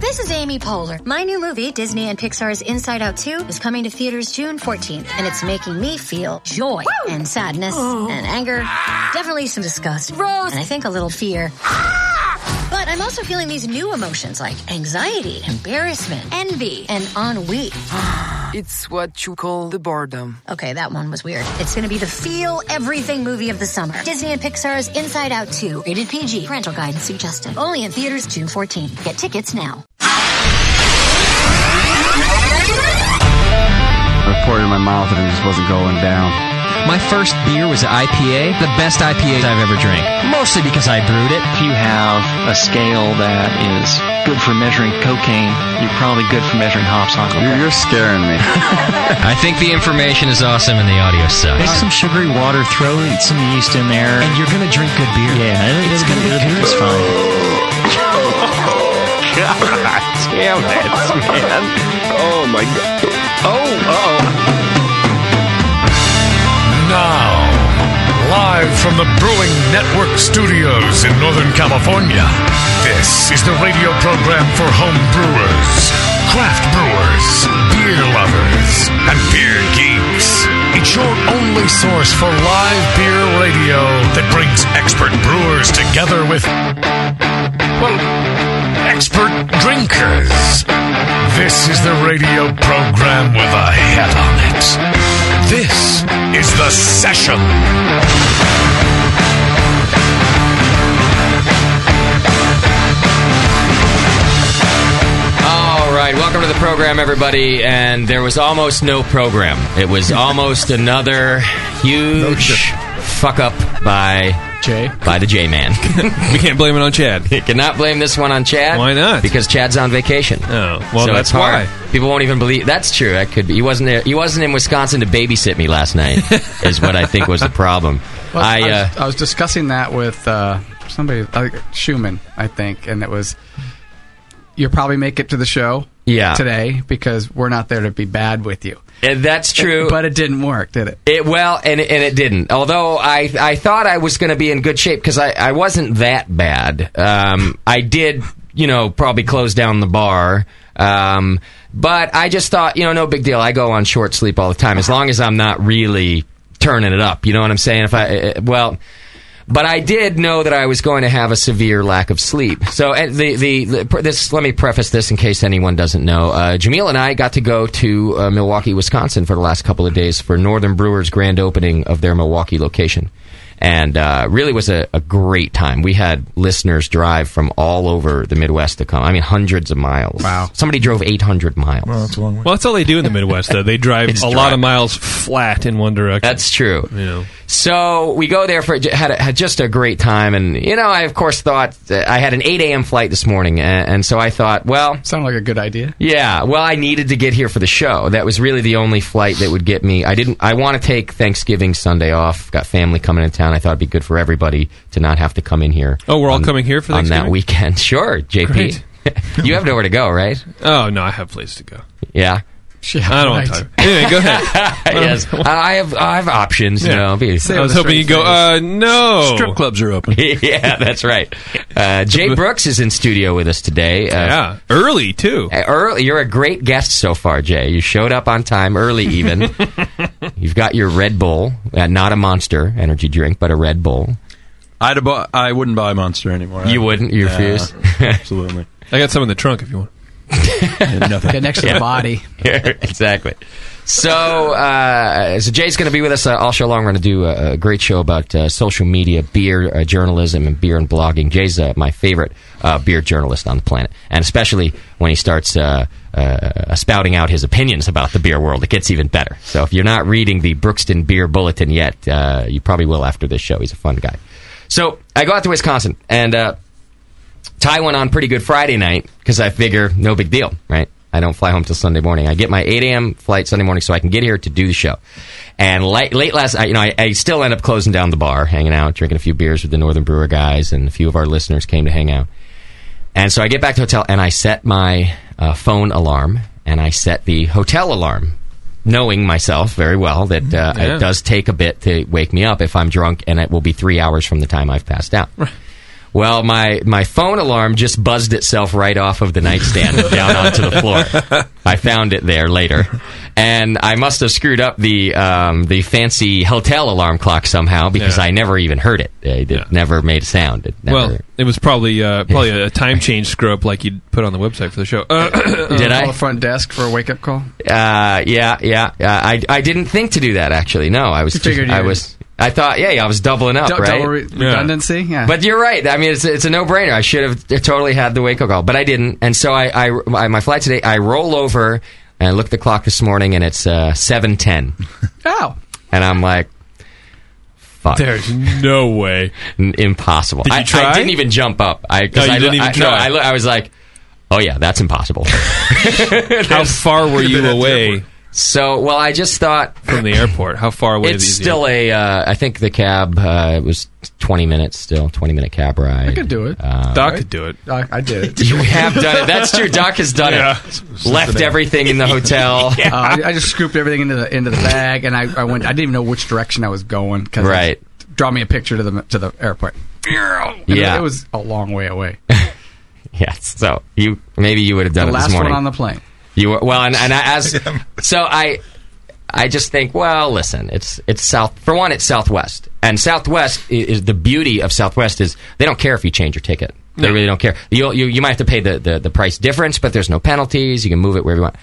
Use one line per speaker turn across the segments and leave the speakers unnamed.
This is Amy Poehler. My new movie, Disney and Pixar's Inside Out 2, is coming to theaters June 14th, and it's making me feel joy and sadness
Oh.
and anger, definitely some disgust, Rose, and I think a little fear.
Ah!
But I'm also feeling these new emotions like anxiety, embarrassment, envy, and ennui.
It's what you call the boredom.
Okay, that one was weird. It's going to be the feel everything movie of the summer. Disney and Pixar's Inside Out 2, rated PG, parental guidance suggested. Only in theaters June 14th. Get tickets now.
I poured it in my mouth and it just wasn't going down.
My first beer was an IPA, the best IPA I've ever drank, mostly because I brewed it.
If you have a scale that is good for measuring cocaine, you're probably good for measuring hopsocks.
You're, you're scaring me.
I think the information is awesome and the audio sucks.
Make some sugary water, throw some yeast in there.
And you're gonna drink good beer.
Yeah, it, it's gonna be good. Beer is fine.
God damn it, man. Oh my god. Oh, uh oh.
Now, live from the Brewing Network studios in Northern California, this is the radio program for home brewers, craft brewers, beer lovers, and beer geeks. It's your only source for live beer radio that brings expert brewers together with, well, expert drinkers. This is the radio program with a head on it. This is The Session.
All right, welcome to the program, everybody. And there was almost no program. It was almost another huge fuck up by Jay, by the J man.
we can't blame it on Chad.
You cannot blame this one on Chad.
Why not?
Because Chad's on vacation.
Oh, well,
so
that's
it's hard.
why.
People won't even believe that's true. That could be. He wasn't there. He wasn't in Wisconsin to babysit me last night. is what I think was the problem.
Well, I,
I, uh,
was, I was discussing that with uh, somebody, uh, Schumann, I think, and it was you'll probably make it to the show
Yeah.
today because we're not there to be bad with you.
and eh, that's true.
But it didn't work, did it?
It well, and it, and it didn't. Although I I thought I was going to be in good shape because I I wasn't that bad. Um, I did you know probably close down the bar. Um, but I just thought you know no big deal. I go on short sleep all the time as long as I'm not really turning it up. You know what I'm saying? If I uh, well. But I did know that I was going to have a severe lack of sleep. So and the, the the pr- this let me preface this in case anyone doesn't know. Uh, Jameel and I got to go to uh, Milwaukee, Wisconsin for the last couple of days for Northern Brewers' grand opening of their Milwaukee location, and uh, really was a, a great time. We had listeners drive from all over the Midwest to come. I mean, hundreds of miles. Wow! Somebody drove 800 miles.
Well, that's all they do in the Midwest, though. They drive a
It's
lot of
drive.
miles flat in one direction.
That's true.
you know.
So we go there for had, a, had just a great time, and you know I of course thought that I had an eight a.m. flight this morning, and, and so I thought, well,
Sounded like a good idea.
yeah, well I needed to get here for the show. That was really the only flight that would get me. I didn't. I want to take Thanksgiving Sunday off. Got family coming in town. I thought it'd be good for everybody to not have to come in here.
Oh, we're all
on-
coming here for
on that
Thanksgiving?
weekend. Sure, JP. you have nowhere to go, right?
Oh, no, I have places to go.
Yeah.
I don't
Right.
have time. Anyway, go ahead.
yes, I have. I have options. You know, Be-
I was hoping you'd go, uh, no.
Strip clubs are open.
yeah, that's right. Uh, Jay Brooks is in studio with us today. Uh,
Yeah, early, too.
Early, you're a great guest so far, Jay. You showed up on time, early even. You've got your Red Bull, uh, not a Monster energy drink, but a Red Bull.
I'd bu- I wouldn't buy Monster anymore.
You
I-
wouldn't? You
Nah,
refuse?
absolutely.
I got some in the trunk if you want.
Nothing.
Get next to the body.
exactly. So, uh, so Jay's going to be with us uh, all show long. We're going to do a, a great show about uh, social media, beer uh, journalism, and beer and blogging. Jay's uh, my favorite uh, beer journalist on the planet, and especially when he starts uh, uh, spouting out his opinions about the beer world, it gets even better. So, if you're not reading the Brookston Beer Bulletin yet, uh, you probably will after this show. He's a fun guy. So, I go out to Wisconsin, and uh, Ty went on pretty good Friday night because I figure no big deal, right? I don't fly home till Sunday morning. I get my 8 a.m. flight Sunday morning so I can get here to do the show. And late, late last, I, you know, I, I still end up closing down the bar, hanging out, drinking a few beers with the Northern Brewer guys, and a few of our listeners came to hang out. And so I get back to the hotel and I set my uh, phone alarm and I set the hotel alarm, knowing myself very well that uh,
Yeah.
it does take a bit to wake me up if I'm drunk, and it will be three hours from the time I've passed out. Well, my, my phone alarm just buzzed itself right off of the nightstand and down onto the floor. I found it there later, and I must have screwed up the um, the fancy hotel alarm clock somehow because
Yeah.
I never even heard it. It, it never made a sound. It never,
Well, it was probably uh, probably a time change screw up like you'd put on the website for the show. Uh,
Did I?
Call the front desk for a wake up call.
Uh, yeah, yeah. Uh, I I didn't think to do that actually. No, I was
You figured
I
you'd-
was I thought yeah, yeah I was doubling up
Dou-
right
double re- redundancy. Yeah.
But you're right. I mean, it's, it's a no brainer. I should have totally had the wake up call, but I didn't. And so I, I, I- my flight today. I roll over and I look at the clock this morning, and it's uh, seven ten.
Oh.
And I'm like, fuck.
There's no way.
impossible.
Did you
I- I,
try?
didn't even jump up. I, 'cause
Oh, you
I,
didn't even
I- No,
try.
I, lo- I was like, oh yeah, that's impossible.
How far were you away?
So, well, I just thought
from the airport. How far away?
It's
is the
still a. Uh, I think the cab uh, it was twenty minutes. Still twenty minute cab ride.
I could do it.
Um,
Doc could do it.
I, I did it.
You have done it. That's true. Doc has done
Yeah.
it. Left everything in the hotel.
Uh, I, I just scooped everything into the into the bag, and I, I went. I didn't even know which direction I was going. Cause it
Right.
Draw me a picture to the to the airport. And
Yeah.
It, was a long way away.
yes. So you maybe you would have done
the
it
last
this morning.
one on the plane.
You were, well, and, and I, as so, I I just think, well, listen, it's it's south for one, it's Southwest, and Southwest i- is, the beauty of Southwest is they don't care if you change your ticket. They
No.
really don't care. You, you you might have to pay the, the the price difference, but there's no penalties. You can move it wherever you want.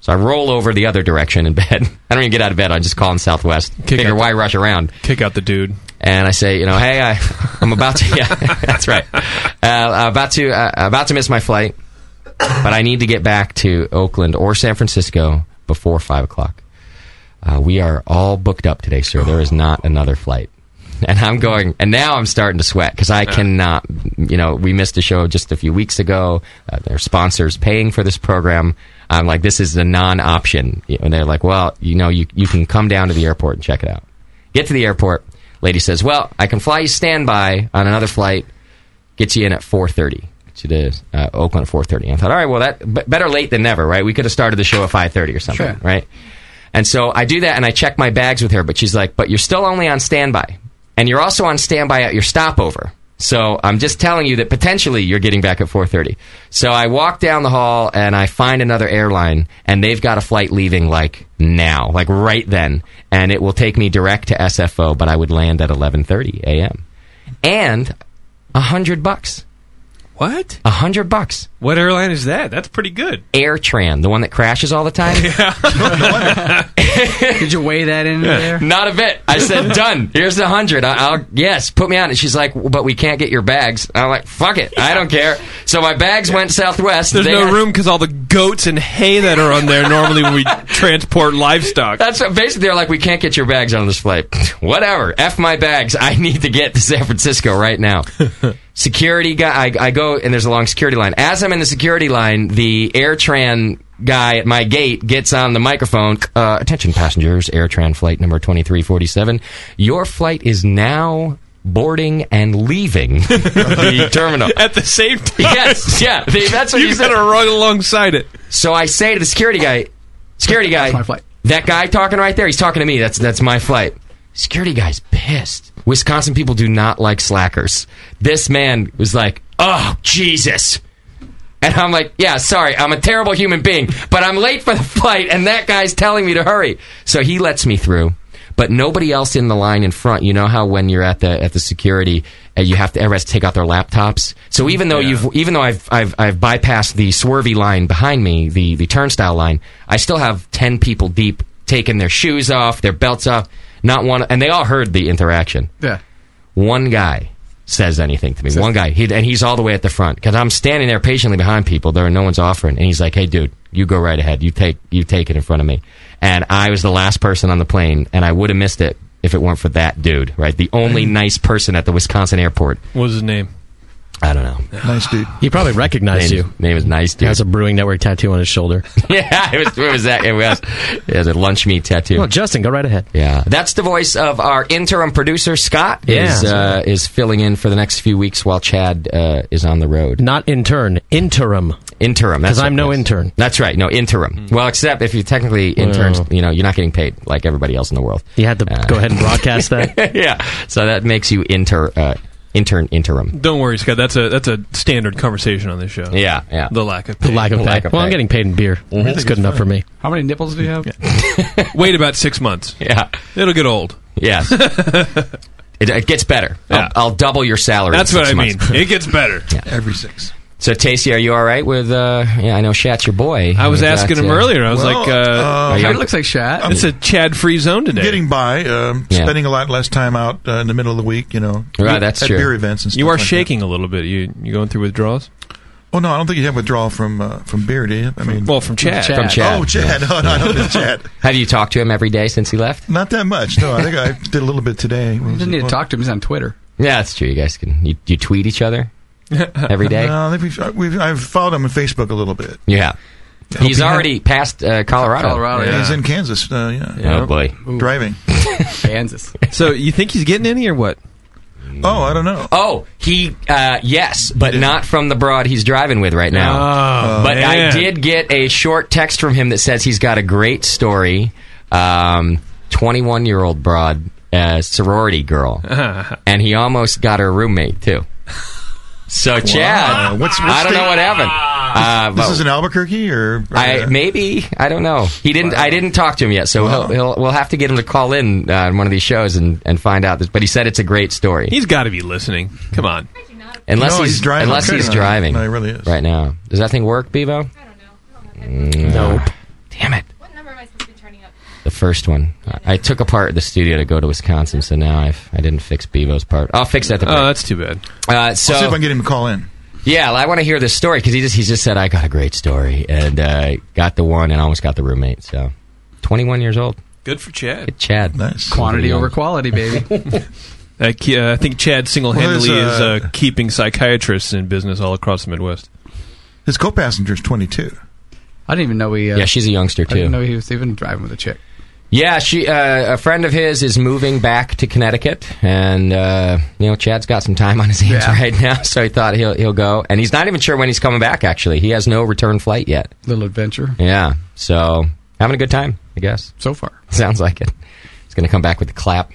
So I roll over the other direction in bed. I don't even get out of bed. I just call him Southwest. Figure
out
why rush around?
Kick out the dude.
And I say, you know, hey, I, I'm about to. Yeah, that's right. Uh, I'm about to uh, about to miss my flight, but I need to get back to Oakland or San Francisco before five o'clock. Uh, we are all booked up today, sir. There is not another flight. And I'm going, and now I'm starting to sweat because I cannot, you know, we missed a show just a few weeks ago. Uh, there are sponsors paying for this program. I'm like, this is a non option. And they're like, well, you know, you, you can come down to the airport and check it out. Get to the airport. Lady says, well, I can fly you standby on another flight. Get you in at 4.30. Get you to uh, Oakland at 4.30. I thought, all right, well, that b- better late than never, right? We could have started the show at 5.30 or something,
Sure.
right? And so I do that and I check my bags with her, but she's like, but you're still only on standby. And you're also on standby at your stopover. So I'm just telling you that potentially you're getting back at 4:30. So I walk down the hall and I find another airline and they've got a flight leaving like now, like right then, and it will take me direct to SFO, but I would land at 11:30 a.m. And a hundred bucks.
What?
A hundred bucks.
What airline is that? That's pretty good.
AirTran, the one that crashes all the time.
Did you weigh that in there?
Not a bit. I said, done. Here's the hundred. I- I'll yes, put me on. it. she's like, but we can't get your bags. I'm like, fuck it, I don't care. So my bags went Southwest.
There's
They-
no room because all the goats and hay that are on there normally when we transport livestock.
That's what, basically they're like, we can't get your bags on this flight. Whatever, f my bags. I need to get to San Francisco right now. security guy, I, I go and there's a long security line. As I'm in the security line, the AirTran guy at my gate gets on the microphone. Uh, Attention, passengers. AirTran flight number 2347. Your flight is now boarding and leaving the terminal
at the same time.
Yes, yeah. They, that's what
you
he said.
better run alongside it.
So I say to the security guy, security guy, that guy talking right there, he's talking to me. That's that's my flight. Security guy's pissed. Wisconsin people do not like slackers. This man was like, "Oh Jesus." And I'm like, yeah, sorry, I'm a terrible human being, but I'm late for the flight, and that guy's telling me to hurry. So he lets me through. but nobody else in the line in front. You know how when you're at the at the security, uh, you have to everyone has to take out their laptops. So even though you've even though I've I've I've bypassed the swervy line behind me, the the turnstile line, I still have ten people deep taking their shoes off, their belts off. Not one, and they all heard the interaction
Yeah.
one guy says anything to me. one guy, he, and he's all the way at the front because I'm standing there patiently behind people. There, no one's offering, and he's like, "Hey, dude, you go right ahead. You take, you take it in front of me." And I was the last person on the plane, and I would have missed it if it weren't for that dude, right? The only
Mm-hmm.
nice person at the Wisconsin airport.
What was his name?
I don't know.
Nice dude. He probably recognized
Name-
you.
name is Nice Dude.
Has a Brewing Network tattoo on his shoulder.
yeah, it was. It was that. It was. It was a lunch meat tattoo.
Well, Justin, go right ahead.
Yeah, that's the voice of our interim producer Scott.
Yeah.
is, uh, is filling in for the next few weeks while Chad uh, is on the road.
Not intern, interim.
Interim.
Because
that's
I'm
what
no
it is.
intern.
That's right. No interim.
Hmm.
Well, except if you technically interns,
Well.
you know, you're not getting paid like everybody else in the world.
You had to go ahead and broadcast that.
yeah. So that makes you inter uh, intern interim.
Don't worry, Scott. That's a that's a standard conversation on this show.
Yeah, yeah.
The lack of pay.
The
Mm-hmm.
lack of pay. Well, I'm getting paid in beer.
Mm-hmm.
That's good enough for me.
How many nipples do you have?
Wait about six months.
Yeah,
it'll get old.
Yes. it, it gets better.
Yeah.
I'll, I'll double your salary.
That's
in
what I
six
mean.
months.
It gets better.
Every six.
So Tacey, are you all right with? Uh, yeah, I know Shat's your boy.
I was
You got,
asking him
uh,
earlier. I was like, uh,
Are you-
like Shat. It's a Chad free zone today.
Getting by, um,
Yeah.
spending a lot less time out uh, in the middle of the week. You know,
Right, that's
at
true.
beer events and stuff
You are
like that.
shaking a little bit. You you going through withdrawals?
Oh no, I don't think you have withdrawal from uh, from beer, do you? I mean,
well, from Chad.
From Chad.
Oh, Chad.
Yeah.
No, no, I don't think Chad.
Have you talked to him every day since he left?
Not that much. No, I think I did a little bit today. You
didn't need to talk to him. He's on Twitter.
Yeah, that's true. You guys can you, you tweet each other every day.
No, I think we've, uh, we've, I've followed him on Facebook a little bit.
Yeah,
Hope
he's
he had-
already passed uh, Colorado.
Yeah, He's in Kansas. Uh, yeah.
Oh boy.
Driving.
Kansas.
So you think he's getting any or what?
Oh, I don't know.
Oh, he uh, yes, but not from the broad he's driving with right now.
Oh,
but
man.
I did get a short text from him that says he's got a great story. Um, 21 year old broad, uh, sorority girl, and he almost got her roommate too. So Chad,
What's- what's
I don't know
the- Ah.
what happened. Uh,
this
but-
is in Albuquerque, or, or
I maybe I don't know. He didn't. I didn't talk to him yet, so he'll, he'll we'll have to get him to call in uh, on one of these shows and, and find out. This, but he said it's a great story.
He's got to be listening. Come on.
unless
No,
he's,
he's driving.
Unless
Okay,
he's
no.
driving.
No, he
really is
right now. Does that thing work, Bevo? I don't know.
Nope.
Damn it. The first one. I- I took apart the studio to go to Wisconsin, so now I've I didn't fix Bevo's part. I'll fix that.
Oh, that's too bad.
Uh, so
I'll see if I can get him to call in.
yeah, well, I want to hear this story because he just he just said I got a great story and uh, got the one and almost got the roommate. So, twenty one years old,
Good for Chad.
Chad.
Nice
Quantity over quality, baby.
I, ke- uh, I think Chad single handedly
Well,
is
there's, uh,
uh, keeping psychiatrists in business all across the Midwest.
His co-passenger is 22.
I didn't even know he. Uh,
Yeah, she's a youngster
I
too.
didn't know he was even driving with a chick.
Yeah, she uh, a friend of his is moving back to Connecticut, and uh, you know Chad's got some time on his hands
Yeah.
right now, so he thought he'll he'll go, and he's not even sure when he's coming back. Actually, he has no return flight yet.
Little adventure
Yeah, so having a good time, I guess.
so far.
Sounds like it. He's going to come back with a clap.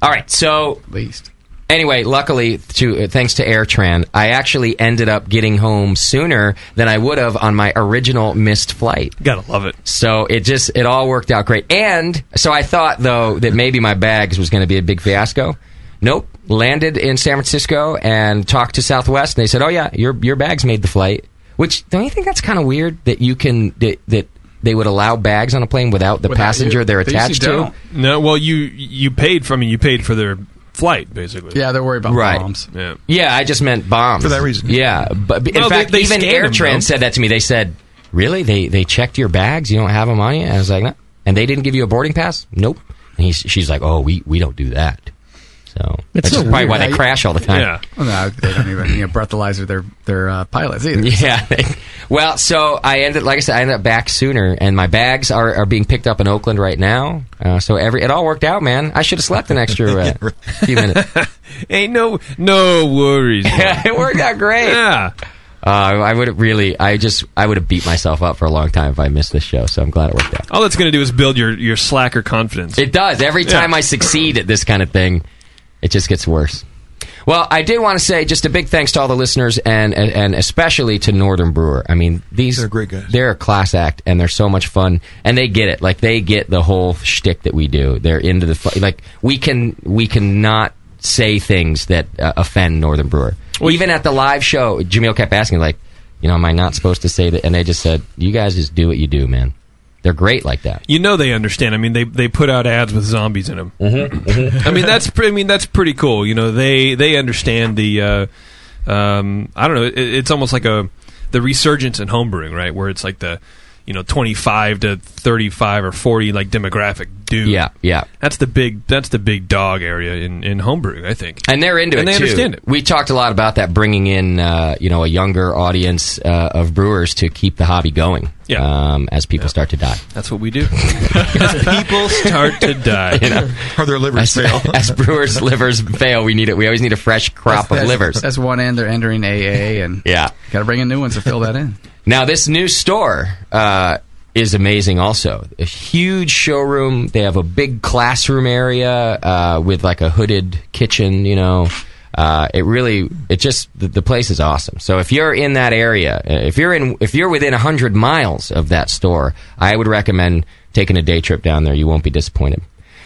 All right, so at
least.
Anyway, luckily, to, uh, thanks to AirTran, I actually ended up getting home sooner than I would have on my original missed flight.
Gotta love it.
So it just it all worked out great. And so I thought though that maybe my bags was going to be a big fiasco. Nope. Landed in San Francisco and talked to Southwest, and they said, "Oh yeah, your your bags made the flight." Which don't you think that's kind of weird that you can that, that they would allow bags on a plane without the
Without you.
passenger they're
They usually
attached to?
don't.
No, well, you you paid for. I mean, you paid for their flight basically.
Yeah, they're worried about
Right.
bombs.
Yeah.
Yeah, I just meant bombs
For that reason.
Yeah, but in
No, they-
fact,
they
even
scan them,
AirTran
though.
said that to me. They said, "Really? They they checked your bags? You don't have them on you?" And I was like, "No." And they didn't give you a boarding pass? Nope. And he's, she's like, "Oh, we we don't do that." So
It's
that's
so
probably
weird
why
how
they
you-
crash all the time.
Well, no, they don't even you know, breathalyzer their their uh, pilots either.
Yeah. well, so I ended, like I said, I ended up back sooner, and my bags are, are being picked up in Oakland right now. Uh, so every it all worked out, man. I should have slept an extra uh, few minutes.
Ain't no no worries.
Yeah, it worked out great.
Yeah.
Uh, I would have really, I just, I would have beat myself up for a long time if I missed this show. So I'm glad it worked out.
All that's going to do is build your, your slacker confidence.
It does. Every
Yeah.
time I succeed at this kind of thing, it just gets worse. Well, I did want to say just a big thanks to all the listeners and and, and especially to Northern Brewer. I mean, these they're great guys. They're a class act and they're so much fun and they get it. Like they get the whole shtick that we do. They're into the fu- like we can we cannot say things that uh, offend Northern Brewer. Even at the live show, Jamil kept asking like, you know, am I not supposed to say that? And they just said, you guys just do what you do, man. They're great like that.
You know they understand. I mean, they they put out ads with zombies in them.
Mm-hmm,
I mean, that's pre- I mean that's pretty cool. You know, they they understand the. Uh, um, I don't know. It, it's almost like a the resurgence in homebrewing, right? Where it's like the you know twenty five to thirty five or forty like demographic dude.
Yeah, yeah.
That's the big that's the big dog area in in homebrewing. I think.
And they're into
And
it
they
too.
understand it.
We talked a lot about that, bringing in uh, you know a younger audience uh, of brewers to keep the hobby going. Yeah. Um, as people start to die,
That's what we do. As people start to die,
you know,
or their
as, as brewers' livers fail, we need it. We always need a fresh crop of
That's-
livers.
That's one end. They're entering AA, and
yeah,
got to bring in new ones to fill that in.
Now, this new store uh, is amazing. Also, a huge showroom. They have a big classroom area uh, with like a hooded kitchen. You know, uh, it really, it just the, the place is awesome. So if you're in that area, uh, if you're in, if you're within hundred miles of that store, I would recommend taking a day trip down there. You won't be disappointed.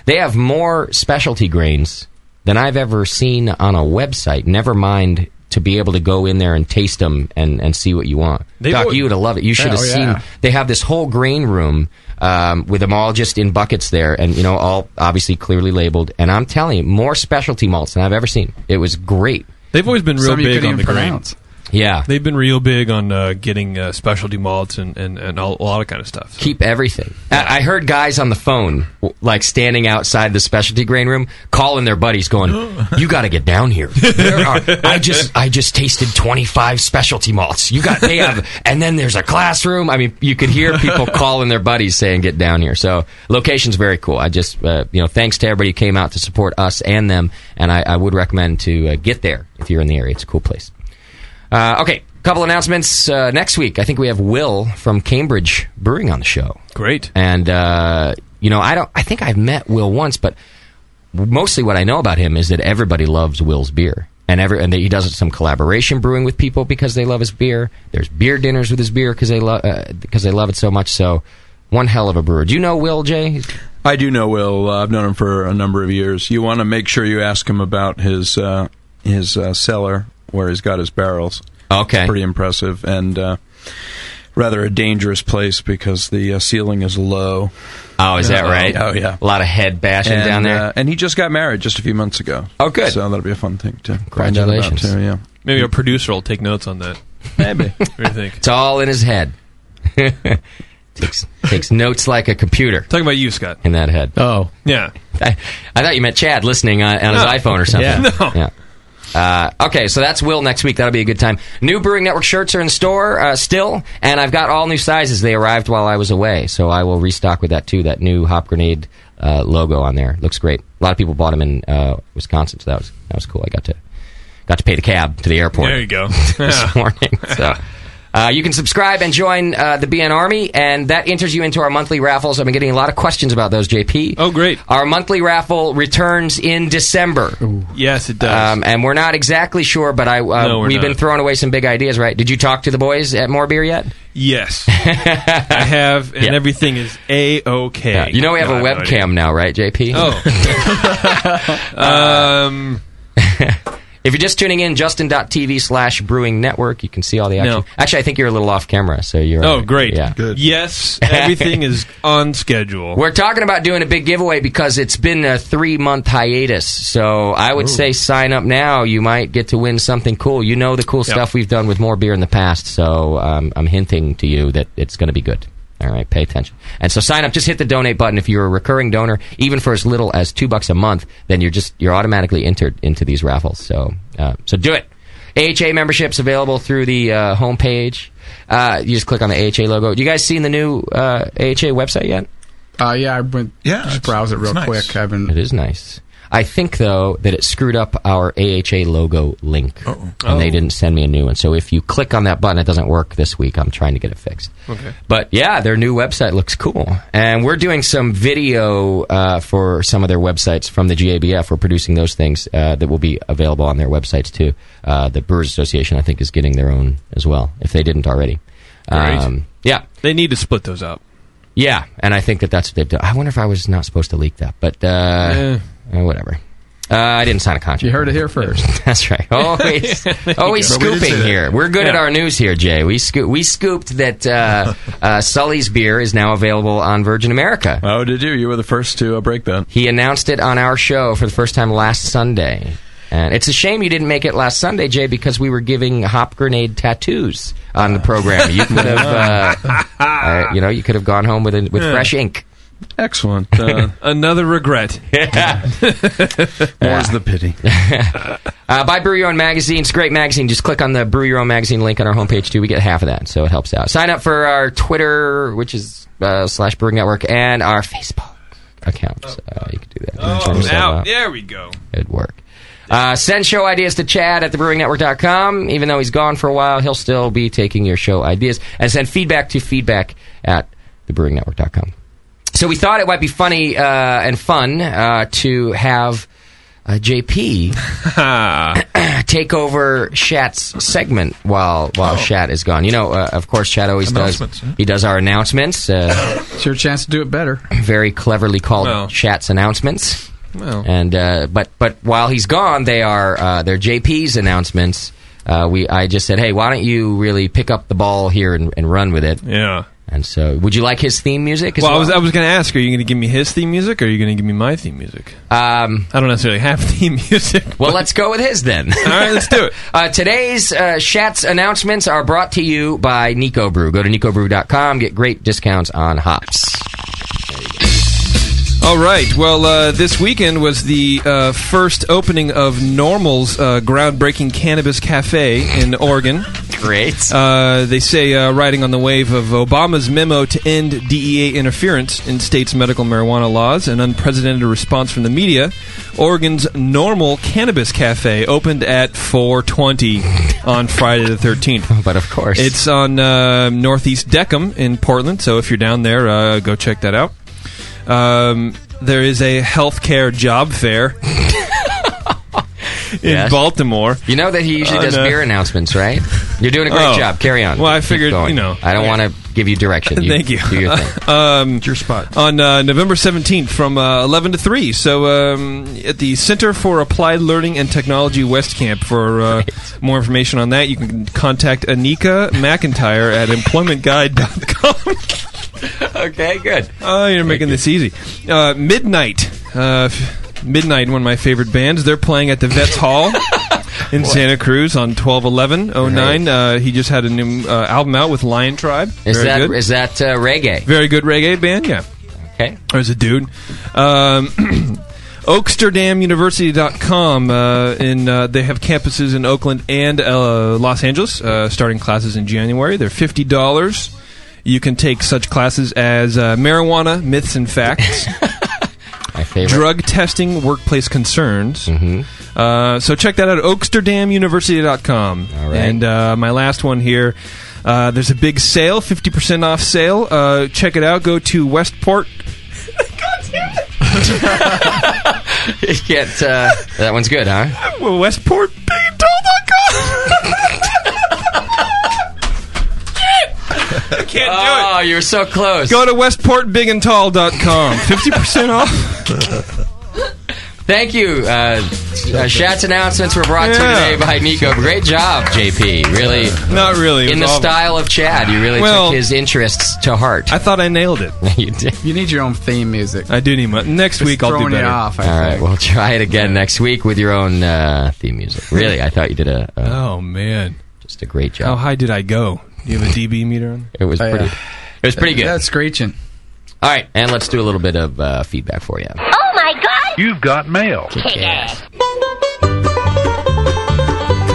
They have more specialty grains than I've ever seen on a website. Never mind to be able to go in there and taste them and, and see what you want.
They've
Doc,
always-
you would have loved it. You should
Yeah,
have
oh,
seen.
yeah.
They have this whole grain room um, with them all just in buckets there, and you know, all obviously clearly labeled. And I'm telling you, more specialty malts than I've ever seen. It was great.
They've always been real
Some you
big
couldn't
on the
even
grain.
pronounce. Yeah,
they've been real big on uh, getting uh, specialty malts and and, and all, a lot of kind of stuff.
Keep everything. I, I heard guys on the phone, w- like standing outside the specialty grain room, calling their buddies, going, "You got to get down here. There are, I just, I just tasted twenty five specialty malts. You got, they have, and then there's a classroom. I mean, you could hear people calling their buddies saying, "Get down here." So location's very cool. I just, uh, you know, thanks to everybody who came out to support us and them, and I, I would recommend to uh, get there if you're in the area. It's a cool place. Uh, okay, couple announcements uh, next week. I think we have Will from Cambridge Brewing on the show.
Great.
And uh, you know, I don't. I think I've met Will once, but mostly what I know about him is that everybody loves Will's beer. And, every, and that he does some collaboration brewing with people because they love his beer. There's beer dinners with his beer because they love uh, because they love it so much. So, one hell of a brewer. Do you know Will Jay?
I do know Will. Uh, I've known him for a number of years. You want to make sure you ask him about his uh, his uh, cellar where he's got his barrels.
Okay,
pretty impressive and uh, rather a dangerous place because the uh, ceiling is low.
Oh, is that right?
Oh, yeah.
A lot of head bashing
And,
down there.
uh, and he just got married just a few months ago.
Oh, good.
So that'll be a fun thing to Find
Congratulations.
out about too, yeah.
Maybe our producer will take notes on that.
Maybe.
what do you think?
It's all in his head. takes, takes notes like a computer.
Talking about you, Scott.
In that head.
Oh.
Yeah.
I, I thought you meant Chad listening uh, on, on his
No.
iPhone or something.
Yeah. No.
Yeah. Uh, okay, so that's Will next week. That'll be a good time. New Brewing Network shirts are in store uh, still, and I've got all new sizes. They arrived while I was away, so I will restock with that too. That new Hop Grenade uh, logo on there looks great. A lot of people bought them in uh, Wisconsin, so that was that was cool. I got to got to pay the cab to the airport.
There you go.
this morning. So. Uh, you can subscribe and join uh, the BN Army, and that enters you into our monthly raffles. I've been getting a lot of questions about those, JP. Oh,
great.
Our monthly raffle returns in December.
Yes, it does.
Um, and we're not exactly sure, but I uh,
No, we're
we've been
not.
throwing away some big ideas, right? Did you talk to the boys at More Beer yet?
Yes, I have, and
Yeah.
everything is a okay.
Yeah. You know we have a webcam now, right, JP?
Oh, um,
Uh, if you're just tuning in, justin.tv slash brewing network, you can see all the action.
No.
Actually, I think you're a little off camera, so you're.
oh, great,
Yeah.
good. Yes, everything is on schedule.
We're talking about doing a big giveaway because it's been a three month hiatus. So I would say sign up now. You might get to win something cool. You know the cool stuff we've done with more beer in the past. So um, I'm hinting to you that it's going to be good. All right, pay attention. And so sign up. Just hit the donate button if you're a recurring donor, even for as little as two bucks a month. Then you're just you're automatically entered into these raffles. So uh, so do it. AHA memberships available through the uh, homepage. Uh, you just click on the AHA logo. You guys seen the new uh, AHA website yet?
Uh, yeah, I went. Yeah, just browse it real
it's nice.
quick. I've been. It
is nice. I think though that it screwed up our AHA logo link, and
Oh.
they didn't send me a new one. So if you click on that button, it doesn't work this week. I'm trying to get it fixed.
Okay.
But yeah, their new website looks cool, and we're doing some video uh, for some of their websites from the GABF. We're producing those things uh, that will be available on their websites too. Uh, the Brewers Association, I think, is getting their own as well if they didn't already. Um,
Great.
yeah,
they need to split those up.
yeah, and I think that that's what they've done. I wonder if I was not supposed to leak that, but uh, uh, whatever. Uh, I didn't sign a contract. You heard it here first. That's right. Always, always
But we did say
scooping
that.
here. We're good at
Yeah.
our news here, Jay. We sco- we scooped that uh, uh, Sully's beer is now available on Virgin America.
Oh, did you? You were the first to uh, break that.
He announced it on our show for the first time last Sunday. And it's a shame you didn't make it last Sunday, Jay, because we were giving hop grenade tattoos on the program. You could have, uh, uh, you know, you could have gone home with a, with
Yeah. Uh,
fresh ink.
Excellent.
Uh,
Another regret.
More's
the pity.
Uh, buy Brew Your Own Magazine. It's a great magazine. Just click on the Brew Your Own Magazine link on our homepage, too. We get half of that, so it helps out. Sign up for our Twitter, which is uh, slash Brewing Network, and our Facebook accounts. Uh, you can do that.
Oh,
Check us
now-
out.
there we go.
It'd work. Uh, send show ideas to Chad at thebrewingnetwork.com. Even though he's gone for a while, he'll still be taking your show ideas. And send feedback to feedback at thebrewingnetwork.com. So we thought it might be funny uh, and fun uh, to have uh, JP take over Shat's segment while while Shat is gone. You know, uh, of course, Shat always does.
Announcements, huh?
He does our announcements. Uh,
It's your chance to do it better.
very cleverly called
Well.
Shat's announcements.
Well.
And uh, but but while he's gone, they are uh, they're JP's announcements. Uh, we I just said, hey, why don't you really pick up the ball here and, and run with it?
Yeah.
And so, would you like his theme music? As
Well,
well,
I was I was going to ask: Are you going to give me his theme music, or are you going to give me my theme music?
Um,
I don't necessarily have theme music.
Well, let's go with his then. All
right, let's do it.
Uh, today's uh, Shat's announcements are brought to you by Nico Brew. Go to nicobrew.com, get great discounts on hops.
All right. Well, uh, this weekend was the uh, first opening of Normal's uh, groundbreaking cannabis cafe in Oregon.
Great.
Uh, they say uh, riding on the wave of Obama's memo to end DEA interference in states' medical marijuana laws, an unprecedented response from the media. Oregon's Normal Cannabis Cafe opened at 420 on Friday the 13th.
But of course,
it's on uh, Northeast Deckham in Portland. So if you're down there, uh, go check that out. Um, there is a healthcare job fair in
Yes.
Baltimore.
You know that he usually
On,
does
uh,
beer announcements, right? You're doing a great
Oh.
job. Carry on.
Well, I
Keep
figured,
going.
you know.
I don't want to give you direction.
Thank you.
Do your thing.
um, your spot on uh, November seventeenth from uh, eleven to three. So um, at the Center for Applied Learning and Technology West Camp. For uh, more information on that, you can contact Anika McIntyre at employmentguide.com.
okay, good.
Oh, you're making this easy. Uh, Midnight. Uh, f- Midnight, one of my favorite bands. They're playing at the Vets Hall. In Santa Cruz on 12 11 09. Uh, he just had a new uh, album out with Lion Tribe.
Is
Very
that
good.
is that uh, reggae?
Very good reggae band, yeah.
Okay.
There's a dude. Um, OaksterdamUniversity.com. Uh, in, uh, they have campuses in Oakland and uh, Los Angeles, uh, starting classes in January. They're $50. You can take such classes as uh, marijuana, myths and facts.
My favorite. Mm-hmm.
Drug testing, workplace concerns. Uh, so check that out at oaksterdamuniversity.com. All
right.
And uh, my last one here. Uh, there's a big sale, 50% off sale. Uh, check it out. Go to Westport.
You can't. Uh, that one's good, huh?
Well, Westport. I can't do it.
Oh, you were so close.
Go to westportbigandtall.com. 50% off.
Thank you. Uh, uh, Shat's announcements were brought to you
Yeah.
today by Nico. Great job, JP. Really.
Not really. It
In the
was all-
style of Chad, you really
Well-
took his interests to heart.
I thought I nailed it.
you did.
You need your own theme music.
I do need my next
Just
week. I'll do
throwing you
better.
off, I
All right, we'll try it again next week with your own uh, theme music. Really, I thought you did a, a
Oh man,
just a great
how
job.
high did I go? Do you have a DB meter on?
It was
Oh, yeah.
pretty. It was pretty good.
That's screeching.
All right, and let's do a little bit of uh, feedback for you.
Oh my god!
You've got mail.
Can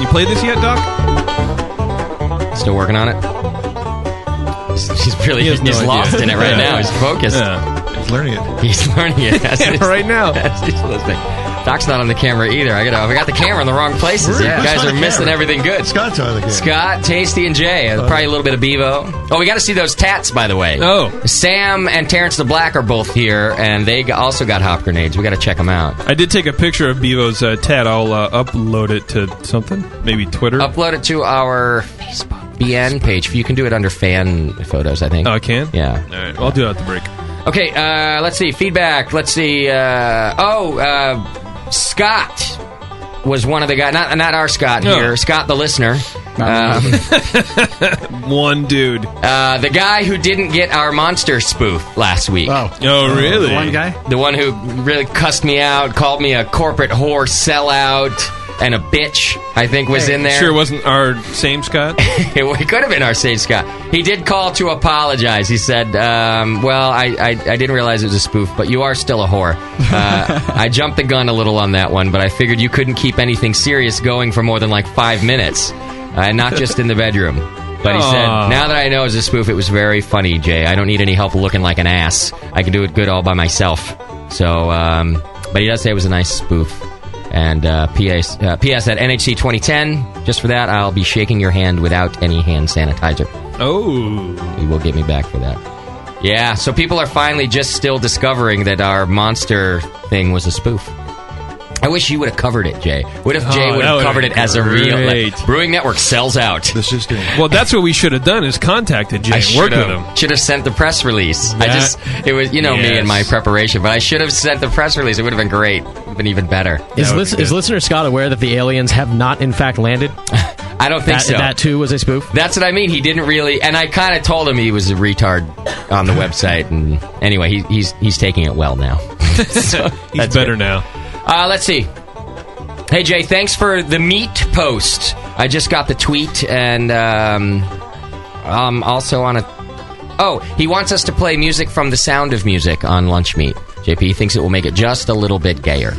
you play this yet, Doc?
Still working on it. He's really
He has
he's
no idea.
lost in it right
Yeah.
now. He's focused.
Yeah. He's learning it.
He's learning it
Yeah, right now.
That's he's listening. Doc's not on the camera either. I got I got the camera in the wrong places.
Where-
You
who's
guys
on
are
the
missing
camera?
everything good.
Scott's on the camera.
Scott, Tasty, and Jay. Uh, Probably a little bit of Bevo. Oh, we got to see those tats, by the way. Oh, Sam and Terrence the Black are both here, and they g- also got hop grenades. We got to check them out.
I did take a picture of Bevo's uh, tat. I'll uh, upload it to something, maybe Twitter.
Upload it to our Facebook BN page. You can do it under fan photos, I think. Oh,
I can.
Yeah.
All right, well, I'll do it at the break.
Okay, uh, let's see. Feedback. Let's see. Uh, oh, uh, Scott was one of the guys. Not, not our Scott
No.
here. Scott the listener. Um,
one dude.
Uh, the guy who didn't get our monster spoof last week.
Oh.
Oh, really? The one guy?
The one who really cussed me out, called me a corporate whore sellout and a bitch, I think was
Hey.
in there.
Sure wasn't our same Scott?
it could have been our same Scott. He did call to apologize. He said, um, Well, I, I, I didn't realize it was a spoof, but you are still a whore. Uh, I jumped the gun a little on that one, but I figured you couldn't keep anything serious going for more than like five minutes, uh, not just in the bedroom. But he said,
Aw.
Now that I know it's a spoof, it was very funny, Jay. I don't need any help looking like an ass. I can do it good all by myself. So, um, but he does say it was a nice spoof. And uh, PS, uh, PS at NHC 2010. Just for that, I'll be shaking your hand without any hand sanitizer.
Oh.
You will get me back for that. Yeah, so people are finally just still discovering that our monster thing was a spoof. I wish you would have covered it, Jay. What if Jay
Oh,
would
that
have
would've
covered
been
it as a real? like,
great.
Brewing Network sells out. This
is good.
Well, that's what we should have done is contacted Jay
I
and worked
should've-
with him.
Should have sent the press release. I
That-
just it was you know me and my
Yes.
preparation, but I should have sent the press release. It would have been great. It would have been even better.
Is, lis- is listener Scott aware that the aliens have not in fact landed?
I don't think
that,
so.
That too was a spoof.
That's what I mean. He didn't really, and I kind of told him he was a retard on the website. And anyway, he, he's he's taking it well now.
He's better now.
Uh, let's see. Hey Jay, thanks for the meat post. I just got the tweet, and um, I'm also on a. Oh, he wants us to play music from The Sound of Music on Lunch Meat. JP thinks it will make it just a little bit gayer.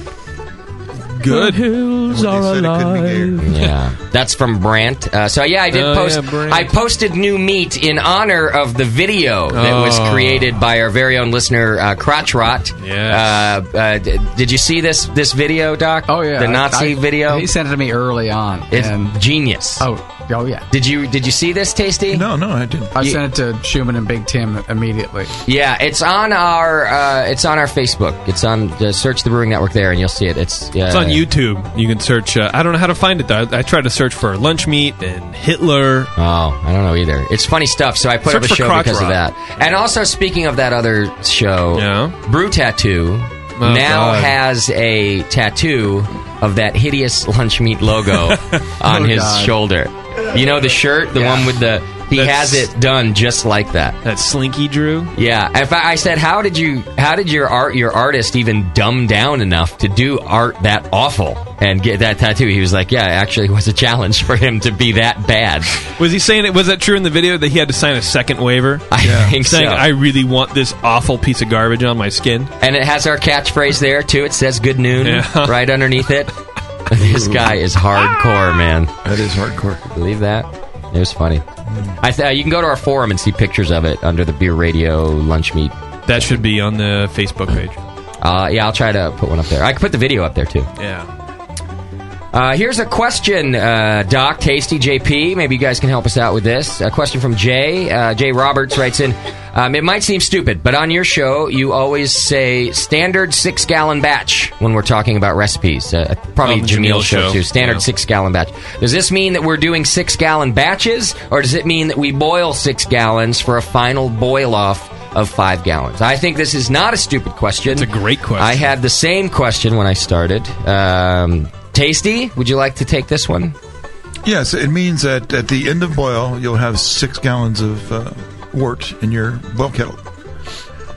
Good.
hills are alive.
Yeah, Uh, that's from Brant. Uh, so yeah, I did
Oh,
post.
yeah, Brant.
I posted new meat in honor of the video that was
Oh.
created by our very own listener uh, Crotch Rot. Yeah. Uh, uh, d- did you see this this video, Doc? Oh
Yeah,
the
I-
Nazi
I-
video.
He sent it to me early on.
It's
and
genius.
Oh, oh yeah.
Did you did you see this, Tasty?
No,
no, I didn't.
I sent it to Schumann and Big Tim immediately.
Yeah, it's on our uh, it's on our Facebook. It's on uh, search the Brewing Network there, and you'll see it. It's uh,
It's on YouTube. You can search. Uh, I don't know how to find it though. I, I tried to search for lunch meat and Hitler.
Oh, I don't know either. It's funny stuff. So I put
Search
up a
for
show
crotch
because of
rot.
that. And also, speaking of that other show, Brew Tattoo
Oh,
now
God.
has a tattoo of that hideous lunch meat logo
Oh,
on his
God.
shoulder. You know the shirt, the one with the. He
That's-
has it done just like that.
That Slinky Drew.
Yeah. If I, I said, how did you? How did your art, your artist, even dumb down enough to do art that awful and get that tattoo? He was like, yeah, it actually was a challenge for him to be that bad.
Was he saying it? Was that true in the video that he had to sign a second waiver? I
think
saying,
so.
I really want this awful piece of garbage on my skin.
And it has our catchphrase there too. It says "Good noon"
Yeah.
right underneath it. this guy is hardcore, man.
That is hardcore.
Believe that. It was funny. I th- uh, you can go to our forum and see pictures of it under the Beer Radio Lunch Meet.
That should be on the Facebook page.
Uh, yeah, I'll try to put one up there. I could put the video up there too.
Yeah.
Uh, here's a question, uh, Doc, Tasty, JP. Maybe you guys can help us out with this. A question from Jay. Uh, Jay Roberts writes in um, It might seem stupid, but on your show, you always say standard six gallon batch when we're talking about recipes. Uh, probably
On the
Jamil's
Jamil
show,
show,
too. Standard
yeah.
six gallon batch. Does this mean that we're doing six gallon batches, or does it mean that we boil six gallons for a final boil off? Of five gallons. I think this is not a stupid question. It's a
great question.
I had the same question when I started. Um, Tasty, would you like to take this one?
Yes, it means that at the end of boil, you'll have six gallons of uh, wort in your boil kettle.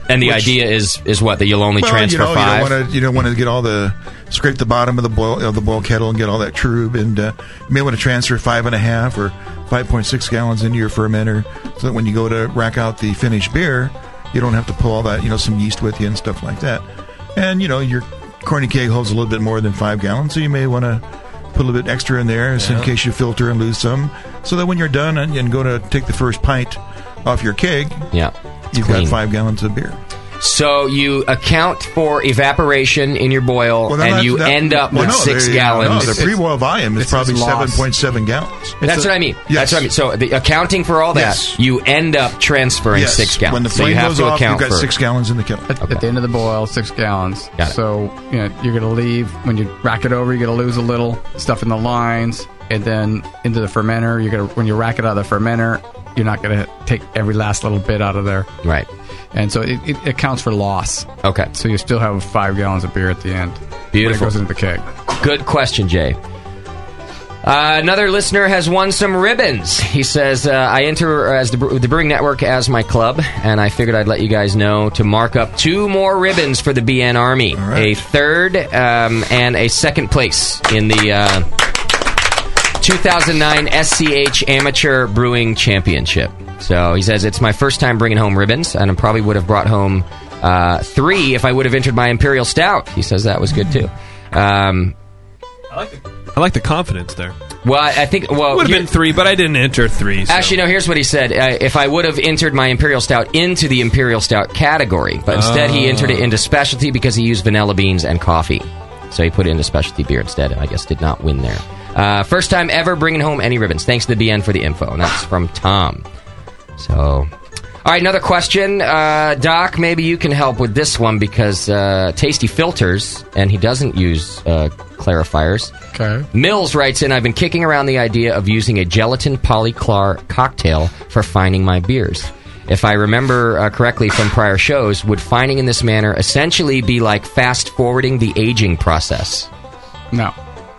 And the
Which-
idea is is what that you'll only
Well,
transfer
you know,
five.
You don't want to. You don't want to get all the scrape the bottom of the boil of the boil kettle and get all that trub, and uh, you may want to transfer five and a half or five point six gallons into your fermenter, so that when you go to rack out the finished beer, you don't have to pull all that you know some yeast with you and stuff like that. And you know your corny keg holds a little bit more than five gallons, so you may want to put a little bit extra in there so in
Yeah.
case you filter and lose some, so that when you're done and, and go to take the first pint off your keg,
yeah,
you've
clean.
got five gallons of beer.
So you account for evaporation in your boil,
Well, then
and
that's-
you
that-
end up
well,
with
no,
six
they- uh,
gallons.
No, the pre-boil volume is
it's
probably
lost.
seven point seven gallons.
That's what I mean. That's what I mean. So the accounting for all that,
Yes.
you end up transferring
Yes.
six gallons.
When the
so
flame
you have
goes
to
off,
account
you've got
for
six gallons in the kettle.
At, at the end of the boil, six gallons. So you know, you're going to leave when you rack it over. You're going to lose a little stuff in the lines, and then into the fermenter. You're going to when you rack it out of the fermenter, you're not going to take every last little bit out of there.
Right.
And so it, it accounts for loss.
Okay.
So you still have five gallons of beer at the end.
Beautiful.
When it goes into the keg.
Good question, Jay. Uh, another listener has won some ribbons. He says, uh, "I enter as the, Bre- the Brewing Network as my club, and I figured I'd let you guys know to mark up two more ribbons for the BN Army: a third um, and a second place in the uh, 2009 SCH Amateur Brewing Championship." So he says, "It's my first time bringing home ribbons, and I probably would have brought home uh, three if I would have entered my Imperial Stout." He says that was good too. Um,
I like the confidence there.
well, I I think well,
Would have
you-
been three, but I didn't enter three. so-
Actually, no. Here's what he said: uh, If I would have entered my imperial stout into the imperial stout category, but instead he
Ah.
entered it into specialty because he used vanilla beans and coffee, so he put it into specialty beer instead. and I guess did not win there. Uh, first time ever bringing home any ribbons. Thanks to the BN for the info, and that's from Tom. So, all right, another question, uh, Doc. Maybe you can help with this one because uh, Tasty filters, and he doesn't use uh, clarifiers.
Okay.
Mills writes in, I've been kicking around the idea of using a gelatin polyclar cocktail for fining my beers. If I remember uh, correctly from prior shows, would fining in this manner essentially be like fast forwarding the aging process?
No.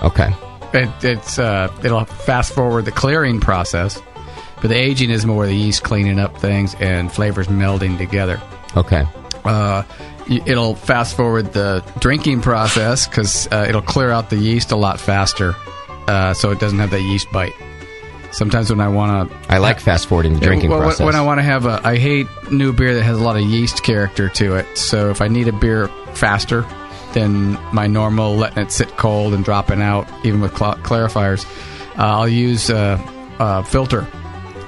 Okay.
It, it's uh, it'll fast forward the clearing process, but the aging is more the yeast cleaning up things and flavors melding together.
Okay.
Uh, y- it'll fast forward the drinking process because uh, it'll clear out the yeast a lot faster, uh, so it doesn't have that yeast bite. Sometimes when I want to,
I like fast forwarding the drinking
when,
process.
When I want to have a, I hate new beer that has a lot of yeast character to it. So if I need a beer faster than my normal, letting it sit cold and dropping out, even with cl- clarifiers, uh, I'll use a, a filter,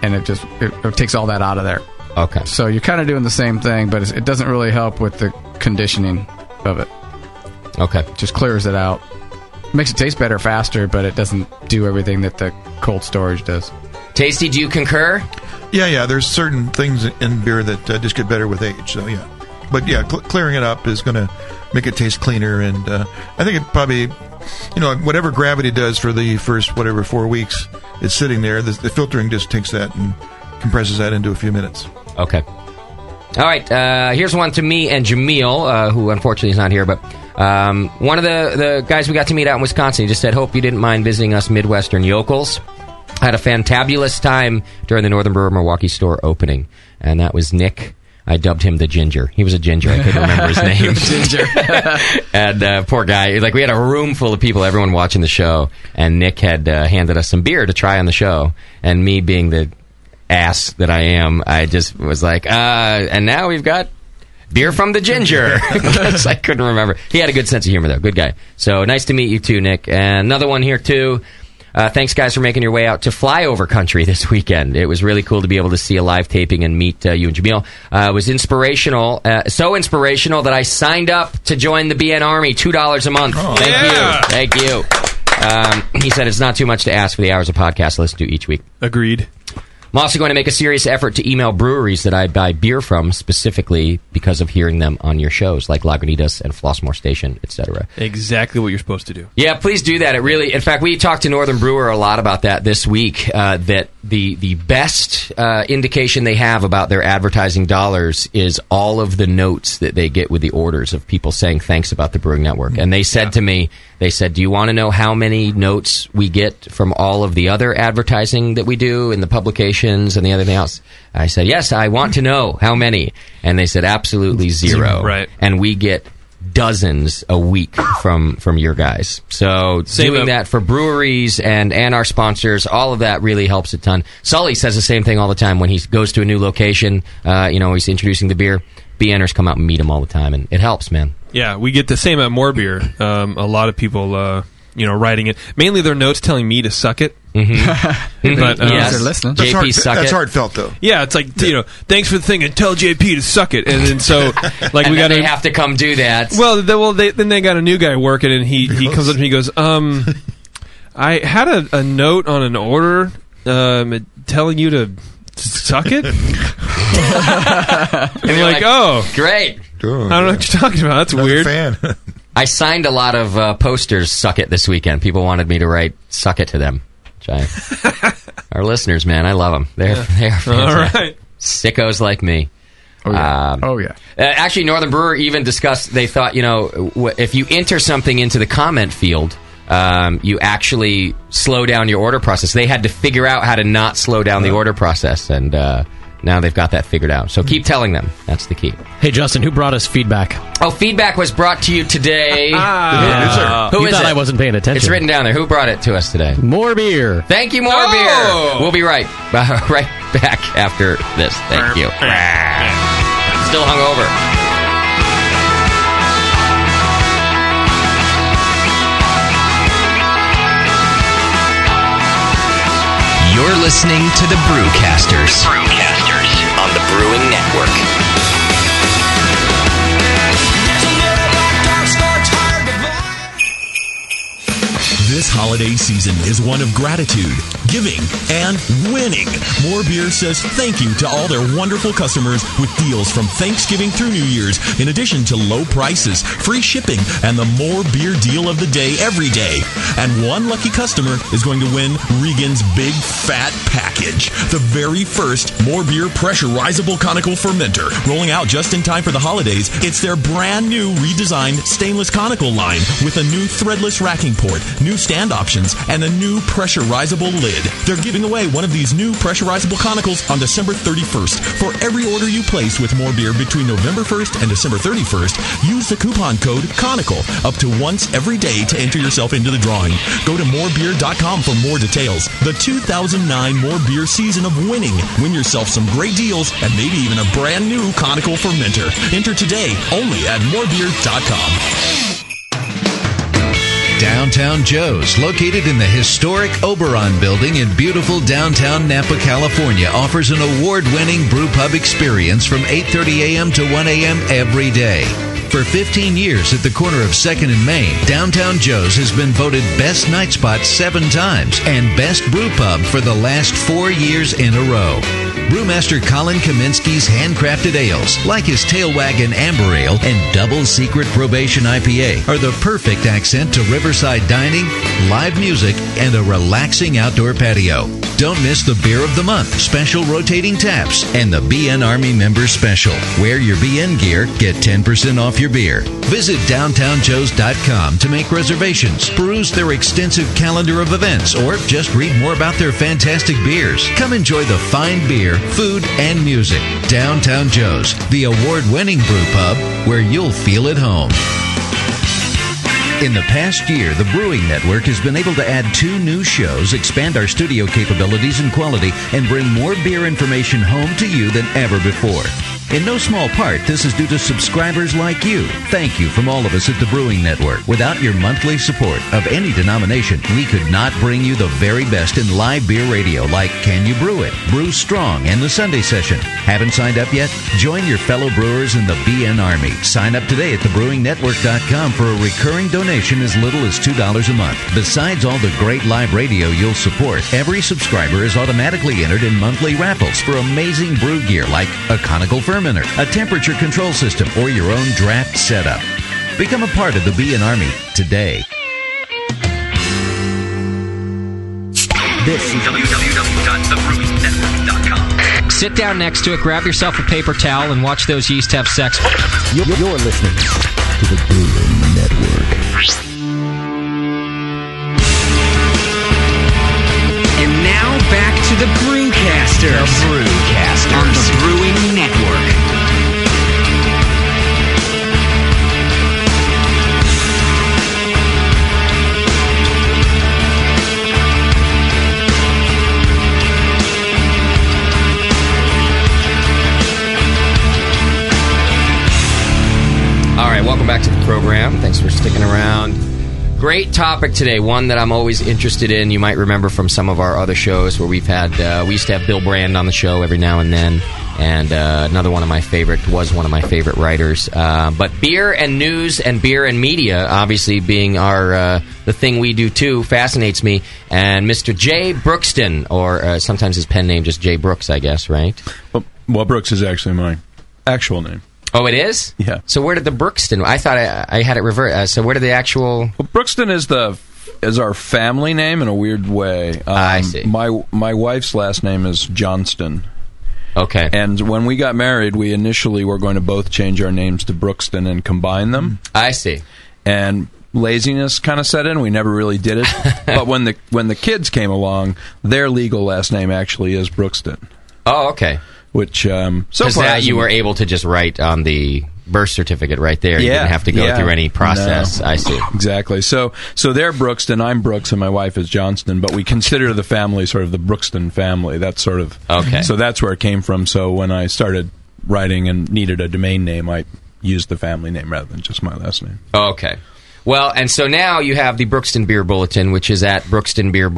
and it just it, it takes all that out of there.
Okay.
So you're kind of doing the same thing, but it's, it doesn't really help with the conditioning of it.
Okay.
Just clears it out. Makes it taste better faster, but it doesn't do everything that the cold storage does.
Tasty, do you concur?
Yeah, yeah. There's certain things in beer that uh, just get better with age. So yeah, but yeah, cl- clearing it up is going to make it taste cleaner, and uh, I think it probably, you know, whatever gravity does for the first whatever four weeks, it's sitting there. The, the filtering just takes that and compresses that into a few minutes.
Okay. All right, uh, here's one to me and Jameel, uh, who unfortunately is not here, but um, one of the, the guys we got to meet out in Wisconsin he just said, Hope you didn't mind visiting us Midwestern yokels. Had a fantabulous time during the Northern Brewer Milwaukee store opening, and that was Nick. I dubbed him the Ginger. He was a Ginger. I couldn't remember his name. and uh, poor guy, like we had a room full of people, everyone watching the show, and Nick had uh, handed us some beer to try on the show, and me being the ass that I am, I just was like, uh, and now we've got beer from the ginger 'Cause I couldn't remember. He had a good sense of humor though, good guy. So nice to meet you too, Nick. And another one here too. Uh, thanks, guys, for making your way out to flyover country this weekend. It was really cool to be able to see a live taping and meet uh, you and Jamil. Uh, it was inspirational, uh, so inspirational that I signed up to join the BN Army, two dollars a month. Thank you, thank you. Um, he said it's not too much to ask for the hours of podcast I listen to each week.
Agreed.
I'm also going to make a serious effort to email breweries that I buy beer from specifically because of hearing them on your shows, like Lagunitas and Flossmore Station, etc.
Exactly what you're supposed to do.
Yeah, please do that. It really, in fact, we talked to Northern Brewer a lot about that this week. Uh, that the the best uh, indication they have about their advertising dollars is all of the notes that they get with the orders of people saying thanks about the Brewing Network. And they said to me, they said, "Do you want to know how many notes we get from all of the other advertising that we do in the publications and the other thing else?" I said, "Yes, I want to know how many." And they said, "Absolutely zero." Right. And we get dozens a week from from your guys. So
Same
doing
up.
that for breweries and and our sponsors, all of that really helps a ton. Sully says the same thing all the time when he goes to a new location. Uh, you know, he's introducing the beer. BNers come out and meet him all the time, and it helps, man.
Yeah, we get the same at More Beer. Um, a lot of people uh, you know, writing it. Mainly their notes telling me to suck it. Mm-hmm. but uh,
Yes. They're listening. That's JP, hard- suck that's it. heartfelt, though.
Yeah, it's like you know, thanks for the thing, and tell JP to suck it, and then so like
And
we
then
got
they have to come do that.
Well, they, well, they, then they got a new guy working, and he he comes up to me, and goes, um, I had a, a note on an order, um, telling you to suck it, and you're like, oh,
great.
I
don't know what you're talking about. That's weird.
I signed a lot of uh, posters. Suck it this weekend. People wanted me to write "suck it" to them. Which I, our listeners, man, I love them. They're
Yeah.
they are fantastic.
All right.
sickos like me. Oh yeah. Um,
oh, yeah.
Actually, Northern Brewer even discussed. They thought you know w- if you enter something into the comment field. Um, you actually slow down your order process. They had to figure out how to not slow down the order process, and uh, now they've got that figured out. So keep telling them. That's the key.
Hey, Justin, who brought us feedback?
Oh, feedback was brought to you today.
Uh,
Ah.
Who
You
is
thought
it?
I wasn't paying attention.
It's written down there. Who brought it to us today?
More beer.
Thank you, more beer. We'll be right right back after this. Thank you. Still hungover.
You're listening to the Brewcasters. Brewcasters on the Brewing Network.
This holiday season is one of gratitude, giving, and winning. More Beer says thank you to all their wonderful customers with deals from Thanksgiving through New Year's, in addition to low prices, free shipping, and the More Beer deal of the day every day. And one lucky customer is going to win Regan's Big Fat Package, the very first More Beer pressurizable conical fermenter. Rolling out just in time for the holidays, it's their brand new redesigned stainless conical line with a new threadless racking port, new stand options, and a new pressurizable lid. They're giving away one of these new pressurizable conicals on December 31st. For every order you place with More Beer between November 1st and December 31st, use the coupon code CONICAL up to once every day to enter yourself into the drawing. Go to morebeer.com for more details. The 2009 More Beer season of winning. Win yourself some great deals and maybe even a brand new conical fermenter. Enter today only at morebeer.com.
Downtown Joe's, located in the historic Oberon building in beautiful downtown Napa, California, offers an award-winning brew pub experience from 8:30 a.m. to 1 a.m. every day. For 15 years at the corner of 2nd and Main, Downtown Joe's has been voted Best Night Spot seven times and Best Brew Pub for the last four years in a row. Brewmaster Colin Kaminsky's handcrafted ales, like his Tail Wagon Amber Ale and Double Secret Probation IPA, are the perfect accent to riverside dining, live music, and a relaxing outdoor patio. Don't miss the Beer of the Month, special rotating taps, and the BN Army Member Special. Wear your BN gear, get 10% off your beer. Visit downtownjoes.com to make reservations, peruse their extensive calendar of events, or just read more about their fantastic beers. Come enjoy the fine beer, food, and music. Downtown Joe's, the award winning brew pub where you'll feel at home. In the past year, the Brewing Network has been able to add two new shows, expand our studio capabilities and quality, and bring more beer information home to you than ever before. In no small part, this is due to subscribers like you. Thank you from all of us at the Brewing Network. Without your monthly support of any denomination, we could not bring you the very best in live beer radio like Can You Brew It, Brew Strong, and The Sunday Session. Haven't signed up yet? Join your fellow brewers in the BN Army. Sign up today at thebrewingnetwork.com for a recurring donation as little as $2 a month. Besides all the great live radio you'll support, every subscriber is automatically entered in monthly raffles for amazing brew gear like a conical fermenter, a temperature control system, or your own draft setup. Become a part of the BN Army today.
This is www.thebrewingnetwork.com.
Sit down next to it, grab yourself a paper towel, and watch those yeast have sex.
You're, listening to the Brewing Network.
And now back to the Brewcasters. The Brewcasters. On the Brewing Network.
All right, welcome back to the program. Thanks for sticking around. Great topic today. One that I'm always interested in. You might remember from some of our other shows where we've had uh, we used to have Bill Brand on the show every now and then, and uh, another one of my favorite was one of my favorite writers. Uh, but beer and news and beer and media, obviously being our uh, the thing we do too, fascinates me. And Mr. Jay Brookston, or uh, sometimes his pen name just Jay Brooks, I guess, right?
Well, Brooks is actually my actual name.
Oh, it is.
Yeah.
So where did the Brookston? I thought I, I had it reversed. Uh, so where did the actual?
Well, Brookston is the is our family name in a weird way. Um, I see. My my wife's last name is Johnston.
Okay.
And when we got married, we initially were going to both change our names to Brookston and combine them.
I see.
And laziness kind of set in. We never really did it. but when the when the kids came along, their legal last name actually is Brookston.
Oh, okay.
Which um, so
'Cause
far
that
hasn't-
you were able to just write on the birth certificate right there. you didn't have to go
yeah.
through any process.
No.
I see.
Exactly. So so they're Brookston, I'm Brooks, and my wife is Johnston, but we consider the family sort of the Brookston family. That's sort of
Okay.
So that's where it came from. So when I started writing and needed a domain name, I used the family name rather than just my last name.
Okay. Well, and so now you have the Brookston Beer Bulletin, which is at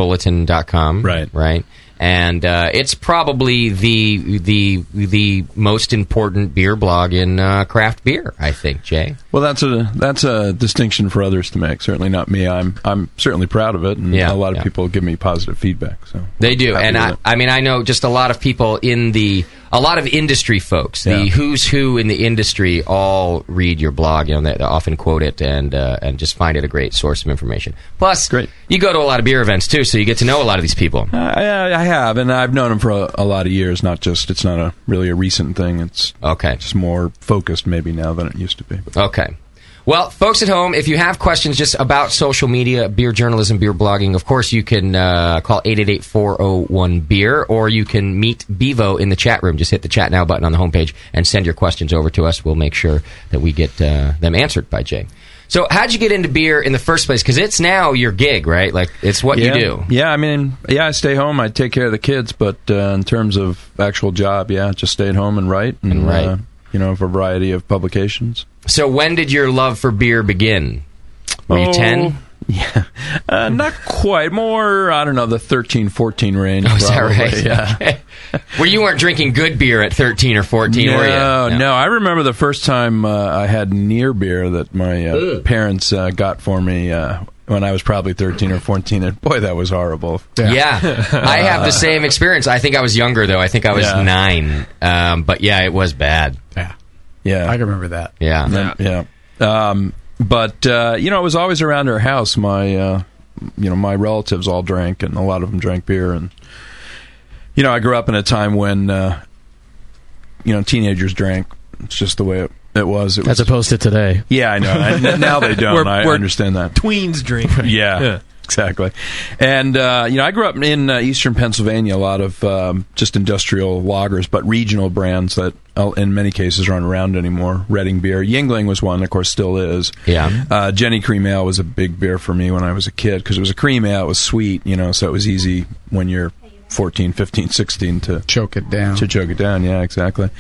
brookstonbeerbulletin.com. Right. Right. And uh, it's probably the the the most important beer blog in uh, craft beer, I think, Jay.
Well, that's a that's a distinction for others to make. Certainly not me. I'm I'm certainly proud of it, and a
Yeah,
lot of
yeah.
people give me positive feedback. So
They do,
Happy
and
with
I,
it.
I mean, I know just a lot of people in the, a lot of industry folks, the
Yeah.
who's who in the industry, all read your blog. You know, they often quote it and uh, and just find it a great source of information. Plus, great. you go to a lot of beer events too, so you get to know a lot of these people.
I, I- I have, and I've known him for a, a lot of years. Not just it's not a really a recent thing. It's
okay,
just more focused maybe now than it used to be.
Okay. Well, folks at home, if you have questions just about social media, beer journalism, beer blogging, of course, you can uh, call 888-401-BEER or you can meet Bevo in the chat room. Just hit the chat now button on the homepage and send your questions over to us. We'll make sure that we get uh, them answered by Jay. So how'd you get into beer in the first place? Because it's now your gig, right? Like, it's what
yeah.
you do.
Yeah, I mean, yeah, I stay home. I take care of the kids, but uh, in terms of actual job, yeah, just stay at home and write and,
write.
Uh, you know, a variety of publications.
So when did your love for beer begin? Were you
Oh,
10?
Yeah. Uh, not quite. More, I don't know, the 13, 14 range.
Oh, is that
probably,
right?
Yeah.
Okay. Well, you weren't drinking good beer at 13 or 14,
no,
were you?
No, I remember the first time uh, I had near beer that my uh,
Ugh.
parents uh, got for me uh, when I was probably 13 or 14. And boy, that was horrible.
Yeah. I have the same experience. I think I was younger though. I think I was
Yeah.
nine. Um, but yeah, it was bad.
Yeah.
Yeah.
I can remember that.
Yeah.
Yeah. yeah. Um, but, uh, you know, it was always around our house. My, uh, you know, my relatives all drank, and a lot of them drank beer. And, you know, I grew up in a time when, uh, you know, teenagers drank. It's just the way it, it was. It
As
was
opposed to today.
Yeah, I know. I, now they don't.
We're-
I
we're-
understand that.
Tweens drink.
Uh, Yeah, exactly. And uh, you know, I grew up in uh, Eastern Pennsylvania. A lot of um, just industrial lagers, but regional brands that, uh, in many cases, aren't around anymore. Reading beer, Yingling was one, of course, still is.
Yeah.
Uh, Jenny Cream Ale was a big beer for me when I was a kid because it was a cream ale. It was sweet, you know, so it was easy when you're 14, 15, 16 to
choke it down.
To choke it down, yeah, exactly.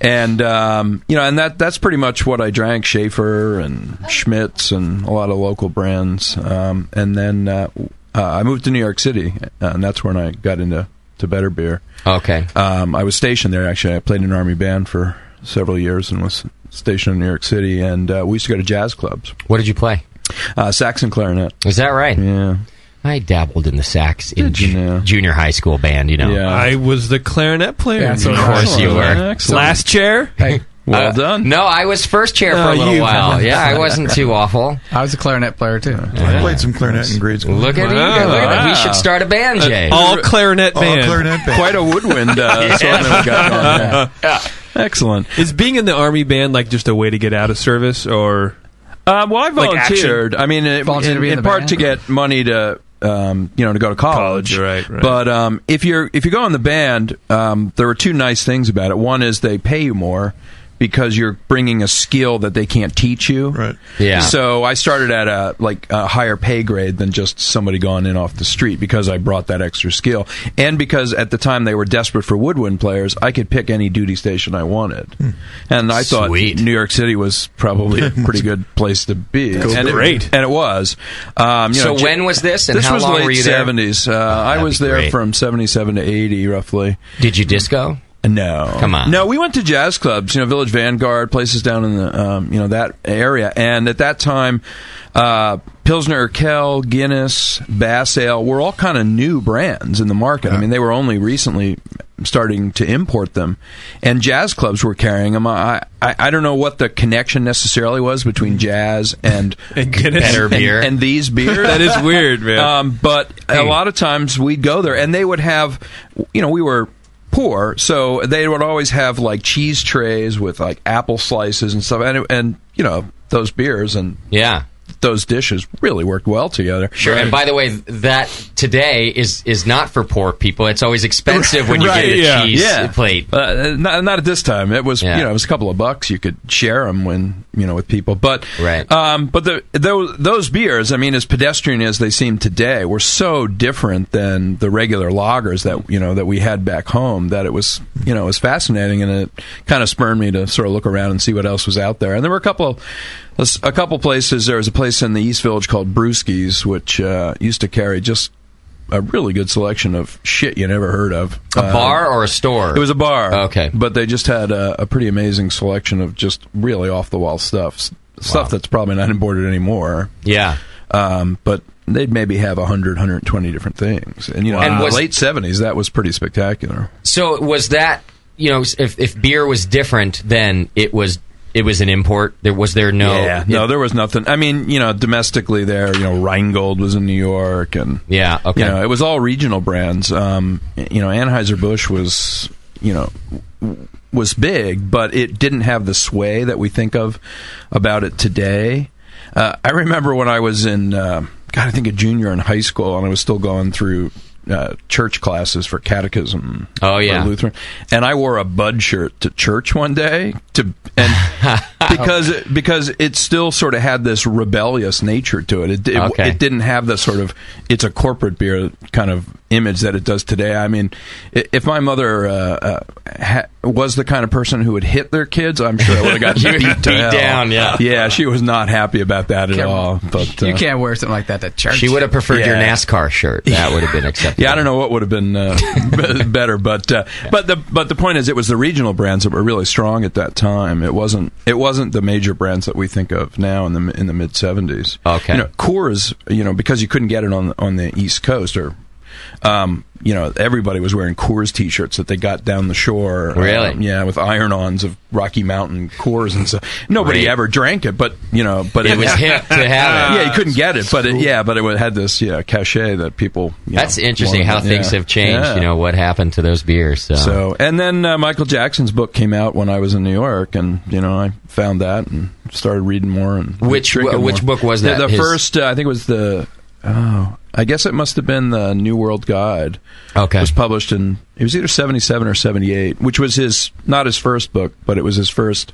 And um, you know, and that that's pretty much what I drank: Schaefer and Schmitz and a lot of local brands. Um, and then uh, uh, I moved to New York City, uh, and that's when I got into to better beer.
Okay.
Um, I was stationed there actually. I played in an army band for several years and was stationed in New York City. And uh, we used to go to jazz clubs.
What did you play?
Uh, sax and clarinet.
Is that right?
Yeah.
I dabbled in the sax in
Did you
ju-
know?
junior high school band,
"Oh,
you know. Uh,
I was the clarinet player.
Yeah, so Of course you were.
Excellent. Last chair.
Hey,
well
done.
No, I was first chair for a little while. Yeah, I wasn't too awful.
I was a clarinet player too.
I played some clarinet in grade school.
Look at you.
Wow.
Look at that. We
Wow.
should start a band,
An
Jay.
all
Oh,
clarinet All band. clarinet band.
Quite a woodwind uh,
assortment we got going.
Yeah. Excellent.
Is being in the army band like just a way to get out of service, or
Um,
Uh, well, I
Like action.
volunteered. I mean, it,
Volunteered to
in,
be in
in
the
part
band?
to get money to um, you know to go to college.
College, right, right.
But um, if you're if you go in the band, um, there are two nice things about it. One is they pay you more. because you're bringing a skill that they can't teach you. Right.
Yeah.
So I started at a like a higher pay grade than just somebody gone in off the street because I brought that extra skill and because at the time they were desperate for woodwind players, I could pick any duty station I wanted. And I thought New York City was probably a pretty good place to be.
That's
and
great.
It, and it was. Um, you
So
know,
when was this and
this
how
was
long
late
were you there? Oh,
70s. Uh, I
that'd
was
be
there
great.
from 77 to 80 roughly.
Did you disco?
No.
Come on.
No, we went to jazz clubs, you know, Village Vanguard, places down in the, um, you know, that area. And at that time, uh, Pilsner, Urquell, Guinness, Bass Ale were all kind of new brands in the market. I mean, they were only recently starting to import them, and jazz clubs were carrying them. I, I, I don't know what the connection necessarily was between jazz and, and
Guinness. Better beer.
and, these beers.
That is weird, man.
Um, but a
Hey.
lot of times we'd go there, and they would have, you know, we were poor, so they would always have like cheese trays with like apple slices and stuff, and it- and you know those beers and
yeah.
Those dishes really worked well together.
Sure. And by the way, that today is is not for poor people. It's always expensive when you
Right,
get a
yeah.
cheese
Yeah.
plate.
Uh, not, not at this time. It was
Yeah.
you know it was a couple of bucks. You could share them when you know with people. But
Right.
Um, but the, those those beers, I mean, as pedestrian as they seem today, were so different than the regular lagers that you know that we had back home. That it was you know it was fascinating, and it kind of spurred me to sort of look around and see what else was out there. And there were a couple of a couple places. There was a place in the East Village called Brewski's, which uh, used to carry just. A really good selection of shit you never heard of.
A
Uh,
bar or a store?
it was a bar.
Okay.
But they just had a, a pretty amazing selection of just really off the wall stuff. S- Stuff that's probably not imported anymore.
Yeah.
Um, but they'd maybe have 100, 120 different things. And, you know,
And
in
was-
the late 70s, that was pretty spectacular.
So was that you know if if beer was different then it was it was an import. There was there no
Yeah. No, there was nothing. I mean, you know, domestically there, you know, Rheingold was in New York and
Yeah, okay.
You know, it was all regional brands. Um, you know, Anheuser-Busch was, you know, w- was big, but it didn't have the sway that we think of about it today. Uh, I remember when I was in, uh, God, I think a junior in high school, and I was still going through uh, church classes for catechism.
Oh,
for
yeah.
Lutheran. And I wore a bud shirt to church one day to and because because it still sort of had this rebellious nature to it. It it,
Okay.
it didn't have the sort of it's a corporate beer kind of image that it does today. I mean, i- if my mother uh, uh, ha- was the kind of person who would hit their kids, I'm sure I would have gotten
You would
beat, to
beat
hell.
down, yeah.
yeah. She was not happy about that at all. But uh,
you can't wear something like that to church.
She would have preferred your
Yeah.
NASCAR shirt. That would have been acceptable.
Yeah, I don't know what would have been uh, be- better, but uh, but the but the point is, it was the regional brands that were really strong at that time. It wasn't it wasn't the major brands that we think of now in the in the mid seventies.
Okay.
you know, Coors, you know, because you couldn't get it on on the East Coast or. Um, you know, everybody was wearing Coors T-shirts that they got down the shore.
Really?
Um, yeah, with iron-ons of Rocky Mountain Coors and stuff. Nobody
Great.
ever drank it, but you know, but
It was hip to have it.
Yeah, you couldn't get it, but it, yeah, but it had this yeah cachet that people you
That's
know,
interesting how
wanted-
things
yeah.
have changed.
Yeah.
You know what happened to those beers. So,
So, and then uh, Michael Jackson's book came out when I was in New York, and you know I found that and started reading more and
Which-
drinking
which
more.
book was
The-
that?
The,
His-
first, uh, I think, it was the oh, I guess it must have been the New World Guide. Okay, it was published in it was either seventy seven or seventy eight, which was his not his first book, but it was his first.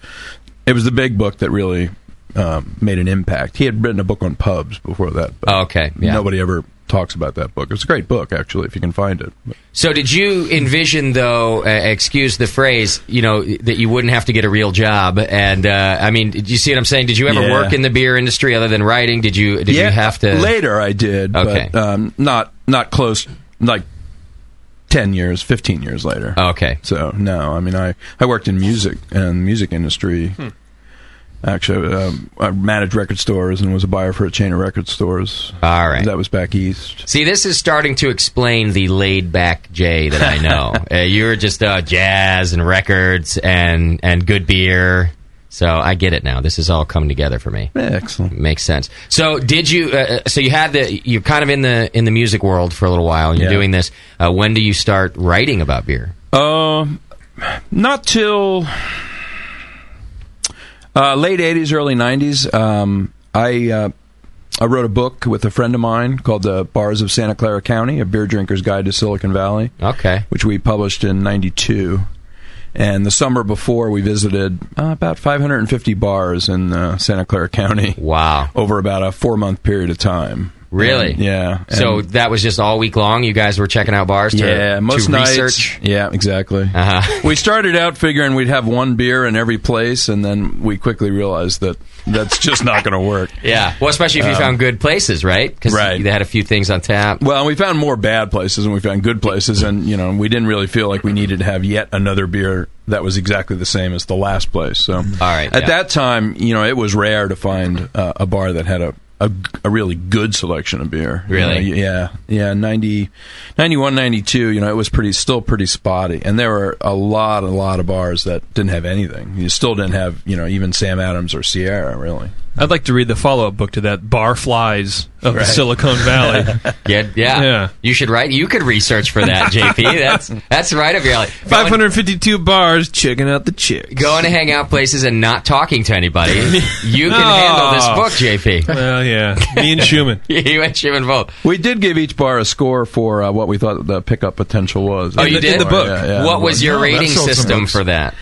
It was the big book that really um, made an impact. He had written a book on pubs before that. But
okay, yeah.
nobody ever talks about that book. It's a great book actually, if you can find it. But-
so did you envision though? Uh, excuse the phrase. You know that you wouldn't have to get a real job. And uh, I mean, do you see what I'm saying? Did you ever
Yeah.
work in the beer industry other than writing? Did you? Did you have to?
later? I did,
Okay.
but um, not not close. Like ten years, fifteen years later.
Okay,
so no, I mean I I worked in music and music industry. Actually, um, I managed record stores and was a buyer for a chain of record stores.
All right,
that was back east.
See, this is starting to explain the laid back Jay that I know. uh, you're just uh, jazz and records and and good beer. So I get it now. This is all coming together for me.
Excellent.
Makes sense. So did you? Uh, so you had the. You're kind of in the in the music world for a little while. And you're
Yeah.
doing this. Uh, when do you start writing about beer?
Um, not till uh, late '80s, early '90s. Um, I uh, I wrote a book with a friend of mine called "The Bars of Santa Clara County: A Beer Drinker's Guide to Silicon Valley."
Okay,
which we published in '92. And the summer before, we visited uh, about 550 bars in uh, Santa Clara County.
Wow.
Over about a four month period of time.
Really?
And- yeah.
so
And-
that was just all week long. You guys were checking out bars. To,
yeah, most
to
nights.
research.
Yeah, exactly. we started out figuring we'd have one beer in every place, and then we quickly realized that that's just not going to work.
Yeah. Well, especially if you
Um,
found good places, right? Because
right.
they had a few things on tap.
Well, we found more bad places, and we found good places, and you know, we didn't really feel like we needed to have yet another beer that was exactly the same as the last place. So, all
right.
At
yeah.
that time, you know, it was rare to find uh, a bar that had a. A, a really good selection of beer. You
Really?
know, yeah. Yeah. 90, 91, 92, you know, it was pretty, still pretty spotty. And there were a lot, a lot of bars that didn't have anything. You still didn't have, you know, even Sam Adams or Sierra, really.
I'd like to read the follow up book to that Bar Flies of the
Right.
Silicon Valley.
yeah, yeah.
Yeah.
You should write. You could research for that, JP. That's that's right up your alley.
552 bars, checking out the chicks.
Going to hang out places and not talking to anybody. You can handle this
Oh.
book, JP.
Well, yeah. Me and Schumann.
you and Schumann both.
We did give each bar a score for uh, what we thought the pickup potential was.
Oh, you did?
Yeah, yeah.
What was your rating system for that?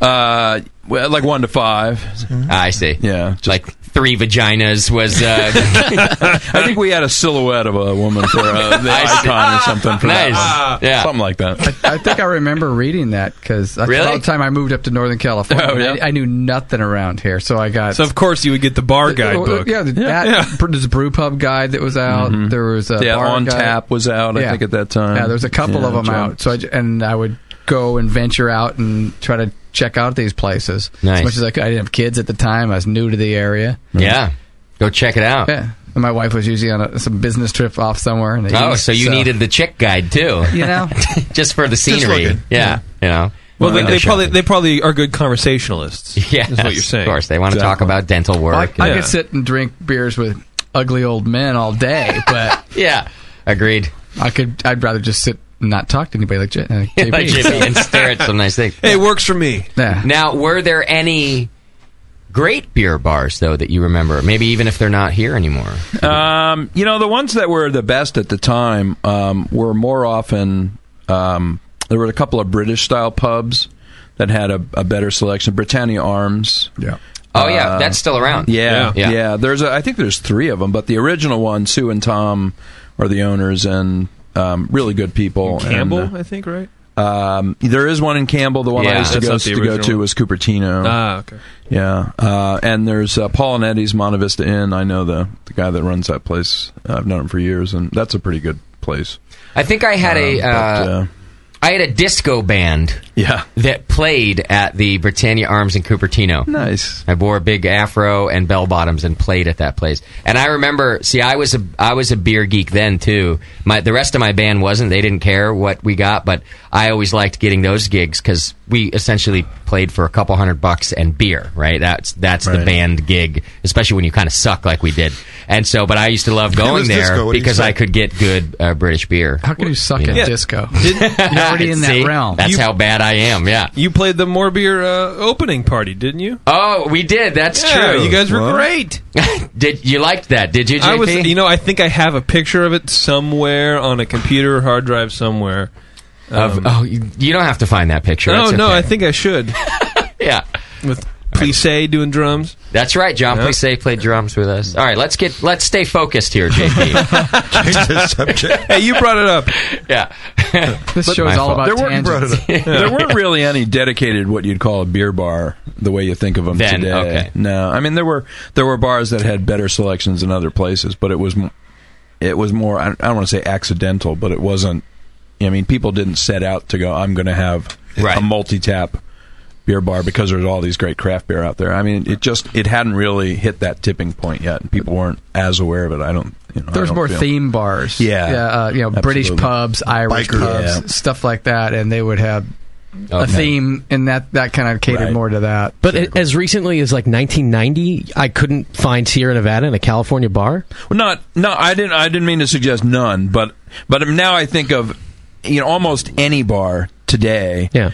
Uh, well, like one to five.
Ah, I see.
Yeah,
like three vaginas was. Uh,
I think we had a silhouette of a woman for uh, the
I see.
icon or something. For that
Nice.
one.
Yeah.
something like that.
I think I remember reading that because that's
Really?
about the time I moved up to Northern California.
Oh, yeah.
I, I knew nothing around here, so I got.
So, of course, you would get the bar guide book.
uh, Yeah, that there's a brew pub guide that was out. There was a
Mm-hmm. Yeah,
bar
On
guide.
Tap was out, I think, at that time.
Yeah, there's a couple
Yeah,
of them
John-
out. So I j and I would go and venture out and try to check out these places
Nice.
as much as I could. I didn't have kids at the time. I was new to the area.
yeah. Go check it out.
Yeah, and my wife was usually on a, some business trip off somewhere. In the
Oh,
east,
so you needed the chick guide too?
You know?
just for the
Just
scenery.
looking.
yeah, You know.
Well, they,
Window
they
shopping.
probably they probably are good conversationalists.
Yes,
is what you're saying.
Of course, they want to talk about dental work.
Well, I, I
and-
could sit and drink beers with ugly old men all day, but
yeah, agreed.
I could. I'd rather just sit and not talk to anybody like, J- uh, JP.
Like JP and stare at some nice things.
Hey, it works for me.
Yeah.
Now, were there any great beer bars though that you remember? Maybe even if they're not here anymore.
Um, you know, the ones that were the best at the time um, were more often. Um, there were a couple of British style pubs that had a, a better selection. Britannia Arms. Um,
Yeah.
Oh, yeah, that's still around.
Yeah,
Yeah.
yeah.
Yeah.
There's a, I think there's three of them, but the original one, Sue and Tom, are the owners and um, really good people. And,
Campbell,
uh,
I think, right?
um, there is one in Campbell. The one
Yeah.
I used to
That's
go,
not the
to go
original.
to was Cupertino.
Ah, okay.
Yeah, uh, and there's uh, Paul and Eddie's Monta Vista Inn. I know the the guy that runs that place. I've known him for years, and that's a pretty good place.
I think I had a.
Um,
Uh,
but, uh,
I had a disco band.
Yeah.
That played at the Britannia Arms in Cupertino.
Nice.
I wore a big afro and bell bottoms and played at that place. And I remember, see, I was a I was a beer geek then too. My the rest of my band wasn't. They didn't care what we got, but I always liked getting those gigs because we essentially played for a couple hundred bucks and beer. Right. That's that's the
Right.
band gig, especially when you kind of suck like we did. And so, but I used to love
It
going
was
there
disco, what do you
because I
expect?
could get good uh, British beer.
How can you suck at
Yeah.
disco? You're already in
See?
that realm.
That's how bad I am. Yeah.
You played the more beer uh, opening party, didn't you?
Oh, we did. That's
Yeah,
true.
you guys were What? great.
did you liked that? Did you? JP?
I was, you know, I think I have a picture of it somewhere on a computer or hard drive somewhere. Um,
Of- oh, you, you don't have to find that picture.
No,
It's
no,
okay.
I think I should.
yeah,
with Plissé doing drums.
That's right, John
Yeah.
Plissé played drums with us. All right, let's get let's stay focused here, JP.
hey, you brought it up.
Yeah,
This
But-
show
My
is all
fault. there
about
weren't,
tangents.
there weren't really any dedicated what you'd call a beer bar the way you think of them
Then,
today.
okay.
No, I mean there were there were bars that had better selections in other places, but it was m- it was more I don't- I don't want to say accidental, but it wasn't. I mean, people didn't set out to go. I'm going to have a multi tap beer bar because there's all these great craft beer out there. I mean, it just it hadn't really hit that tipping point yet, and people weren't as aware of it. I don't. You know, I
There's
don't
more
feel.
theme bars.
Yeah.
yeah uh, you know, British
Absolutely.
pubs, Irish
Biker.
pubs,
Yeah.
stuff like that, and they would have a
Okay.
theme, and that that kind of catered more to that.
But a- as recently as like 1990, I couldn't find Sierra Nevada in a California bar.
Well, not no. I didn't. I didn't mean to suggest none, but but now I think of you know almost any bar today. Yeah.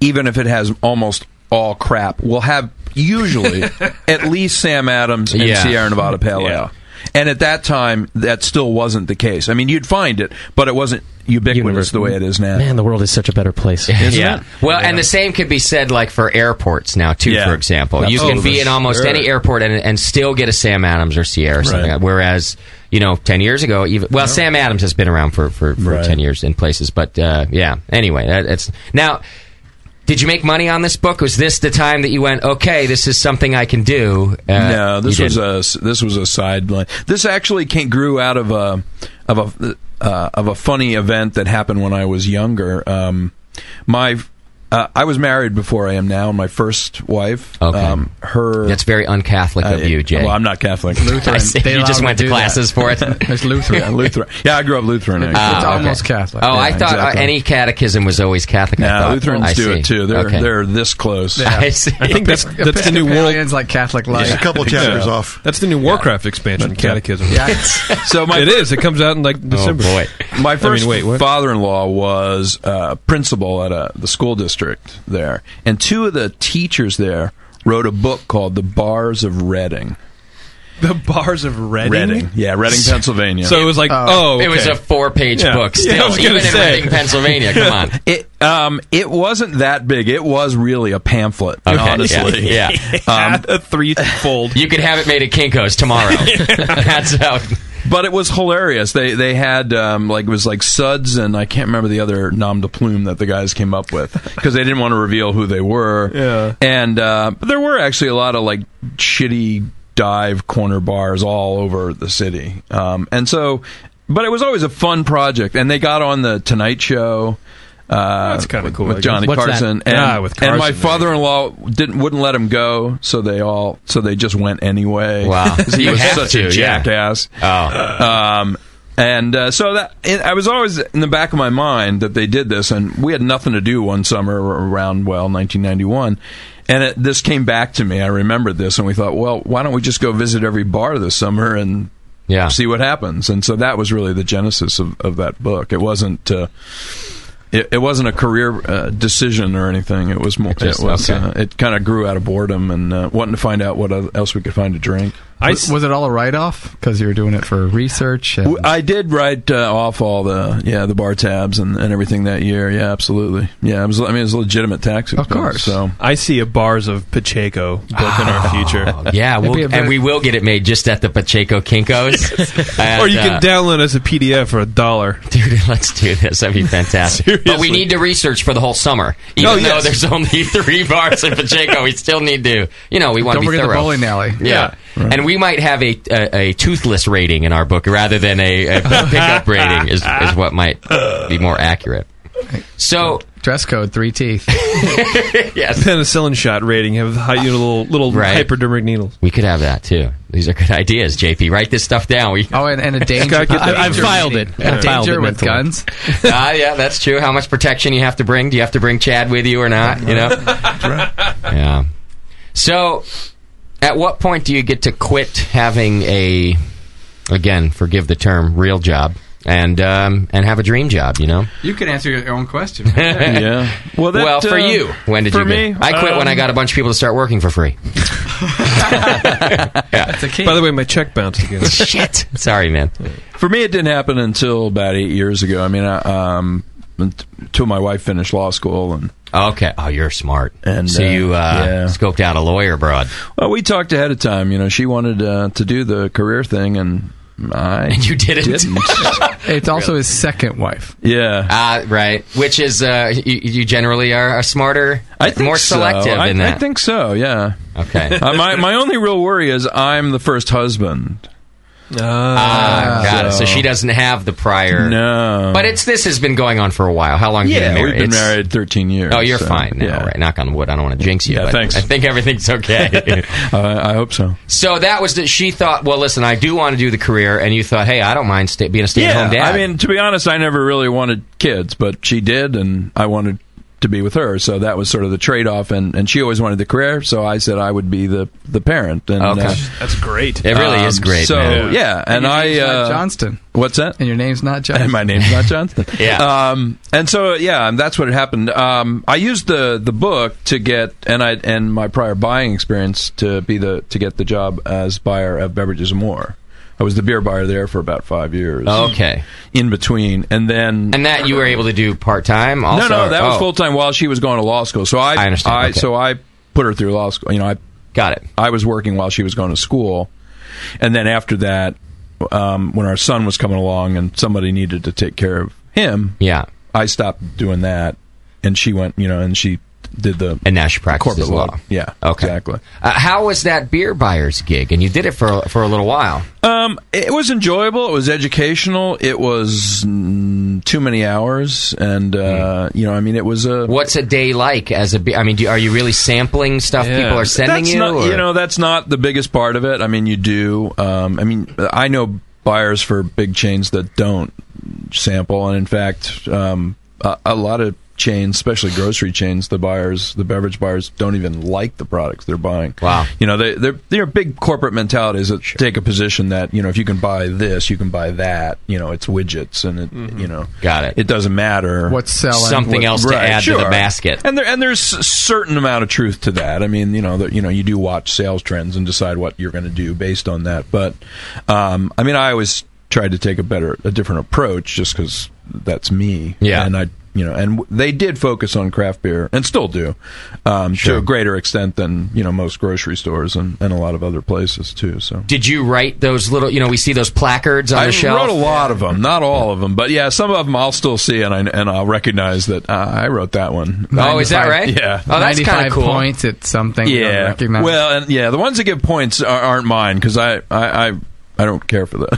Even if it has almost all crap, will have usually at least Sam Adams and
Yeah.
Sierra Nevada Pale Ale. And at that time, that still wasn't the case. I mean, you'd find it, but it wasn't ubiquitous the way it is now.
Man, the world is such a better place.
yeah. Well, and the same could be said like for airports now too.
Yeah.
For example,
Oh,
you can be
Absolutely.
in almost any
Sure.
airport and, and still get a Sam Adams or Sierra or something.
Right.
Whereas you know, ten years ago, even well, Sam Adams has been around for for, for
Right.
ten years in places. But uh, yeah, anyway, that, it's now. Did you make money on this book? Was this the time that you went, okay, this is something I can do? Uh,
no, this
you
was
didn't.
a this was a sideline. This actually came, grew out of a of a uh, of a funny event that happened when I was younger. Um, my uh, I was married before I am now, and my first wife,
Okay.
um, her
That's very un-Catholic of you, Jay.
Well, I'm not Catholic.
I see. You just went to classes for it.
it's Lutheran. Yeah, Lutheran. Yeah, I grew up Lutheran.
Ah,
actually.
okay. Oh, I
Yeah,
thought uh,
exactly.
any catechism was always Catholic.
No,
I thought.
Lutherans
I
do
see.
it too. They're
Okay.
they're this close.
Yeah. I see. I think that's-
that's the new world. Episcopalians like Catholic life.
Yeah. That's the new Warcraft expansion, Catechism.
Yeah.
so my, it is. It comes out in like December.
My
Oh, I
first
mean, wait, what?
father-in-law was uh, principal at a, the school district there, and two of the teachers there wrote a book called "The Bars of Reading."
The bars of Reading.
Reading. Yeah, Reading, Pennsylvania.
So it was like, oh,
It was
okay.
a four-page
Yeah.
book.
Yeah, I
Still,
was gonna
even in
say.
Reading, Pennsylvania. Come on.
It um it wasn't that big. It was really a pamphlet,
Okay,
honestly.
yeah,
Um,
a threefold.
You could have it made at Kinko's tomorrow. That's how.
But it was hilarious. They they had um, like it was like Suds and I can't remember the other nom de plume that the guys came up with because they didn't want to reveal who they were. Yeah. And uh, but there were actually a lot of like shitty dive corner bars all over the city. Um, and so, but it was always a fun project. And they got on the Tonight Show. Uh,
That's kinda
with-
cool, I
with
guess.
Johnny
What's that?
Carson. And,
Ah, with
and my
Carson,
father-in-law didn't wouldn't let him go, so they all so they just went anyway.
Wow.
'Cause he
You
was
have
such
to,
a
yeah.
jackass.
Oh.
Um, and uh, so that it, I was always in the back of my mind that they did this, and we had nothing to do one summer around well 1991, and it, this came back to me. I remembered this, and we thought, well, why don't we just go visit every bar this summer and
Yeah.
see what happens? And so that was really the genesis of, of that book. It wasn't. Uh, it, it wasn't a career uh, decision or anything. It was more. It,
just-
was.
okay.
Uh, it kind of grew out of boredom and uh, wanting to find out what oth- else we could find to drink.
was, was it all a write-off because you were doing it for research? And,
W- I did write uh, off all the yeah the bar tabs and, and everything that year. Yeah, absolutely. Yeah, it was. I mean, it was a legitimate tax. Of
course.
So
I see a bars of Pacheco book in our future.
Yeah, we'll, and we will get it made just at the Pacheco Kinkos. And,
or you can
uh,
download as a PDF for a dollar.
Dude, let's do this. That'd be fantastic. But we need to research for the whole summer. Even
Oh,
though
yes.
there's only three bars in Pacheco, we still need to, you know, we want
Don't
to be
forget the
thorough.
bowling alley.
Yeah. And we might have a, a, a toothless rating in our book rather than a, a pickup rating, is, is what might be more accurate. So
dress code three teeth.
yes.
Penicillin shot rating have the high, you know, little little
Right.
hypodermic needles.
We could have that too. These are good ideas, JP. Write this stuff down. We,
oh, and, and a danger.
I- I've filed it.
A
I've filed
danger
it
with
mentally.
guns.
Ah, yeah, that's true. How much protection you have to bring? Do you have to bring Chad with you or not? You know. Yeah. So, at what point do you get to quit having a, again, forgive the term, real job, and um, and have a dream job? You know.
You can answer your own question.
Well,
that,
for
uh,
um,
you, when did
for
you? quit?
me,
I quit when
um,
I got a bunch of people to start working for free.
By the way, my check bounced again.
Shit. Sorry, man.
For me, it didn't happen until about eight years ago. I mean, I, um, until my wife finished law school and.
Okay. Oh, you're smart.
And
So you, uh, scoped out a lawyer broad.
Well, we talked ahead of time. You know, she wanted uh, to do the career thing, and I and
you didn't.
it's also his second wife.
Yeah.
Ah, right. Which is uh, you, you generally are, are smarter,
I think
more
so.
selective
I,
in
I
that.
think so. Yeah.
Okay.
Uh, my my only real worry is I'm the first husband.
Ah, got it. So she doesn't have the prior.
No.
But it's this has been going on for a while. How long have you
Yeah,
been married?
we've been
It's-
married 13 years.
Oh, you're
so,
fine now,
yeah.
right? Knock on wood. I don't want to jinx you.
Yeah,
but
thanks.
I think everything's okay.
I, I hope so.
so that was that. She thought, well, listen, I do want to do the career, and you thought, hey, I don't mind sta- being a stay-at-home
yeah,
dad.
I mean, to be honest, I never really wanted kids, but she did, and I wanted to be with her. So that was sort of the trade off, and, and she always wanted the career. So I said I would be the, the parent. And,
Okay.
uh,
That's great.
It really is
um,
great,
So
man.
yeah, and,
your
I
name's not
uh,
Johnston.
What's that?
And your name's not Johnston.
And my name's not Johnston.
yeah.
Um, and so yeah, and that's what had happened. Um, I used the the book to get and I and my prior buying experience to be the to get the job as buyer of beverages and more. I was the beer buyer there for about five years.
Oh, Okay.
In between, and then
and that you were able to do part time.
No, no, that was full time while she was going to law school. So I,
oh. I understand. Okay.
So I put her through law school. You know, I
got it.
I was working while she was going to school, and then after that, um, when our son was coming along and somebody needed to take care of him,
yeah,
I stopped doing that, and she went. You know, and she did the
and now she practices
corporate
law.
law. Yeah,
Okay.
exactly.
Uh, how was that beer buyer's gig? And you did it for for a little while.
Um, it was enjoyable. It was educational. It was mm, too many hours, and uh, you know, I mean, it was a.
Mm. What's a day like as a? be- I mean, do, are you really sampling stuff people are sending
That's
you?
not-
or-
you know, that's not the biggest part of it. I mean, you do. Um, I mean, I know buyers for big chains that don't sample, and in fact, um, a, a lot of chains, especially grocery chains, the buyers, the beverage buyers, don't even like the products they're buying.
Wow.
You know, they, they're they're big corporate mentalities that take a position that you know if you can buy this, you can buy that. You know, it's widgets, and it, you know,
Mm-hmm. got it.
It doesn't matter
What's selling?
Something else to add to the basket.
and there and there's a certain amount of truth to that. I mean, you know, that you know, you do watch sales trends and decide what you're going to do based on that. But um, I mean, I always tried to take a better, a different approach, just because that's me.
Yeah.
and I, you know, and w- they did focus on craft beer and still do um, to a greater extent than you know most grocery stores and, and a lot of other places too. So
Did you write those little? You know, we see those placards on
I
the shelf.
wrote a lot of them, not all of them, but yeah, some of them I'll still see and I and I'll recognize that uh, I wrote that one.
Oh, is that
95
right?
Yeah.
Oh, that's kind
95
of cool.
points at something. you don't
yeah.
recognize.
Well, and yeah, the ones that give points are, aren't mine because I, I, I, I don't care for that.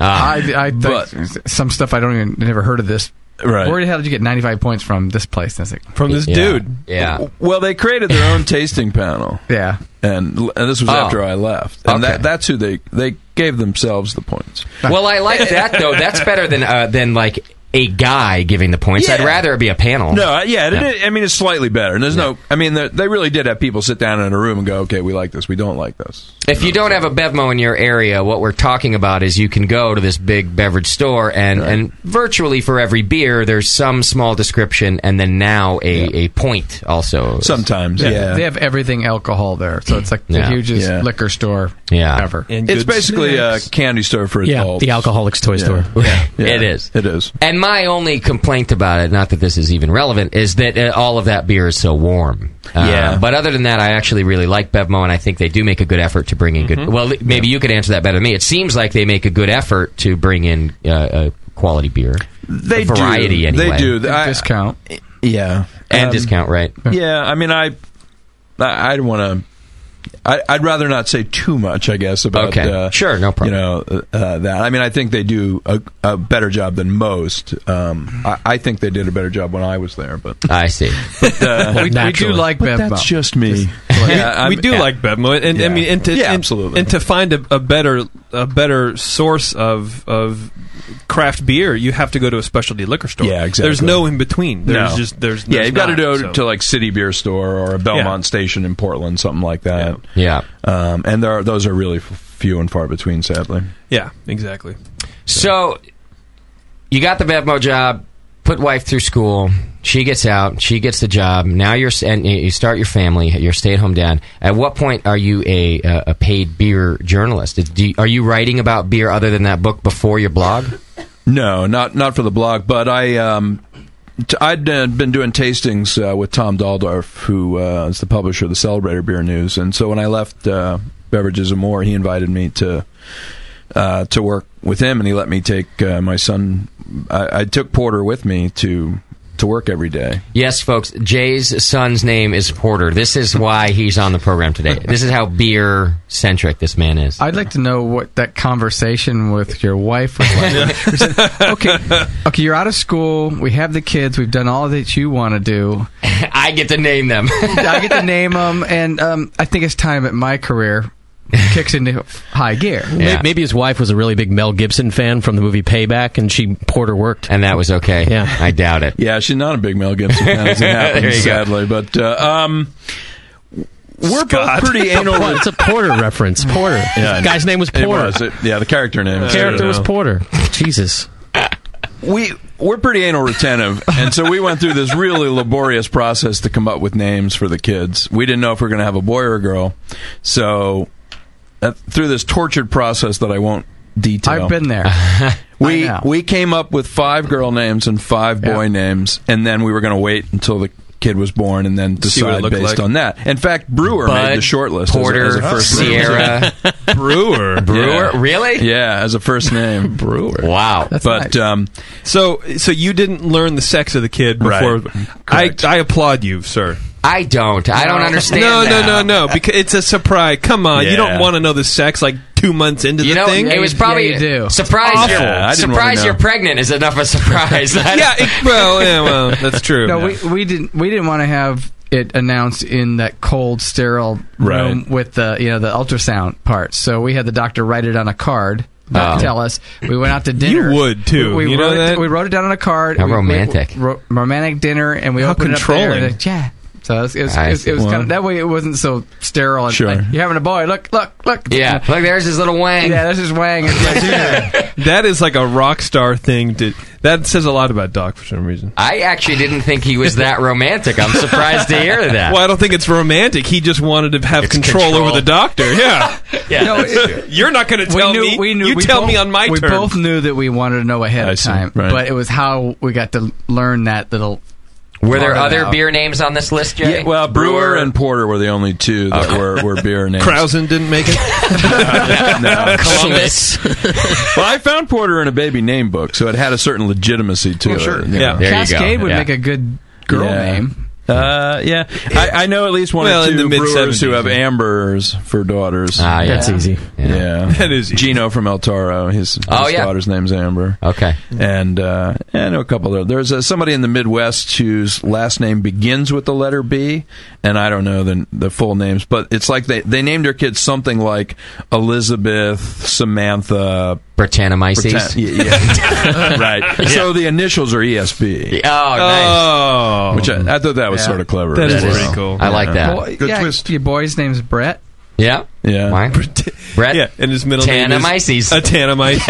Ah. I, I think some stuff I don't even never heard of this.
Right.
Where the hell did you get 95 points from this place? That's like,
From this Yeah. dude.
Yeah.
Well, they created their own tasting panel.
Yeah.
And, l- and this was
Oh.
after I left, and
Okay.
that, that's who they they gave themselves the points.
Well, I like that though. That's better than uh, than like a guy giving the points. I'd
Yeah.
rather it be a panel.
No, I- yeah, it, it- I mean it's slightly better. And there's no, I mean they- they really did have people sit down in a room and go, okay, we like this, we don't like this.
If you don't have a Bevmo in your area, what we're talking about is you can go to this big beverage store and, and virtually for every beer there's some small description and then now a, a point also.
Sometimes,
They have everything alcohol there. So it's like the
Yeah.
hugest
Yeah.
liquor store
Yeah.
ever.
it's basically uh, a candy store for
Yeah,
adults.
the alcoholics toy store.
It is.
It is.
And my only complaint about it, not that this is even relevant, is that uh, all of that beer is so warm. Uh,
Yeah.
But other than that, I actually really like Bevmo, and I think they do make a good effort to bring in
Mm-hmm.
good. Well, maybe you could answer that better than me. It seems like they make a good effort to bring in uh, uh, quality beer.
They
A variety
do.
anyway.
They do
And
discount.
Yeah,
And
Um,
discount, right?
Yeah, I mean, I, I I'd want to. I'd rather not say too much, I guess, about
Okay.
uh,
sure, no problem.
You know uh, that. I mean, I think they do a, a better job than most. Um, I, I think they did a better job when I was there, but
I see.
But, uh,
We- we do Naturally. like
But
Bevmo.
That's just me.
we,
I'm-
do like Bevmo, and I
Yeah.
mean, and to,
Yeah,
and-
absolutely.
and to find a, a better a better source of of craft beer, you have to go to a specialty liquor store.
Yeah, exactly.
There's no in between. There's
No.
just there's
yeah.
there's
You've got to
not,
go
so.
to like City Beer Store or a Belmont Station in Portland, something like that.
Yeah,
Um, and there are, those are really f- few and far between, sadly.
yeah, exactly.
So you got the Bevmo job, put wife through school. She gets out. She gets the job. Now you're and you start your family. You're a stay at home dad. At what point are you a a a paid beer journalist? Is- do you- are you writing about beer other than that book before your blog?
No, not not for the blog, but I um, t- I'd uh, been doing tastings uh, with Tom Daldorf, who uh, is the publisher of the Celebrator Beer News, and so when I left uh, Beverages and More, he invited me to uh, to work with him, and he let me take uh, my son. I, I took Porter with me to to work every day.
Yes, folks. Jay's son's name is Porter. This is why he's on the program today. This is how beer centric this man is.
I'd like to know what that conversation with your wife was like. We said, okay, okay, you're out of school. We have the kids. We've done all that you want to do.
I get to name them.
I get to name them, and um, I think it's time that my career kicks into high gear.
May- Maybe his wife was a really big Mel Gibson fan from the movie Payback, and she Porter worked,
and that was okay.
Yeah,
I doubt it.
Yeah, she's not a big Mel Gibson fan. As it happens,
There you go.
sadly, but uh, um, we're both pretty anal.
it's a Porter reference. Porter.
Yeah,
guy's name was
it
Porter.
was. It- yeah, the character name. is-
Character was Porter. Jesus.
we we're pretty anal retentive, and so we went through this really laborious process to come up with names for the kids. We didn't know if we were going to have a boy or a girl, so uh, through this tortured process that I won't detail.
I've been there.
we we came up with five girl names and five boy names, and then we were going to wait until the kid was born and then
See what it
decide
looked
based
like.
on that. In fact, Brewer
Bud,
made the short list.
Porter, Sierra.
Brewer,
Brewer?
really?
Yeah, as a first name, Brewer.
Wow,
but um,
so so you didn't learn the sex of the kid before. I I applaud you, sir.
I don't. I don't understand
No,
that.
no, no, no. Because it's a surprise. Come on, you don't
Yeah.
want to know the sex like two months into
You
the
know,
thing.
it was probably surprise.
Awful.
You're, surprise, you're pregnant is enough of a surprise.
Yeah, it- well, yeah, well, that's true.
No, we, we didn't we didn't want to have it announced in that cold, sterile room with the you know the ultrasound part. So we had the doctor write it on a card. Not
Oh.
tell us. We went out to dinner.
would, too.
We, we
You know
wrote it,
that?
we wrote it down on a card.
How
We- we-
romantic.
ro- romantic dinner, and we
How
opened it up there.
controlling.
and it- yeah. So it was, it was,
I
it was,
see.
kind
Well.
of that way. It wasn't so sterile. And
Sure.
like, you're having a boy. Look, look, look.
Yeah. Look, there's his little wang.
Yeah, there's his wang. It's like,
that is like a rock star thing. To, that says a lot about Doc for some reason.
I actually didn't think he was that romantic. I'm surprised to hear that.
Well, I don't think it's romantic. He just wanted to have control,
control.
over the doctor. Yeah,
Yeah, No, that's it-
you're not going to tell
we knew,
me.
We knew,
you
we
tell
both,
me on my
We
terms.
both knew that we wanted to know ahead
I
of
see,
time,
right.
but it was how we got to learn that little.
Were there
part
other
about-
beer names on this list, Jay?
Yeah, well, Brewer and Porter were the only two that were, were beer names.
Krausen didn't make it.
No.
Columbus.
well, I found Porter in a baby name book, so it had a certain legitimacy to
Uh,
it. Sure.
Yeah. Cascade would make a good girl name.
Uh, yeah, I, I know at least one
Well,
or
in
two
the
brewers
mid-seventies,
who have Ambers for daughters.
Ah, yeah. That's
easy.
Yeah,
that is
Gino from El Toro. His,
Oh,
his
yeah.
daughter's name's Amber.
Okay,
and uh, I know a couple of there's uh somebody in the Midwest whose last name begins with the letter B, and I don't know the the full names, but it's like they they named their kids something like Elizabeth, Samantha,
Britannomyces.
Britan- yeah, yeah. right. So the initials are ESB.
Oh,
nice. Which I, I thought that was
Yeah.
sort of clever.
That
as
is
well.
pretty cool.
I like that.
Boy- yeah, Your boy's name's Brett.
Yeah.
Yeah.
Why? Brett.
Yeah, and his middle name
Tanamyces.
is a Tanamyces.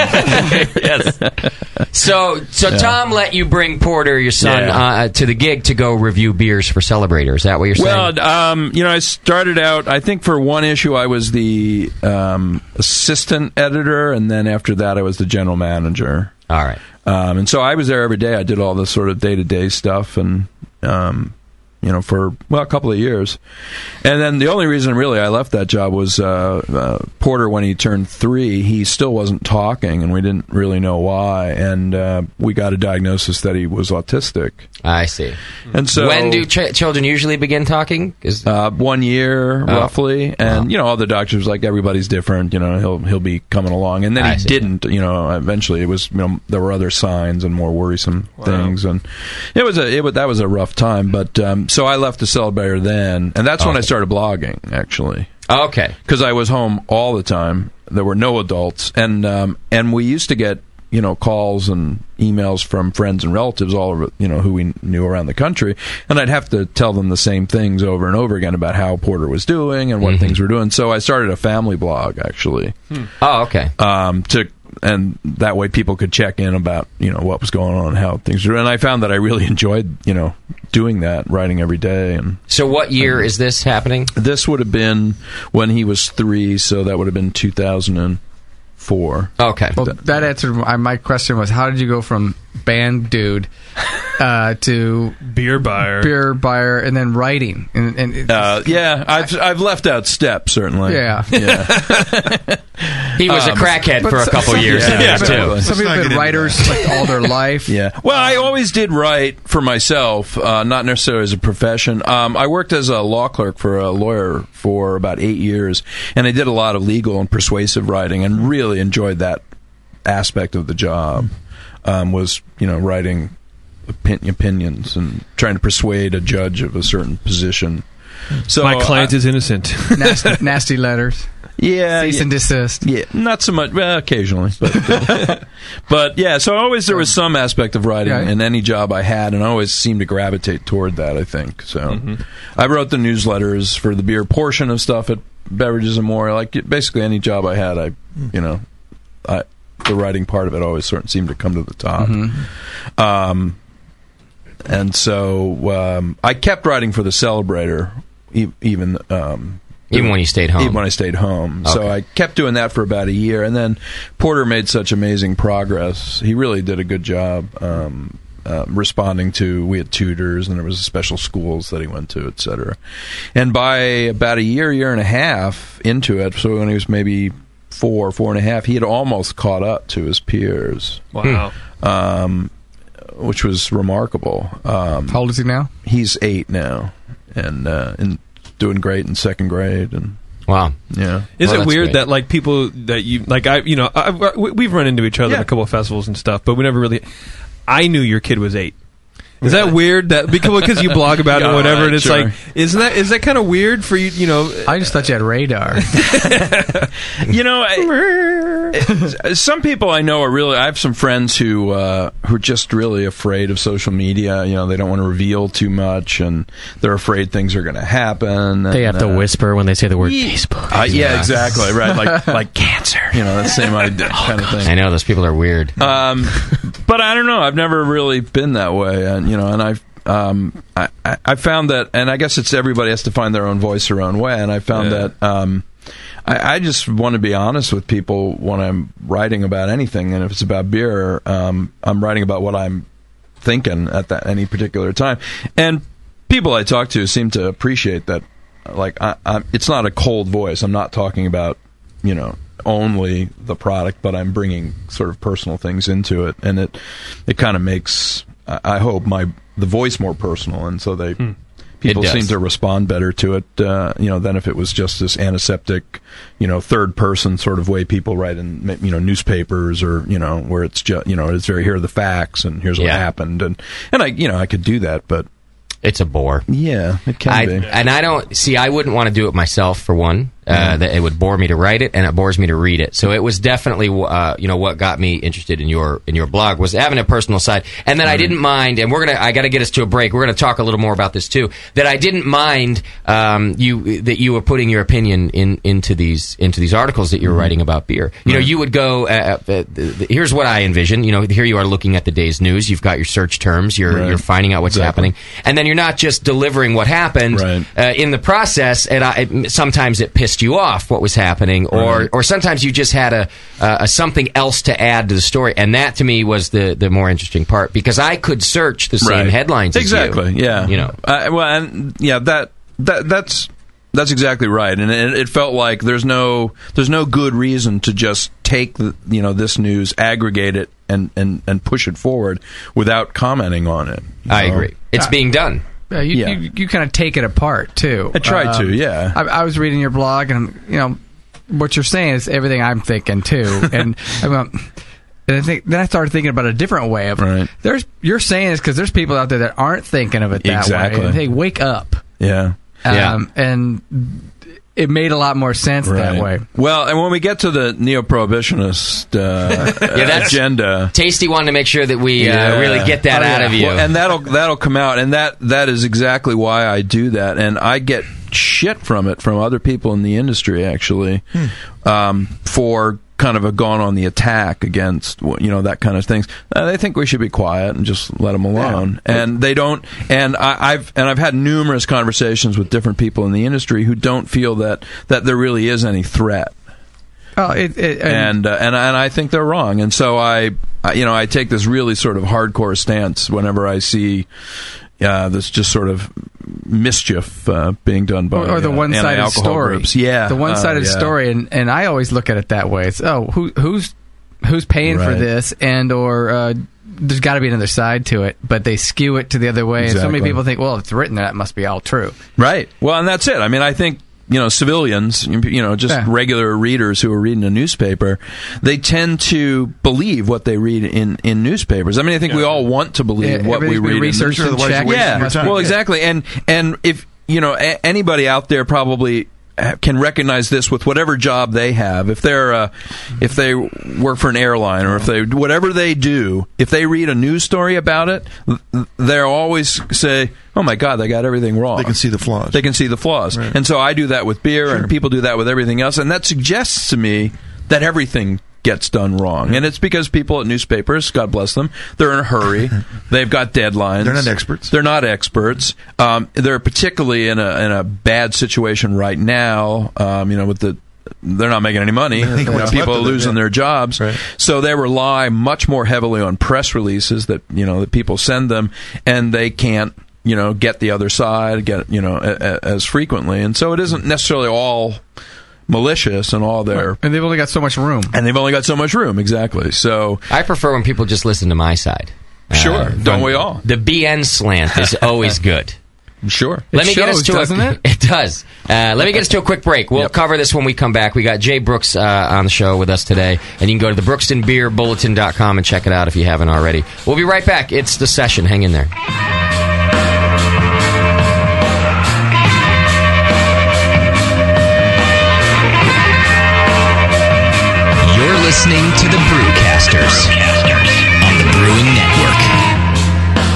yes. So, so
Yeah.
Tom let you bring Porter, your son,
Yeah.
uh, to the gig to go review beers for Celebrator. Is that what you're saying?
Well, um, you know, I started out. I think for one issue, I was the um, assistant editor, and then after that, I was the general manager.
All right.
Um, and so I was there every day. I did all the sort of day to day stuff, and um, you know, for well, a couple of years. And then the only reason really I left that job was uh, uh, Porter when he turned three. He still wasn't talking, and we didn't really know why. And uh, we got a diagnosis that he was autistic.
I see.
Hmm. And so
when do ch- children usually begin talking? Is
uh, one year
Oh.
roughly, and you know all the doctors were like everybody's different. You know he'll he'll be coming along, and then
I
he
see.
didn't. You know eventually it was you know there were other signs and more worrisome things, and it was a it was, that was a rough time. But um, so I left the celebrator then, and that's when
Oh.
I started blogging actually.
Okay,
because I was home all the time. There were no adults, and um, and we used to get you know calls and emails from friends and relatives all over you know who we knew around the country, and I'd have to tell them the same things over and over again about how Porter was doing and what things were doing. So I started a family blog actually.
Hmm.
Oh, okay.
Um, to and that way people could check in about you know what was going on, how things were, and I found that I really enjoyed you know doing that, writing every day, and
so what year is this happening?
this would have been when he was three, so that would have been 2004.
Okay.
Well, that answered my, my question was how did you go from band dude uh, to
beer buyer,
beer buyer, and then writing? And, and it-
Uh, yeah, I've I've left out steps certainly.
Yeah.
He was a
Um,
crackhead
but
for a
so-
couple
some
years
people-
in
yeah,
there too.
but
Some
Let's
people
not
have
get
been
into
writers like all their life.
Yeah. Well,
Um,
I always did write for myself, uh, not necessarily as a profession. Um, I worked as a law clerk for a lawyer for about eight years, and I did a lot of legal and persuasive writing, and really enjoyed that aspect of the job. Um, was you know writing opin- opinions and trying to persuade a judge of a certain position. So
My client
I-
is innocent.
nasty, nasty letters.
Yeah,
cease
yeah.
and desist.
Yeah, not so much. Well, occasionally, but uh, but yeah. So always there was some aspect of writing
Yeah.
in any job I had, and I always seemed to gravitate toward that. I think so.
Mm-hmm.
I wrote the newsletters for the beer portion of stuff at Beverages and More. Like basically any job I had, I
Mm.
you know, I the writing part of it always sort of seemed to come to the top.
Mm-hmm.
Um, and so um, I kept writing for the Celebrator, e- even um,
Even when you stayed home.
Even when I stayed home. So I kept doing that for about a year, and then Porter made such amazing progress. He really did a good job um, uh, responding to. We had tutors, and there was special schools that he went to, et cetera. And by about a year, year and a half into it, so when he was maybe four, four and a half, he had almost caught up to his peers.
Wow.
Um, which was remarkable. Um,
How old is he now?
He's eight now, and uh, and doing great in second grade. And
wow,
yeah.
Is it weird that like people that you like I you know I, I- we- we've run into each other at a couple of festivals and stuff, but we never really. I knew your kid was eight. Is that weird? That because because you blog about it or
Yeah,
whatever, and it's
sure.
like isn't that is that kind of weird for you? You know,
I just thought you had radar.
you know, I, eh, some people I know are really. I have some friends who uh, who are just really afraid of social media. You know, they don't want to reveal too much, and they're afraid things are going to happen.
They have
and,
to
uh,
whisper when they say the word
Ye-
Facebook.
Uh, yeah, exactly. Right, like like cancer. You know, that same idea, kind of thing.
I know those people are weird.
Um, but I don't know. I've never really been that way, and you know, and I've. Um, I, I I found that, and I guess it's everybody has to find their own voice, their own way. And I found
Yeah.
that um, I, I just want to be honest with people when I'm writing about anything, and if it's about beer, um, I'm writing about what I'm thinking at that any particular time. And people I talk to seem to appreciate that. Like, I, I, it's not a cold voice. I'm not talking about you know only the product, but I'm bringing sort of personal things into it, and it it kind of makes I I hope my the voice more personal, and so they. People
Hmm. does.
seem to respond better to it, uh, you know, than if it was just this antiseptic, you know, third person sort of way people write in, ma- you know, newspapers or you know, where it's just, you know, it's very here are the facts and here's what
Yeah.
happened, and and I, you know, I could do that, but
it's a bore.
Yeah, it can
I,
be.
And I don't see. I wouldn't want to do it myself for one. Uh, that it would bore me to write it, and it bores me to read it. So it was definitely, uh, you know, what got me interested in your in your blog was having a personal side, and then I didn't mind. And we're gonna. I got to get us to a break. We're gonna talk a little more about this too. That I didn't mind um, you that you were putting your opinion in into these into these articles that you were writing about beer. You know, you would go. Uh, uh, uh, here's what I envision. You know, here you are looking at the day's news. You've got your search terms. You're
Right.
you're finding out what's
Exactly.
happening, and then you're not just delivering what happened uh, in the process. And I, it- sometimes it pissed you off what was happening, or
Right.
or sometimes you just had a, a something else to add to the story, and that to me was the the more interesting part because I could search the same
Right.
headlines as you.
Exactly. yeah.
you know.
Uh, well, and yeah, that that that's that's exactly right. And it, it felt like there's no there's no good reason to just take the, you know this news, aggregate it, and and and push it forward without commenting on it.
I agree. It's
Ah.
being done.
Yeah, you, you, you kind of take it apart too. Um,
I tried to, yeah.
I, I was reading your blog, and you know what you're saying is everything I'm thinking too. And I went, and I think then I started thinking about a different way of. There's you're saying this because there's people out there that aren't thinking of it that
Exactly.
way. And They wake up.
Yeah.
Um, and it made a lot more sense that way.
Well, and when we get to the neo-prohibitionist uh,
Yeah, that's-
agenda,
Tasty wanted to make sure that we uh,
Yeah.
really get that
Oh,
out
yeah.
of you.
Well, and that'll that'll come out, and that that is exactly why I do that, and I get shit from it from other people in the industry actually
Hmm.
um, for kind of a gone on the attack against you know that kind of things. Uh, they think we should be quiet and just let them alone, and they don't. And I, I've and I've had numerous conversations with different people in the industry who don't feel that that there really is any threat
Oh, it, it,
and uh, and and I think they're wrong. And so I, I- you know, I take this really sort of hardcore stance whenever I see uh, this just sort of mischief uh, being done by
or, or the
uh,
one-sided
anti-alcohol
story.
groups. Yeah,
the one-sided
uh, yeah.
story, and and I always look at it that way. It's oh, who who's who's paying for
Right.
this, and or uh, there's got to be another side to it, but they skew it to the other way, and so many
Exactly.
people think, well, if it's written there, that must be all true.
Right. Well, and that's it. I mean, I think you know civilians, you know, just regular readers who are reading a newspaper, they tend to believe what they read in in newspapers. I mean, I think we all want to believe
Yeah,
what we
everything's been
read.
researched
in
and
newspapers.
checked. Otherwise you're wasting your
Yeah.
time.
Well, exactly. And and if you know a- anybody out there probably ha- can recognize this with whatever job they have if they're uh, if they work for an airline or if they whatever they do if they read a news story about it th- they're always say oh my god they got everything wrong they can see the flaws they can see the flaws and so i do that with beer and people do that with everything else and that suggests to me that everything gets done wrong, and it's because people at newspapers, God bless them, they're in a hurry. They've got deadlines.
They're not experts.
They're not experts. Um, they're particularly in a in a bad situation right now. Um, you know, with the they're not making any money.
I think
When
what's
people
left
are
of it,
losing
yeah.
their jobs, so they rely much more heavily on press releases that you know that people send them, and they can't you know get the other side get you know a, a, as frequently, and so it isn't necessarily all malicious and all their
and they've only got so much room,
and they've only got so much room exactly. So
I prefer when people just listen to my side.
Sure, don't we all?
Uh, The BN slant is always good.
Sure.
Let
It
me get us
shows,
to
doesn't
a,
it?
does. Uh, let me get us to a quick break. We'll cover this when we come back. We got Jay Brooks uh, on the show with us today, and you can go to the brookstonbeerbulletin.com and check it out if you haven't already. We'll be right back. It's the session. Hang in there.
You're listening to the Brewcasters, on the Brewing Network.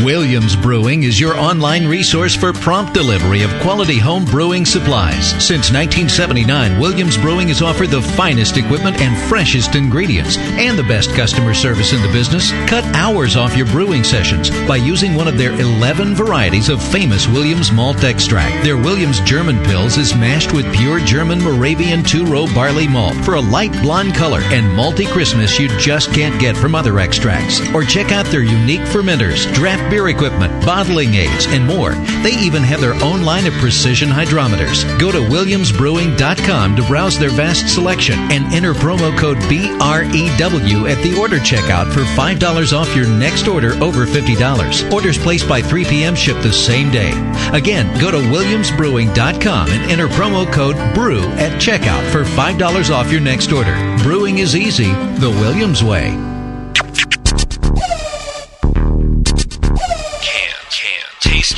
Williams Brewing is your online resource for prompt delivery of quality home brewing supplies. Since 1979, Williams Brewing has offered the finest equipment and freshest ingredients and the best customer service in the business. Cut hours off your brewing sessions by using one of their 11 varieties of famous Williams malt extract. Their Williams German Pills is mashed with pure German Moravian two-row barley malt for a light blonde color and malty Christmas you just can't get from other extracts. Or check out their unique fermenters, draft beer equipment, bottling aids, and more. They even have their own line of precision hydrometers. Go to williamsbrewing.com to browse their vast selection and enter promo code BREW at the order checkout for $5 off your next order over $50. Orders placed by 3 p.m. ship the same day. Again, go to williamsbrewing.com and enter promo code BREW at checkout for $5 off your next order. Brewing is easy, the Williams way.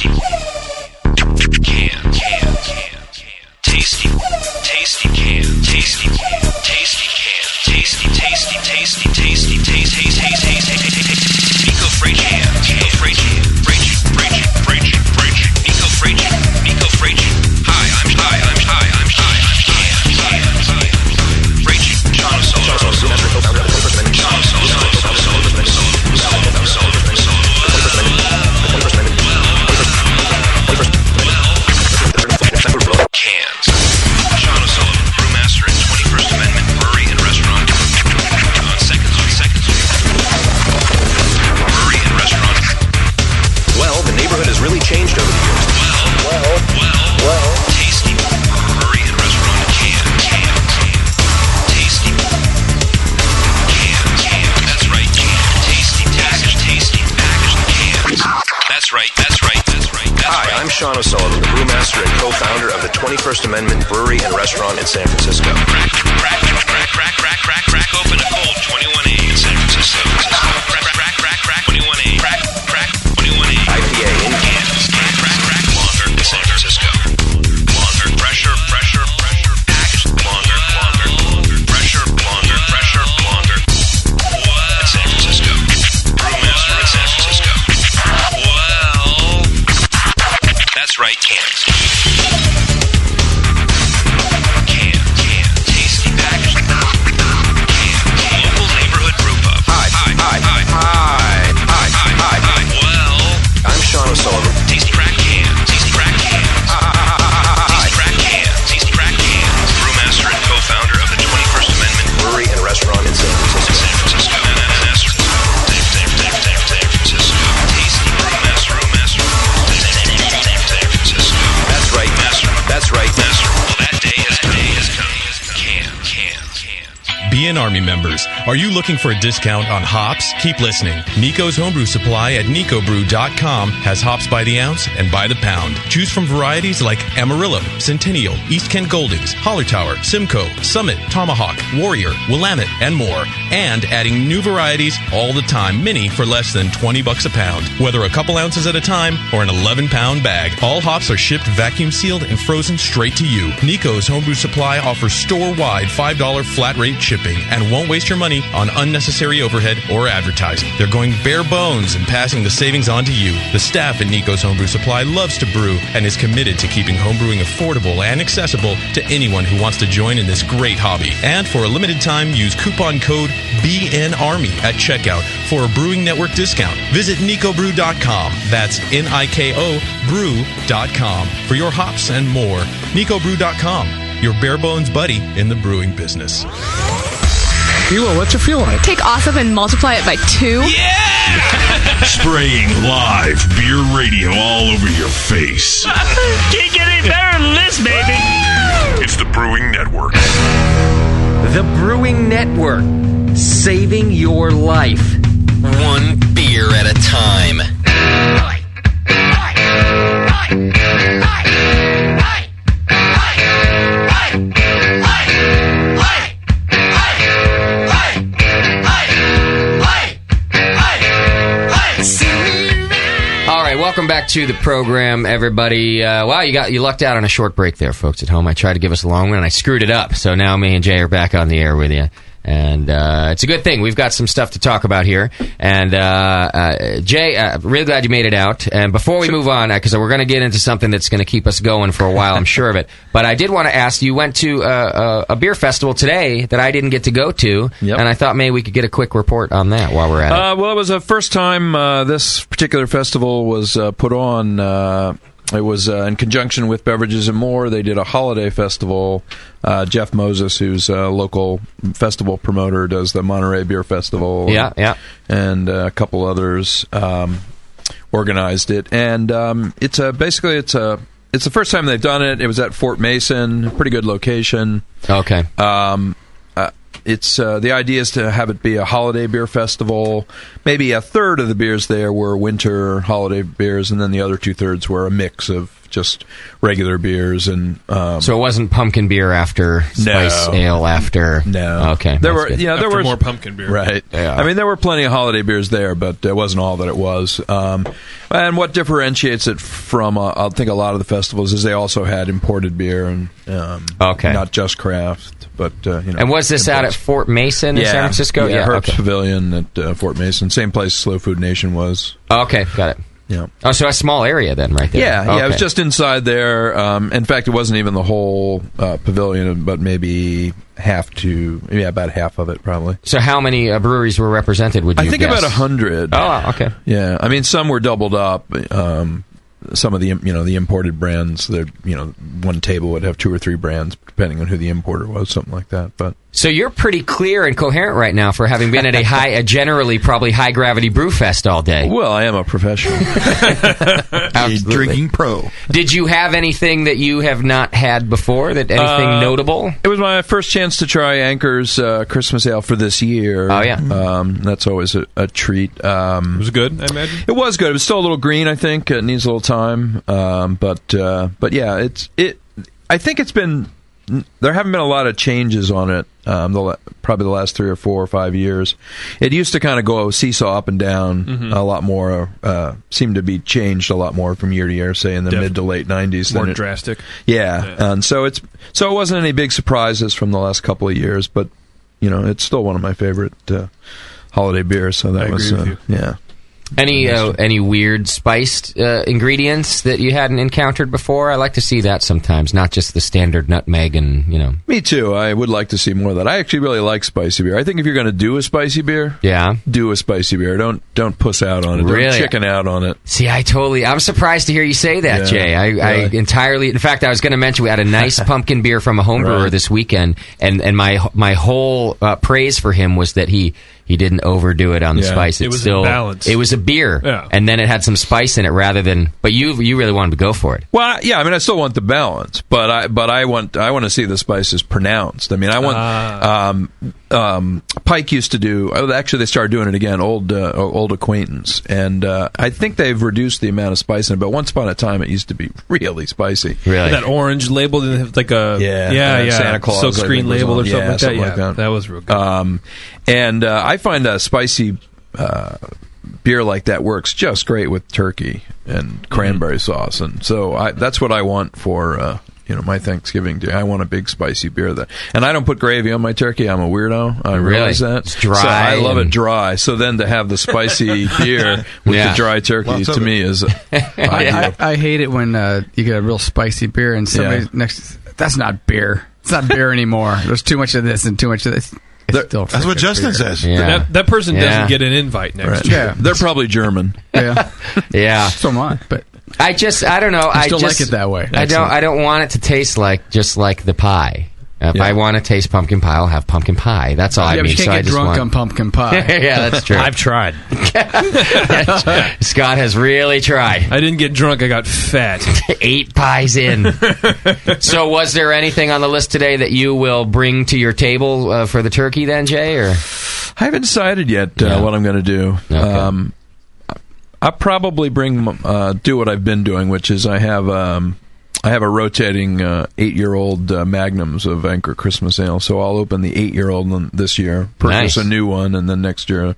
Can, can, tasty. Can, can, can, tasty. Tasty can, tasty can, tasty can, tasty, tasty, tasty, tasty, tasty, tasty, tasty, tasty. Eco fridge can, eco fridge, fridge, fridge, fridge, fridge, eco fridge, eco fridge. Hi, I'm hi, I'm hi, I'm hi, I'm hi, I'm hi. Fridge, John O'Sullivan, John O'Sullivan, John O'Sullivan, Sullivan, Sullivan, Sullivan. Cans. Sean O'Sullivan, brewmaster at 21st Amendment Brewery and Restaurant. On seconds, on seconds. Brewery and Restaurant. Well, the neighborhood has really changed over the years. Well, well, well, well. Tasty. Brewery and Restaurant. Can, can, can. Tasty. Can, can. That's right, can. Tasty, tasty, tasty. Packaged in cans. That's right, that's right, that's right.
Hi, I'm Sean O'Sullivan, the brewmaster and co-founder of the 21st Amendment Brewery and Restaurant in San Francisco.
Crack, crack, crack, crack, crack open a cold 21A in San Francisco. Crack, crack, crack, crack, 21A. Crack, crack, 21A. IPA in cans. Crack, crack, crack, longer in San Francisco. Longer, pressure, pressure, pressure. Package, longer, longer, longer. Pressure, longer, pressure, longer. What? In San Francisco. Brewmaster in San Francisco. Well, that's right, cans. Can, can, tasty package. Local neighborhood brew pub. Hi, hi, hi, hi, hi, hi, hi, hi, hi. Well, I'm Sean O'Sullivan. Tasty crack can, tasty crack can, tasty crack can, tasty crack can. Brewmaster and co-founder of the 21st Amendment Brewery and Restaurant in San Francisco. San Francisco. Na- na- na- San Francisco. San Francisco. Tasty brewmaster, brewmaster. San Francisco. That's right, master. That's right, master. Well, that day has day has come. Can, can, can.
BN Army members, are you looking for a discount on hops? Keep listening. Nico's Homebrew Supply at nicobrew.com has hops by the ounce and by the pound. Choose from varieties like Amarillo, Centennial, East Kent Goldings, Holler Tower, Simcoe, Summit, Tomahawk, Warrior, Willamette, and more. And adding new varieties all the time, many for less than 20 bucks a pound, whether a couple ounces at a time or an 11 pound bag. All hops are shipped vacuum sealed and frozen straight to you. Nico's Homebrew Supply offers store wide $5 flat rate shipping and won't waste your money money on unnecessary overhead or advertising. They're going bare bones and passing the savings on to you. The staff at Nico's Homebrew Supply loves to brew and is committed to keeping homebrewing affordable and accessible to anyone who wants to join in this great hobby. And for a limited time, use coupon code BNARMY at checkout for a Brewing Network discount. Visit nicobrew.com. That's N I K O brew.com for your hops and more. nicobrew.com, your bare bones buddy in the brewing business.
Hilo, what's your feel like?
Take awesome and multiply it by two. Yeah!
Spraying live beer radio all over your face.
Can't get any better than this, baby.
It's the Brewing Network.
The Brewing Network, saving your life. One beer at a time.
All right, welcome back to the program, everybody. Uh, wow, you got you lucked out on a short break there, folks at home. I tried to give us a long one and I screwed it up. So now me and Jay are back on the air with you. And uh, it's a good thing. We've got some stuff to talk about here. And uh, uh, Jay, uh, really glad you made it out. And before we move on, because we're going to get into something that's going to keep us going for a while, I'm sure of it. But I did want to ask you went to uh, a, a beer festival today that I didn't get to go to. And I thought maybe we could get a quick report on that while we're at it.
Uh, well, it was the first time uh, this particular festival was uh, put on. Uh, it was uh, in conjunction with Beverages and More. They did a holiday festival. Uh, Jeff Moses, who's a local festival promoter, does the Monterey Beer Festival.
Yeah, yeah.
And uh, a couple others um, organized it. And um, it's a basically it's a it's the first time they've done it. It was at Fort Mason, pretty good location.
Okay.
Um, uh, it's uh, the idea is to have it be a holiday beer festival. Maybe a third of the beers there were winter holiday beers, and then the other two thirds were a mix of just regular beers and um,
So it wasn't pumpkin beer after spice
No.
ale after.
No.
Okay.
There
that's
were
good.
yeah, there
After
were
more pumpkin beer.
Right.
Yeah.
I mean there were plenty of holiday beers there, but it wasn't all that it was. Um, and what differentiates it from uh, I think a lot of the festivals is they also had imported beer and um,
Okay.
not just craft, but uh, you know.
And was this out at Fort Mason in
yeah.
San Francisco?
Yeah,
Yeah,
Herbst
okay.
Pavilion at uh, Fort Mason, same place Slow Food Nation was.
Okay, got it.
Yeah.
Oh, so a small area then, right there.
Yeah, yeah. It was
Okay.
just inside there. Um, in fact, it wasn't even the whole uh, pavilion, but maybe half to yeah, about half of it probably.
So how many uh, breweries were represented? Would you
I think
guess?
about a hundred.
Oh, okay.
Yeah, I mean, some were doubled up. Um, some of the you know the imported brands, they're you know one table would have two or three brands depending on who the importer was, something like that. But
So you're pretty clear and coherent right now for having been at a high, a generally probably high gravity brew fest all day.
Well, I am a professional.
drinking
pro.
Did you have anything that you have not had before? That anything
Uh,
notable?
It was my first chance to try Anchor's uh, Christmas Ale for this year. Oh yeah, um, that's always a, a treat. Um, it was
good, I imagine.
It was good. It was still a little green. I think it needs a little time, um, but uh, but yeah, it's it. I think it's been there haven't been a lot of changes on it. Um, the la- probably the last three or four or five years. It used to kind of go seesaw up and down
Mhm.
a lot more. Uh, seemed to be changed a lot more from year to year, say in the
Def-
mid to late nineties.
More
than it-
drastic.
yeah, and so it's so it wasn't any big surprises from the last couple of years, but you know it's still one of my favorite uh, holiday beers. So that
I
was
agree with
uh, yeah.
Any uh, any weird spiced uh, ingredients that you hadn't encountered before? I like to see that sometimes, not just the standard nutmeg and you know.
Me too. I would like to see more of that. I actually really like spicy beer. I think if you're going to do a spicy beer,
yeah,
do a spicy beer. Don't don't puss out on it.
Really?
Don't chicken out on it.
See, I totally. I'm surprised to hear you say that,
Yeah,
Jay. I, I
really.
entirely. In fact, I was going to mention we had a nice pumpkin beer from a home brewer this weekend, and and my my whole uh, praise for him was that he he didn't overdo it on the
Yeah.
spice.
It was
still
balanced.
It was a beer,
Yeah.
and then it had some spice in it rather than. But you you really wanted to go for it.
Well, I- yeah, I mean, I still want the balance, but I but I want I want to see the spices pronounced. I mean, I want um, um, Pike used to do. oh, Actually, they started doing it again. Old uh, old acquaintance, and uh, I think they've reduced the amount of spice in it. But once upon a time, it used to be really spicy.
That orange label didn't have like a
yeah,
yeah,
and
yeah
Santa Claus I think,
silkscreen
was
label
on-
or something,
yeah,
like, that. yeah, that was real. good.
Um, and uh, I find a spicy uh, beer like that works
Mm-hmm.
just great with turkey and cranberry sauce, and so I, that's what I want for uh, you you know my Thanksgiving dinner. I want a big spicy beer that, and I don't put gravy on my turkey. I'm a weirdo. I
Really?
realize that.
It's dry
So I love it
and-
dry. So then to have the spicy beer with
Yeah.
the dry turkey
Lots of
to me is
I, I, I hate it when uh, you get a real spicy beer and somebody
Yeah.
next. That's not beer. It's not beer anymore. There's too much of this and too much of this. It's still
that's what
frickin'
Justin
beer.
says.
That, that person
Yeah.
doesn't get an invite next
Right.
year.
Yeah.
They're probably German.
yeah,
yeah.
So am I. But
I just I don't know.
I
I
still
just-
like it that way.
I don't
Excellent.
I don't want it to taste like just like the pie. If I want to taste pumpkin pie, I'll have pumpkin pie. That's all
yeah,
I
but
mean.
you can't
so I
get
just
drunk
want-
on pumpkin pie.
yeah, that's true. tried. Scott has really tried.
I didn't get drunk. I got fat.
Eight pies in. so, was there anything on the list today that you will bring to your table uh, for the turkey, then, Jay? Or
I haven't decided yet uh, what I'm going to do. Um, I- I'll probably bring uh, do what I've been doing, which is I have um, I have a rotating uh, eight year old uh, magnums of Anchor Christmas Ale, so I'll open the eight year old one this year,
Nice.
purchase a new one, and then next year.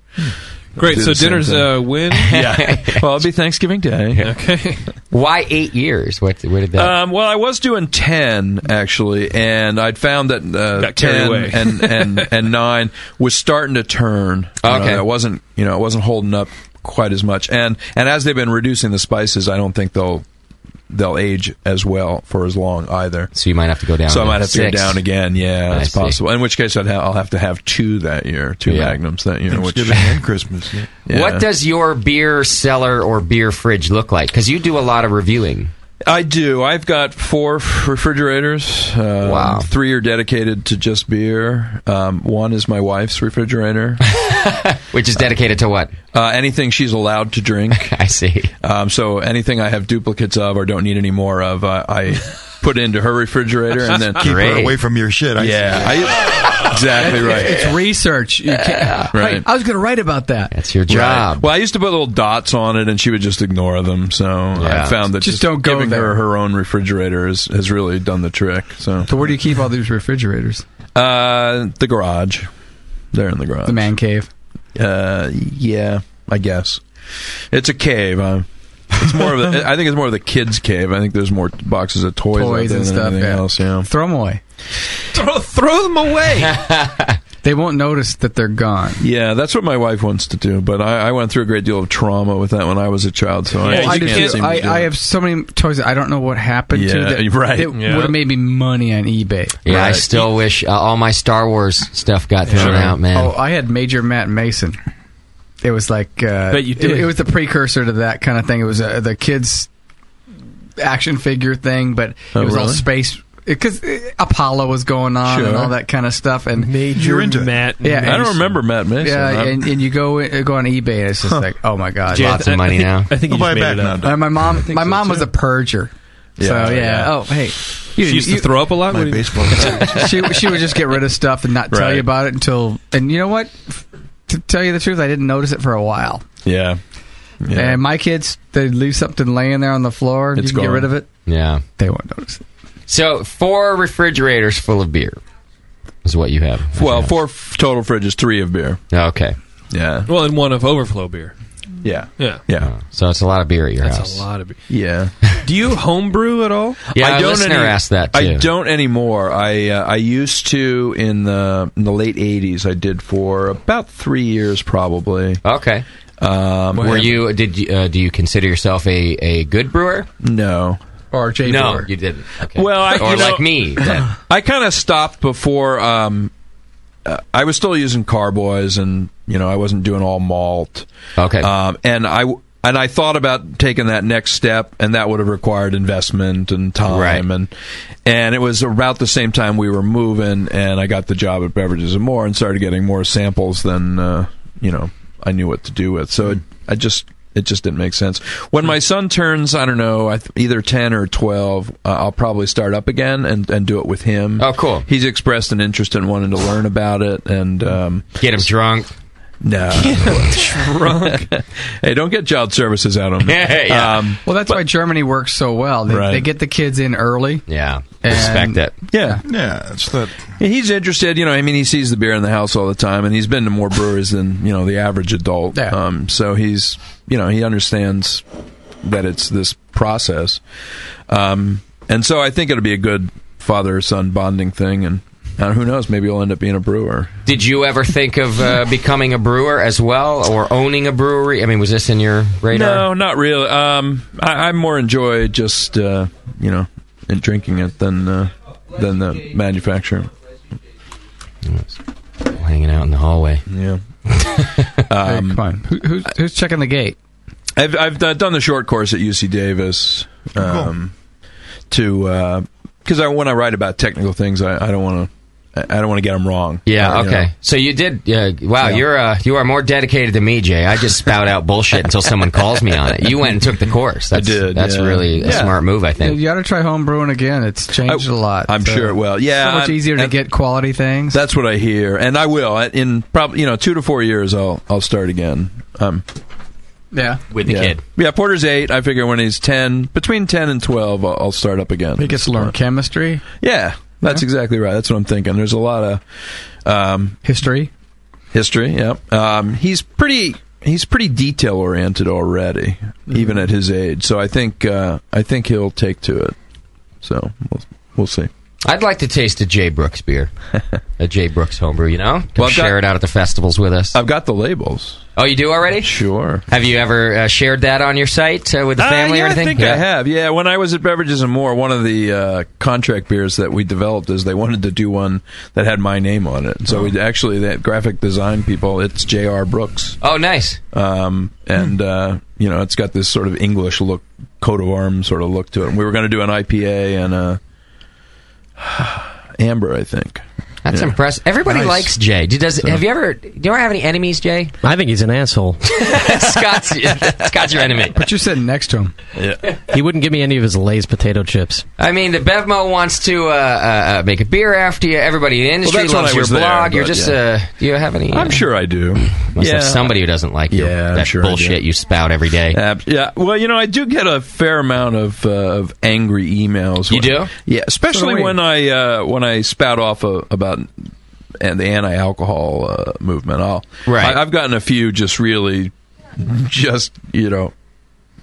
Great.
do
So
the same
dinner's
thing.
uh, win.
yeah. Well, it'll be Thanksgiving Day.
Okay.
Why eight years? What? Where did that?
Um, well, I was doing ten actually, and I'd found that uh,
Got carried
ten
away.
and, and and nine was starting to turn. You know,
Okay.
it wasn't you know it wasn't holding up quite as much, and and as they've been reducing the spices, I don't think they'll they'll age as well for as long either.
So you might have to go down
So I
to
might have to
six.
go down again. Yeah,
I
it's
see.
possible. In which case, I'd ha- I'll have to have two that year, two
Yeah.
magnums that year. Which,
Thanksgiving and Christmas. yeah.
Yeah.
What does your beer cellar or beer fridge look like? Because you do a lot of reviewing.
I do. I've got four refrigerators. Um, wow. Three are dedicated to just beer. Um, one is my wife's refrigerator,
which is dedicated to what?
Uh, anything she's allowed to drink.
I see.
Um, so anything I have duplicates of or don't need any more of, I, I put into her refrigerator and then
keep her away from your shit. I
Yeah, I- exactly right.
It's research. You can't,
Right.
I was going to write about that.
That's your
Right. Well, I used to put little dots on it, and she would just ignore them. So I
Yeah.
found that
Just
just,
don't go
giving
there.
her her own refrigerator has, has really done the trick. So,
So where do you keep all these refrigerators?
uh, the garage, they're in the garage,
The man cave.
Uh, yeah, I guess it's a cave. Uh, it's more of a, I think it's more of the kids' cave. I think there's more boxes of toys, out
Toys
there
and
than
stuff,
anything
yeah.
else. Yeah.
Throw them away.
Throw, throw them away.
They won't notice that they're gone.
Yeah, that's what my wife wants to do, but I, I went through a great deal of trauma with that when I was a child, so I,
Well, I,
just
do
can't
too.
seem to
I,
do
I
it.
have so many toys that I don't know what happened to.
Yeah,
That,
right.
That
Yeah.
would have made me money on eBay.
Yeah, I still wish uh, all my Star Wars stuff got thrown out, man.
Oh, I had Major Matt Mason. It was like uh,
Bet you
it-
did.
It, was the precursor to that kind of thing. It was uh, the kids action figure thing, but
Oh,
it was all
really?
space because Apollo was going on and
Sure.
all that kind of stuff. And
Major Matt
Yeah,
I don't remember Matt Mason.
Yeah,
I'm-
and, and you go uh, go on eBay and it's just like, oh my god,
Jay, Lots of I- I money think- now. I think you I'll just buy it made back it up. now,
Uh, my mom, my mom was a purger.
Yeah,
so yeah.
yeah.
Oh hey,
She used to throw up a lot? My What do you- baseball
she she would just get rid of stuff and not tell
Right.
you about it until. And you know what? F- To tell you the truth, I didn't notice it for a while.
yeah. Yeah.
And my kids, they leave something laying there on the floor. and
It's
you can get
gone.
rid of it.
Yeah.
They won't notice it.
So four refrigerators full of beer is what you have.
Well, four f- total fridges, three of beer.
Okay.
Yeah.
Well, and one of overflow beer.
Yeah.
Yeah.
Yeah.
Uh, So it's a lot of beer at your
That's
house.
a lot of beer.
Yeah.
Do you homebrew at all?
a listener asked that,
I
too.
don't anymore. I uh, I used to in the in the late '80s. I did for about three years, probably.
Okay.
Um,
Were you? Did you? Uh, do you consider yourself a, a good brewer?
No.
Or Jay
No,
Brewer.
you didn't. Okay.
Well, I,
or
you know,
like me. That,
I kind of stopped before. Um, uh, I was still using carboys, and you know, I wasn't doing all malt.
Okay.
Um, and I w- and I thought about taking that next step, and that would have required investment and time,
Right.
and and it was about the same time we were moving, and I got the job at Beverages and More, and started getting more samples than uh, you know I knew what to do with. So it, I just. It just didn't make sense. When my son turns, I don't know, I th- either ten or twelve, uh, I'll probably start up again and, and do it with him. Oh,
cool!
He's expressed an interest in wanting to learn about it and um,
get him drunk.
No, drunk. hey, don't get child services out on me. um,
well, that's why Germany works so well. They,
Right.
they get the kids in early.
Yeah,
And-
respect it.
Yeah,
yeah, it's that.
He's interested, you know. I mean, he sees the beer in the house all the time, and he's been to more breweries than you know the average adult.
Yeah.
Um, so he's, you know, he understands that it's this process. Um, And so I think it'll be a good father son bonding thing. And uh, who knows? Maybe you'll end up being a brewer.
Did you ever think of uh, becoming a brewer as well, or owning a brewery? I mean, was this in your radar?
No, not really. Um, I, I more enjoy just uh, you know in drinking it than uh, than the manufacturer.
Hanging out in the hallway.
Yeah. Um,
Hey, come on. Who, who's, who's checking the gate?
I've I've uh, done the short course at UC Davis
Oh,
um, to because I when I write about technical things, I, I don't want to. I I don't want to get them wrong.
Yeah.
Uh, you
okay.
know.
So you did. Yeah. Wow.
Yeah.
You're uh, you are more dedicated than me, Jay. I just spout out bullshit until someone calls me on it. You went and took the course. That's,
did,
That's
yeah.
really a
Yeah.
smart move. I think.
You ought to try home brewing again. It's changed a lot.
I'm sure it will. Yeah,
so much
I'm-
easier to get quality things.
That's what I hear, and I will I- in probably you know two to four years. I'll I'll start again. Um,
Yeah,
with the
yeah.
kid.
Yeah, Porter's eight. I figure when he's ten, between ten and twelve, I'll, I'll start up again.
He gets to learn chemistry.
Yeah, that's exactly right. That's what I'm thinking. There's a lot of um,
history.
History. Yeah. Um, he's pretty. He's pretty detail oriented already,
Mm-hmm.
even at his age. So I think uh, I think he'll take to it. So we'll, we'll see.
I'd like to taste a Jay Brooks beer, a Jay Brooks homebrew. You know, Come
Well, I've got-
share it out at the festivals with us.
I've got the labels.
Oh, you do already?
Sure.
Have you ever uh, shared that on your site uh, with the
Uh,
family
yeah,
or anything?
I think I have. Yeah, when I was at Beverages and More, one of the uh, contract beers that we developed is they wanted to do one that had my name on it.
Oh.
So we actually that graphic design people, it's J.R. Brooks.
Oh, nice. Hmm.
Um, and uh, you know, it's got this sort of English look, coat of arms sort of look to it. And we were going to do an IPA and a amber, I think.
That's
Yeah.
impressive. Everybody
Nice.
likes Jay. Do- Does
So-
have you ever? Do you ever have any enemies, Jay?
I think he's an asshole.
Scott's Scott's your enemy.
But you sitting next to him.
Yeah.
He wouldn't give me any of his Lay's potato chips.
I mean, the Bevmo wants to uh, uh, uh, make a beer after you. Everybody in the
Well,
industry
that's when
loves
I
your
was there,
blog. You're
but,
just.
yeah.
Uh, do you have any?
I'm sure I do.
Must
Yeah.
have somebody who doesn't like your,
Yeah, I'm
that
sure I do.
bullshit you spout every day.
Uh, yeah. Well, you know, I do get a fair amount of, uh, of angry emails.
You
when-
do?
Yeah, especially
So do we.
when I uh, when I spout off uh, about and the anti-alcohol uh, movement. I'll,
Right.
I, I've gotten a few just really, just you know,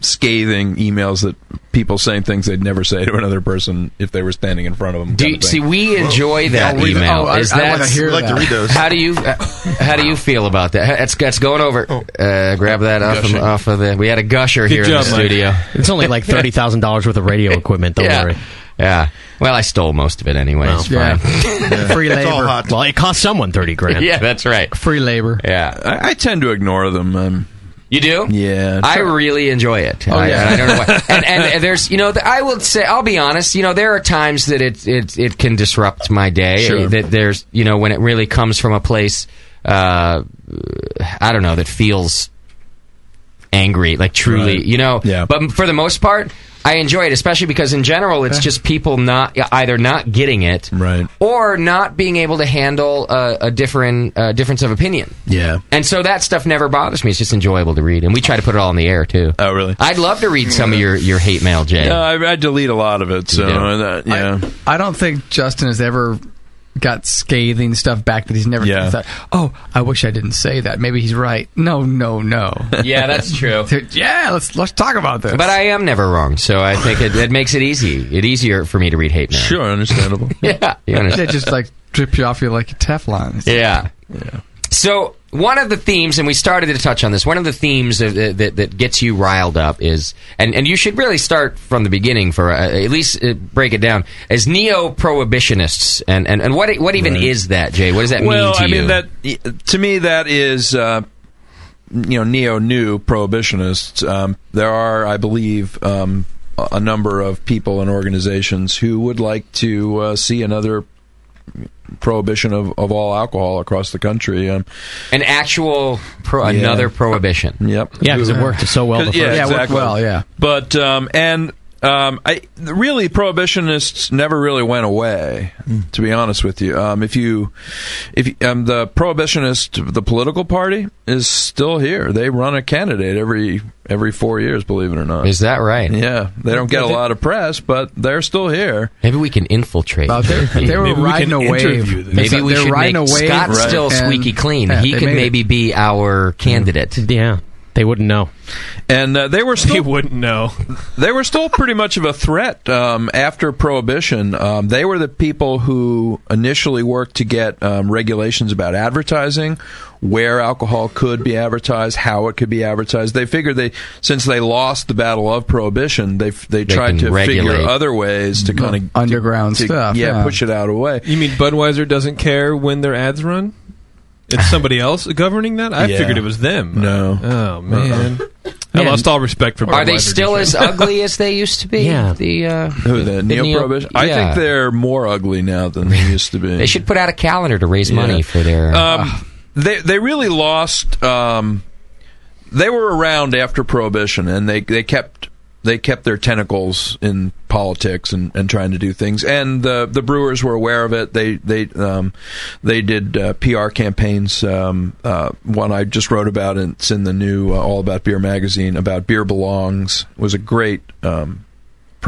scathing emails that people saying things they'd never say to another person if they were standing in front of them.
Do
kind
you,
of thing.
see, we enjoy that
Oh, we-
email.
oh, I-
Is
I
that-
wanna hear I'd like to that. read those.
How do you uh, how do you feel about that? That's, that's going over.
Oh.
Uh, grab that off of,
Gushing.
off of the. We had a gusher
Good
here
job,
in the
Mike.
studio.
It's only like thirty thousand dollars worth of radio equipment. Don't
yeah.
worry.
Yeah. Well, I stole most of it anyway. it's
Yeah.
fine.
Free labor. Well, it costs someone thirty grand.
yeah, that's right.
Free labor.
Yeah.
I, I tend to ignore them. Um,
you do?
Yeah.
I really enjoy it.
Oh,
I,
yeah.
and I don't know why. And, and there's, you know, th- I will say, I'll be honest. You know, there are times that it it, it can disrupt my day.
Sure.
That there's, you know, when it really comes from a place, uh, I don't know, that feels angry, like truly,
Right.
you know. But for the most part, I enjoy it, especially because in general, it's just people not either not getting it,
right,
or not being able to handle a, a different uh, difference of opinion.
Yeah.
And so that stuff never bothers me. It's just enjoyable to read, and we try to put it all in the air too.
Oh, really?
I'd love to read some of your, your hate mail, Jay.
No, I, I delete a lot of it. So
do?
that, yeah.
I don't think Justin has ever got scathing stuff back that he's never
Yeah.
thought. Oh, I wish I didn't say that. Maybe he's right. No, no, no.
Yeah, that's true.
yeah, let's let's talk about this.
But I am never wrong, so I think it, it makes it easy. It easier for me to read hate mail.
Sure, understandable.
yeah, you
they
understand.
just like drip you off you like Teflon.
Yeah. So one of the themes, and we started to touch on this, one of the themes that that, that gets you riled up is, and, and you should really start from the beginning for uh, at least uh, break it down as neo-prohibitionists, and, and, and what what even is that, Jay? What does that
well,
mean to
I
you?
mean that to me that is uh, you know neo new prohibitionists. Um, there are, I believe, um, a a number of people and organizations who would like to uh, see another prohibition of, of all alcohol across the country. Um,
An actual pro- another prohibition.
Yep.
Yeah, 'cause it worked so well
yeah,
the first- Yeah, it worked
exactly.
well, yeah.
But um, and um, I really prohibitionists never really went away.
Hmm.
To be honest with you, um, if you if you- um, the prohibitionist, the political party is still here. They run a candidate every every four years. Believe it or not,
Is that right?
Yeah, they don't get a lot of press, but they're still here.
Maybe we can infiltrate.
About there- they were Maybe we riding can a wave. interview them.
Maybe
They're
we should
riding
make
a wave
Scott
Right.
still
and-
squeaky clean.
Yeah,
he
they
could
made it.
maybe be our candidate.
Yeah. They wouldn't know.
And uh, they were still,
they wouldn't know.
they were still pretty much of a threat um, after Prohibition. Um, they were the people who initially worked to get um, regulations about advertising, where alcohol could be advertised, how it could be advertised. They figured they since they lost the battle of Prohibition, they they,
They
tried
can
to
regulate.
figure other ways to
Mm.
kind of
underground stuff, yeah.
push it out away.
You mean Budweiser doesn't care when their ads run? It's somebody else governing that. I
Yeah.
figured it was them.
No.
Oh man, I
Man.
lost all respect for.
Are they
Budweiser
still
just
as
now.
ugly as they used to be?
Yeah.
The uh,
Who the, neo prohibition? I
yeah.
think they're more ugly now than they used to be.
they should put out a calendar to raise money for their. uh,
Um, they they really lost. Um, they were around after Prohibition, and they they kept they kept their tentacles in politics and, and trying to do things. And the the brewers were aware of it. They they um, they did uh, PR campaigns. Um, uh, one I just wrote about, and it's in the new uh, All About Beer magazine about beer belongs It was a great. Um,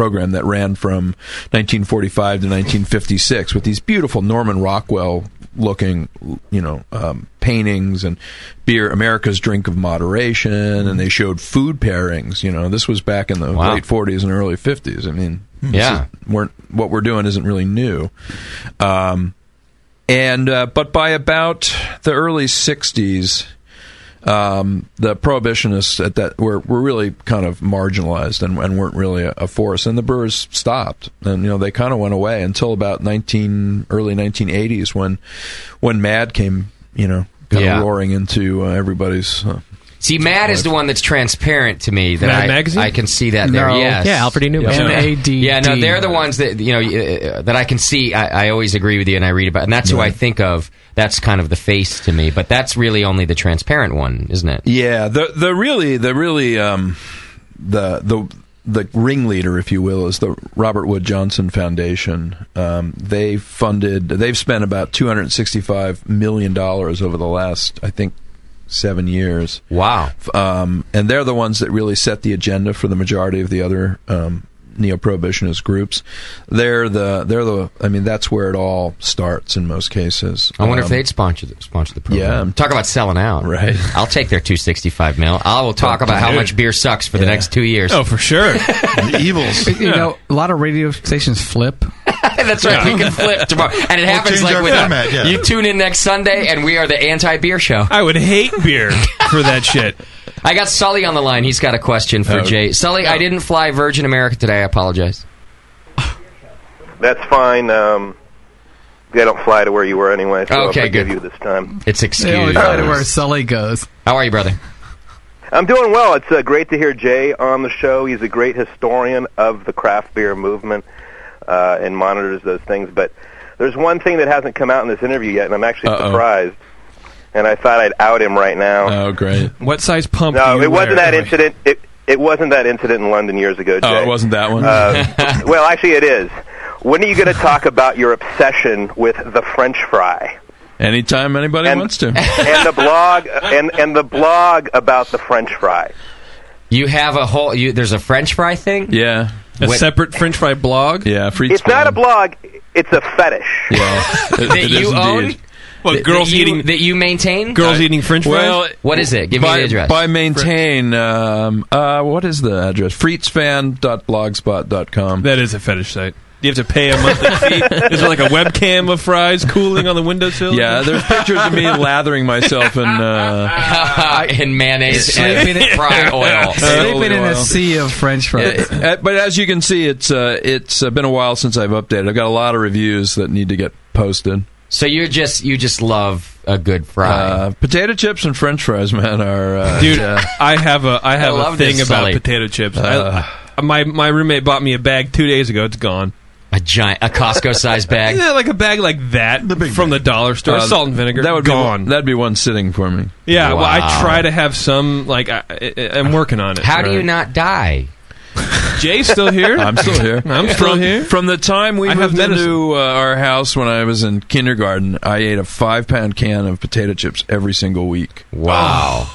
program that ran from 1945 to 1956 with these beautiful Norman Rockwell looking, you know, um, paintings and beer, America's drink of moderation, and they showed food pairings. You know, this was back in the
Wow.
late 40s and early 50s. I mean, this
Yeah.
is- weren't what we're doing isn't really new. Um, and uh, but by about the early '60s, um, the prohibitionists at that were were really kind of marginalized and, and weren't really a, a force. And the brewers stopped, and you know they kind of went away until about 19 early 1980s when when Mad came, you know, kind
Yeah.
of roaring into uh, everybody's. Uh,
See, Matt is the one that's transparent to me that
Mad
I,
Magazine?
I can see that there.
No.
Yes,
Yeah, Alfred E. Newman.
Yeah.
M.A.D.D..
Yeah, no, they're the ones that you know uh, that I can see. I, I always agree with you, and I read about, and that's who I think of. That's kind of the face to me, but that's really only the transparent one, isn't it?
Yeah, the the really the really um, the the the ringleader, if you will, is the Robert Wood Johnson Foundation. Um, they funded, they've spent about two hundred sixty-five million dollars over the last, I think, seven years.
Wow!
Um, and they're the ones that really set the agenda for the majority of the other um, neo-prohibitionist groups. They're the they're the I mean that's where it all starts in most cases.
I wonder if
Um,
they'd sponsor the, sponsor the program.
Yeah.
talk about selling out. Right. I'll take their two sixty five mil. I will talk about how
Dude.
much beer sucks for the next two years.
Oh,
for sure.
the evils.
You know, a lot of radio stations flip.
That's right. We can flip tomorrow, and it
We'll
happens
change
like
our
with
format, yeah.
you tune in next Sunday, and we are the anti beer show.
I would hate beer for that shit.
I got Sully on the line. He's got a question for
Oh.
Jay. Sully, I didn't fly Virgin America today. I apologize.
That's fine. Um, they don't fly to where you were anyway, so
Okay,
I'll forgive
good.
you this time.
It's
They only
excused.
fly to where Sully goes.
How are you, brother?
I'm doing well. It's uh, great to hear Jay on the show. He's a great historian of the craft beer movement uh, and monitors those things. But there's one thing that hasn't come out in this interview yet, and I'm actually surprised. And I thought I'd out him right now.
Oh, great!
What size pump?
No,
do you
it wasn't
wear?
that incident. It it wasn't that incident in London years ago. Jay.
Oh, it wasn't that one?
Uh, well, actually, it is. When are you going to talk about your obsession with the French fry?
Anytime anybody wants to.
and the blog and and the blog about the French fry.
You have a whole. You, there's a French fry thing.
Yeah,
A separate French fry blog.
Yeah, free.
It's not a blog. It's a fetish.
Yeah,
that you own.
What,
That-
girls
that you,
eating-
that you maintain? Uh,
Girls eating French fries?
Well,
what is it? Give
by,
me the address.
By maintain, um, uh, what is the address? Fritzfan.blogspot.com.
That is a fetish site. You have to pay a monthly fee. Is there like a webcam of fries cooling on the windowsill?
Yeah, there's pictures of me lathering myself in uh,
in mayonnaise
Sleeping
and
in-
fry oil.
Sleeping in a
oil.
sea of French fries.
Uh, but as you can see, it's uh, it's uh, been a while since I've updated. I've got a lot of reviews that need to get posted.
So you're just you just love a good fry.
Uh, potato chips and French fries, man, are uh,
Dude,
yeah.
I have a I have a
love
thing
this,
about
Sully.
potato chips.
Uh.
I, my my roommate bought me a bag two days ago. It's gone.
A giant, a Costco sized bag.
Yeah, like a bag like that from the dollar store.
Uh,
salt and vinegar.
That would
gone.
Be, that'd be one sitting for me.
yeah, well, I
Wow.
try to have some. Like I, I, I'm working on it.
How do
Right.
you not die?
Jay's still here.
I'm still here.
I'm still
from,
here.
From the time we
I have
moved
medicine.
into uh, our house when I was in kindergarten, I ate a five pound can of potato chips every single week.
Wow.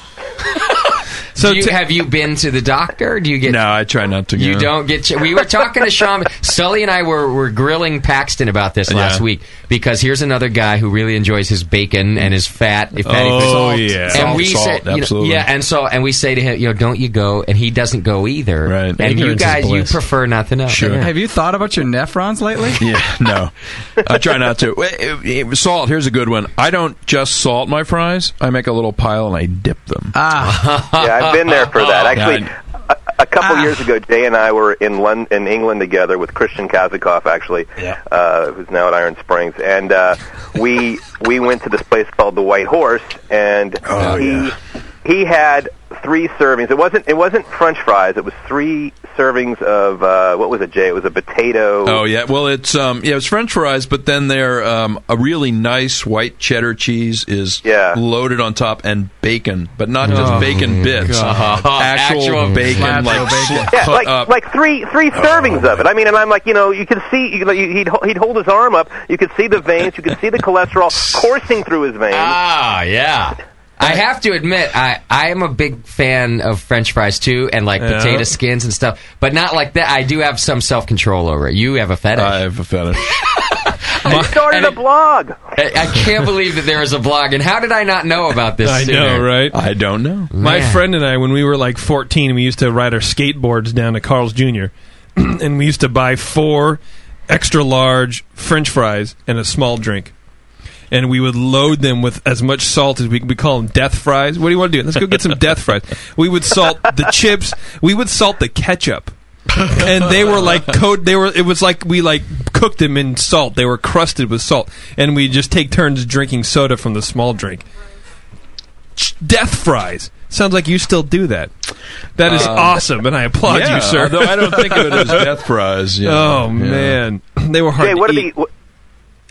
Do you, have you been to the doctor? Do you get?
No, I try not to.
You
go.
don't get. We were talking to Sean Sully and I were were grilling Paxton about this last
Yeah.
week because here's another guy who really enjoys his bacon and his fat. If fatty
Oh,
foods.
Salt. yeah.
and
Salt,
we
salt,
said, you know,
absolutely.
yeah, and so and we say to him, you know, don't you go? And he doesn't go either. Right. And
Ignorance
you
is
guys, you
bliss.
prefer nothing else.
Have you thought about your nephrons lately?
yeah, no. I try not to. Wait, eh, eh, Salt, here's a good one. I don't just salt my fries. I make a little pile and I dip them.
Ah.
yeah, I've been there for that.
Oh,
Actually,
Yeah,
a, a couple years ago, Jay and I were in London, in England together with Christian Kazikoff, actually, uh, who's now at Iron Springs, and uh, we we went to this place called the White Horse, and
Oh,
he he had three servings. It wasn't it wasn't French fries. It was three servings of uh, what was it, Jay? It was a potato.
Oh yeah, well it's um yeah it's French fries, but then they're um a really nice white cheddar cheese is loaded on top and bacon, but not
Oh,
just bacon bits, Uh-huh.
God.
actual,
Actual
bacon
slab
like
of bacon.
sl-
Yeah,
cut
like
up.
like three three servings of it. I mean, and I'm like, you know, you could see you, could- like, he'd ho- he'd hold his arm up. You could see the veins. You could see the cholesterol coursing through his veins.
Ah, yeah. I have to admit, I, I am a big fan of French fries too, and like
Yeah.
potato skins and stuff, but not like that. I do have some self control over it. You have a fetish. I
have a fetish.
I started a blog.
I, I can't believe that there is a blog. And how did I not know about this?
I
sooner?
know, right?
I don't know.
My
Man.
friend and I, when we were like 14, we used to ride our skateboards down to Carl's Jr. and we used to buy four extra large French fries and a small drink. And we would load them with as much salt as we we call them death fries. What do you want to do? Let's go get some death fries. We would salt the chips. We would salt the ketchup. and they were like coat. They were. It was like we like cooked them in salt. They were crusted with salt, and we just take turns drinking soda from the small drink death fries. Sounds like you still do that. That is
Um,
awesome, and I applaud
yeah,
you, sir.
although I don't think of it as death fries, you know,
Oh
yeah.
man, they were hard
Jay, what
to
are
eat.
the what,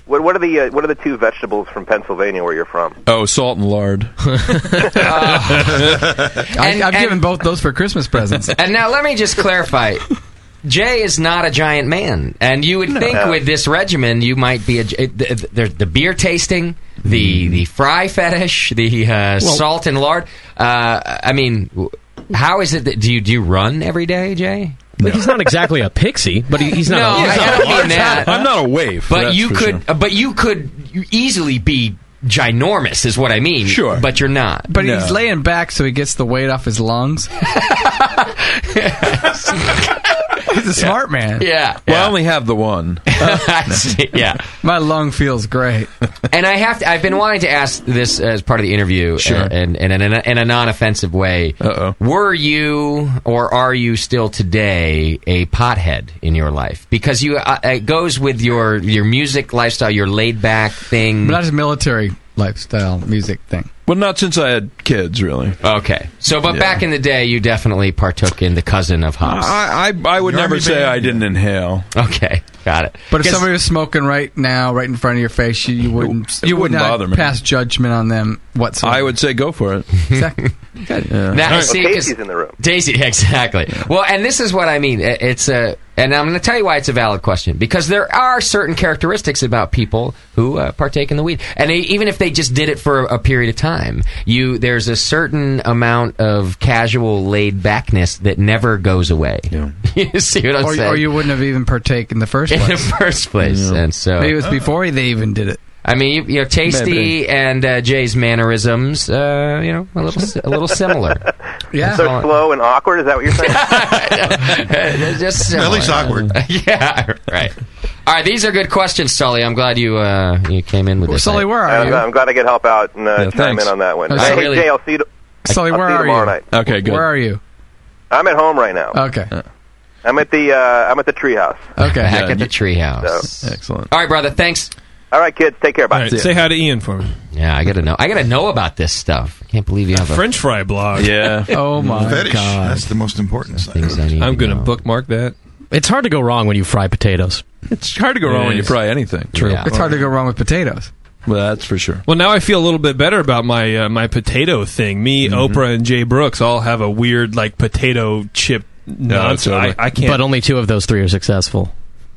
what what are the uh, what are the two vegetables from Pennsylvania where you're from?
Oh, salt and lard.
I, I've given both those for Christmas presents.
And now let me just clarify. Jay is not a giant man, and you would think with this regimen you might be a gi- it- th- th- there's the beer tasting, the the fry fetish, the uh, salt and lard. Uh, I mean, w- how is it that do you do you run every day, Jay?
Like, he's not exactly a pixie, but he, he's not.
No,
a, he's
I
not a
don't
large
mean that.
guy.
I'm not a wave, but
that's
you
for
could, but you could easily be ginormous, is what I mean. Sure, but you're not.
But he's laying back so he gets the weight off his lungs. he's a smart man.
Yeah.
Well, I only have the one.
yeah.
My lung feels great.
and I have to. I've been wanting to ask this as part of the interview,
Sure.
uh, and and in a, in a non-offensive way. Uh-oh. Were you or are you still today a pothead in your life? Because you, uh, it goes with your your music lifestyle, your laid back thing.
But not his military lifestyle music thing.
Well, not since I had kids, really.
Okay. So, but back in the day, you definitely partook in the cousin of hops.
I I, I would
You're
never
already
say
banned.
I didn't inhale.
Okay, got it.
But if
Guess-
somebody was smoking right now, right in front of your face, you, you wouldn't.
it
you would
wouldn't
not
bother me.
pass judgment on them whatsoever.
I would say go for it.
Exactly.
Yeah. All
That,
right.
see, 'cause-
in the room.
Daisy, exactly. Well, and this is what I mean. I- It's a, and I'm going to tell you why it's a valid question because there are certain characteristics about people who uh, partake in the weed, and they, even if they just did it for a, a period of time, you there's a certain amount of casual laid backness that never goes away. you see what I'm
or,
saying?
or you wouldn't have even partake in the first
in
place.
the first place,
Yeah.
and so
Maybe it was before they even did it.
I mean, you, you know, Tasty
Maybe.
and uh, Jay's mannerisms, uh, you know, a little s- a little similar. That's all
So
I-
slow and awkward. Is that what you're saying?
It's just
At least
similar. yeah, right. All right, these are good questions, Sully. I'm glad you uh, you came in with this. I-
I'm, I'm glad I could help out and uh,
Yeah,
chime
thanks.
in on that one.
Oh,
hey,
Sully.
Jay, I'll see you. t-
Sully,
I'll
where
see you
are
tomorrow
you?
night.
Okay,
Where are you?
I'm at home right now.
Okay.
I'm at the uh, I'm at the treehouse.
Okay.
Uh, Back at the treehouse.
Excellent.
All right, brother. Thanks.
All right, kids. Take care. Bye.
All right, say hi to Ian for me.
Yeah, I gotta know. I gotta know about this stuff. I can't believe you have a
French fry blog.
Yeah.
Oh my
Fetish.
God.
That's the most important thing.
I'm
going to bookmark that.
It's hard to go wrong when you fry potatoes.
It's hard to go wrong when you fry anything.
True.
It's hard to go wrong with potatoes.
Well, that's for sure.
Well, now I feel a little bit better about my uh, my potato thing.
Mm-hmm.
Me, Oprah, and Jay Brooks all have a weird like potato chip nonsense. I, I can't.
But only two of those three are successful.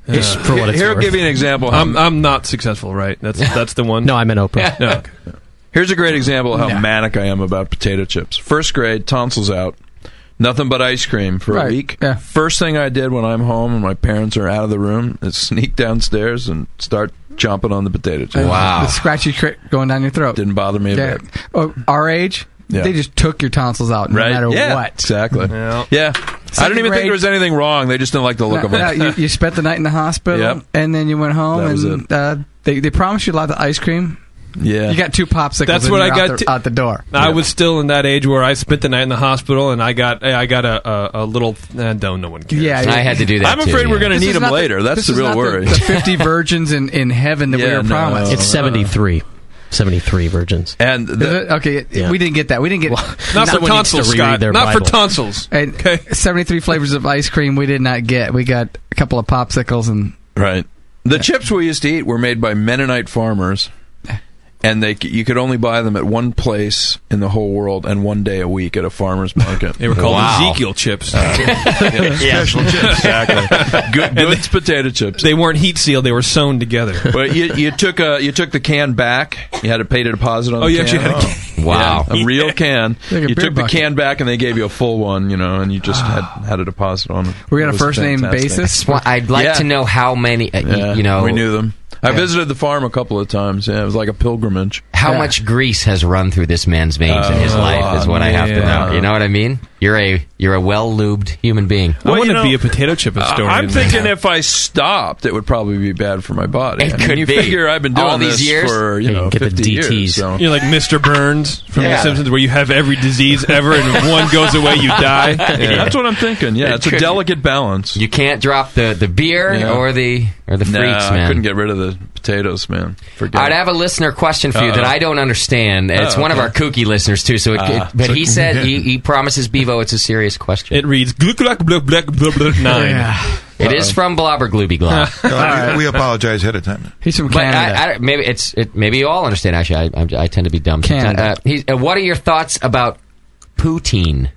Just for what it's
Here,
worth.
give you an example. I'm, I'm not successful, right? That's that's the one. No,
I'm an Oprah.
No.
Here's a great example of how manic I am about potato chips. First grade, tonsils out, nothing but ice cream for a
Right,
week. First thing I did when I'm home and my parents are out of the room is sneak downstairs and start chomping on the potato chips.
Uh, The scratchy trick going down your throat.
Didn't bother me a
Yeah.
bit.
Oh, our age,
Yeah.
they just took your tonsils out no
right?
matter
yeah,
what.
Exactly. Yeah. I
Second
didn't even think
grade-
there was anything wrong. They just didn't like the look
No,
of it.
no, you, you spent the night in the hospital,
Yep.
and then you went home,
That was
and uh, they they promised you a lot of ice cream.
Yeah.
You got two popsicles.
That's
and
what
you're
I
out
got
the-
to-
out the door.
I was still in that age where I spent the night in the hospital, and I got I got a a, a little. Uh, don't no one cares.
Yeah, yeah.
I'm afraid we're going to
This
need
is
them
not
later. That's
this
the
is
real
not
worry.
The, the 50 virgins in, in heaven that we
Yeah,
were
no.
promised.
It's 73. 73 virgins.
And
okay,
Yeah.
we didn't get that. We didn't get
Not for someone needs to tonsils, reread Scott. their Not for Bible.
tonsils.
And seventy-three flavors of ice cream we did not get. We got a couple of popsicles and
Right. The chips we used to eat were made by Mennonite farmers, and they c- you could only buy them at one place in the whole world and one day a week at a farmer's market.
They were called Ezekiel chips.
yeah. Special chips, exactly. Good, goods potato chips.
They weren't heat sealed; they were sewn together.
But you, you took a you took the can back. You had to pay a deposit on.
Oh,
the
you
can.
actually had a can.
Yeah,
Wow.
a real can.
Like a
you
beer
took the
bucket.
can back, and they gave you a full one. You know, and you just had had a deposit on it.
We
It
had a
was
first name
fantastic.
basis.
I'd like to know how many. Uh, y-
Yeah,
you know,
we knew them. I
Yeah.
visited the farm a couple of times. Yeah, it was like a pilgrimage.
How much grease has run through this man's veins in his
Oh,
life is what I have to
yeah.
know. You know what I mean? You're a you're a well lubed human being.
Well, I wanna you know, be a
potato chip
I- I'm thinking if I stopped, it would probably be bad for my body.
It
I mean,
could
you
be.
figure I've been doing
All these
this
years?
for you
Yeah, you
know
get the
50 years.
DTs.
So.
You're like Mr. Burns from
Yeah.
The Simpsons, where you have every disease ever, and if one goes away, you die.
Yeah. That's what I'm thinking. Yeah, it's a delicate balance.
You can't drop the the beer
Yeah.
or the or the
Nah,
freaks, man.
I couldn't get rid of the potatoes, man. Forget
I'd
it.
have a listener question for you that
Uh-oh.
I don't understand. It's
Oh,
one of
okay.
our kooky listeners too. So, it,
Ah,
it- but
so-
he said he, he promises Bevo it's a serious question.
It reads gluck gluck bluck bluck bluck bluck nine.
It is from Blobber Glooby Glob.
No, Uh, we- we apologize ahead of time.
He's from
But I, I, maybe it's it, maybe you all understand. Actually, I, I, I tend to be dumb. sometimes.
Canada.
Uh, he's, uh, what are your thoughts about poutine?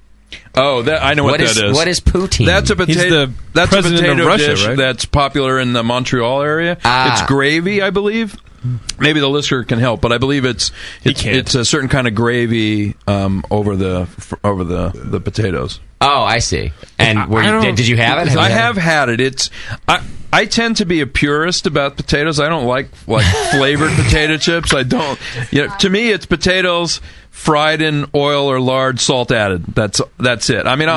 Oh, that, I know what,
What is-
that is.
what is poutine?
That's a
He's
potato.
the
that's a
president of
potato
Russia,
dish
right?
that's popular in the Montreal area.
Ah.
It's gravy, I believe. Maybe the listener can help, but I believe it's it's, it's a certain kind of gravy um, over the f- over the the potatoes.
Oh, I see. And were
I
you,
don't-
did, did you have it?
I
you
have had it. It's I. I tend to be a purist about potatoes. I don't like like flavored potato chips. I don't. You know, to me, it's potatoes fried in oil or lard, salt added. That's that's it. I mean, I'll,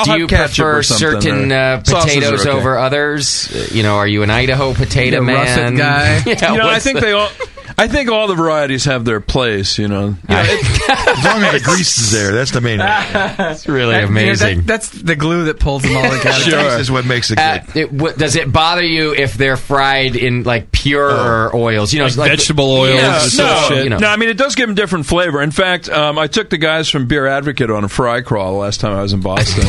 I'll
Mm. Do
have
you
ketchup
prefer
or something,
certain
or-
uh,
Sauces are
potatoes
okay.
over others? Uh, You know, are you an Idaho potato
You're a russet
man?
guy.
Yeah,
you know, I
what's
think
the-
they all. I think all the varieties have their place. You know,
as long as the grease is there, that's the main.
That's really
That-
amazing.
that- that's the glue that pulls them all together.
what makes it
Uh, it- what- does it bother you if they're fried in like pure oils? You know,
Like vegetable oils
Yeah,
and
no,
no,
you know.
no, I mean it does give them different flavor. In fact, um, I took the guys from Beer Advocate on a fry crawl last time I was in Boston.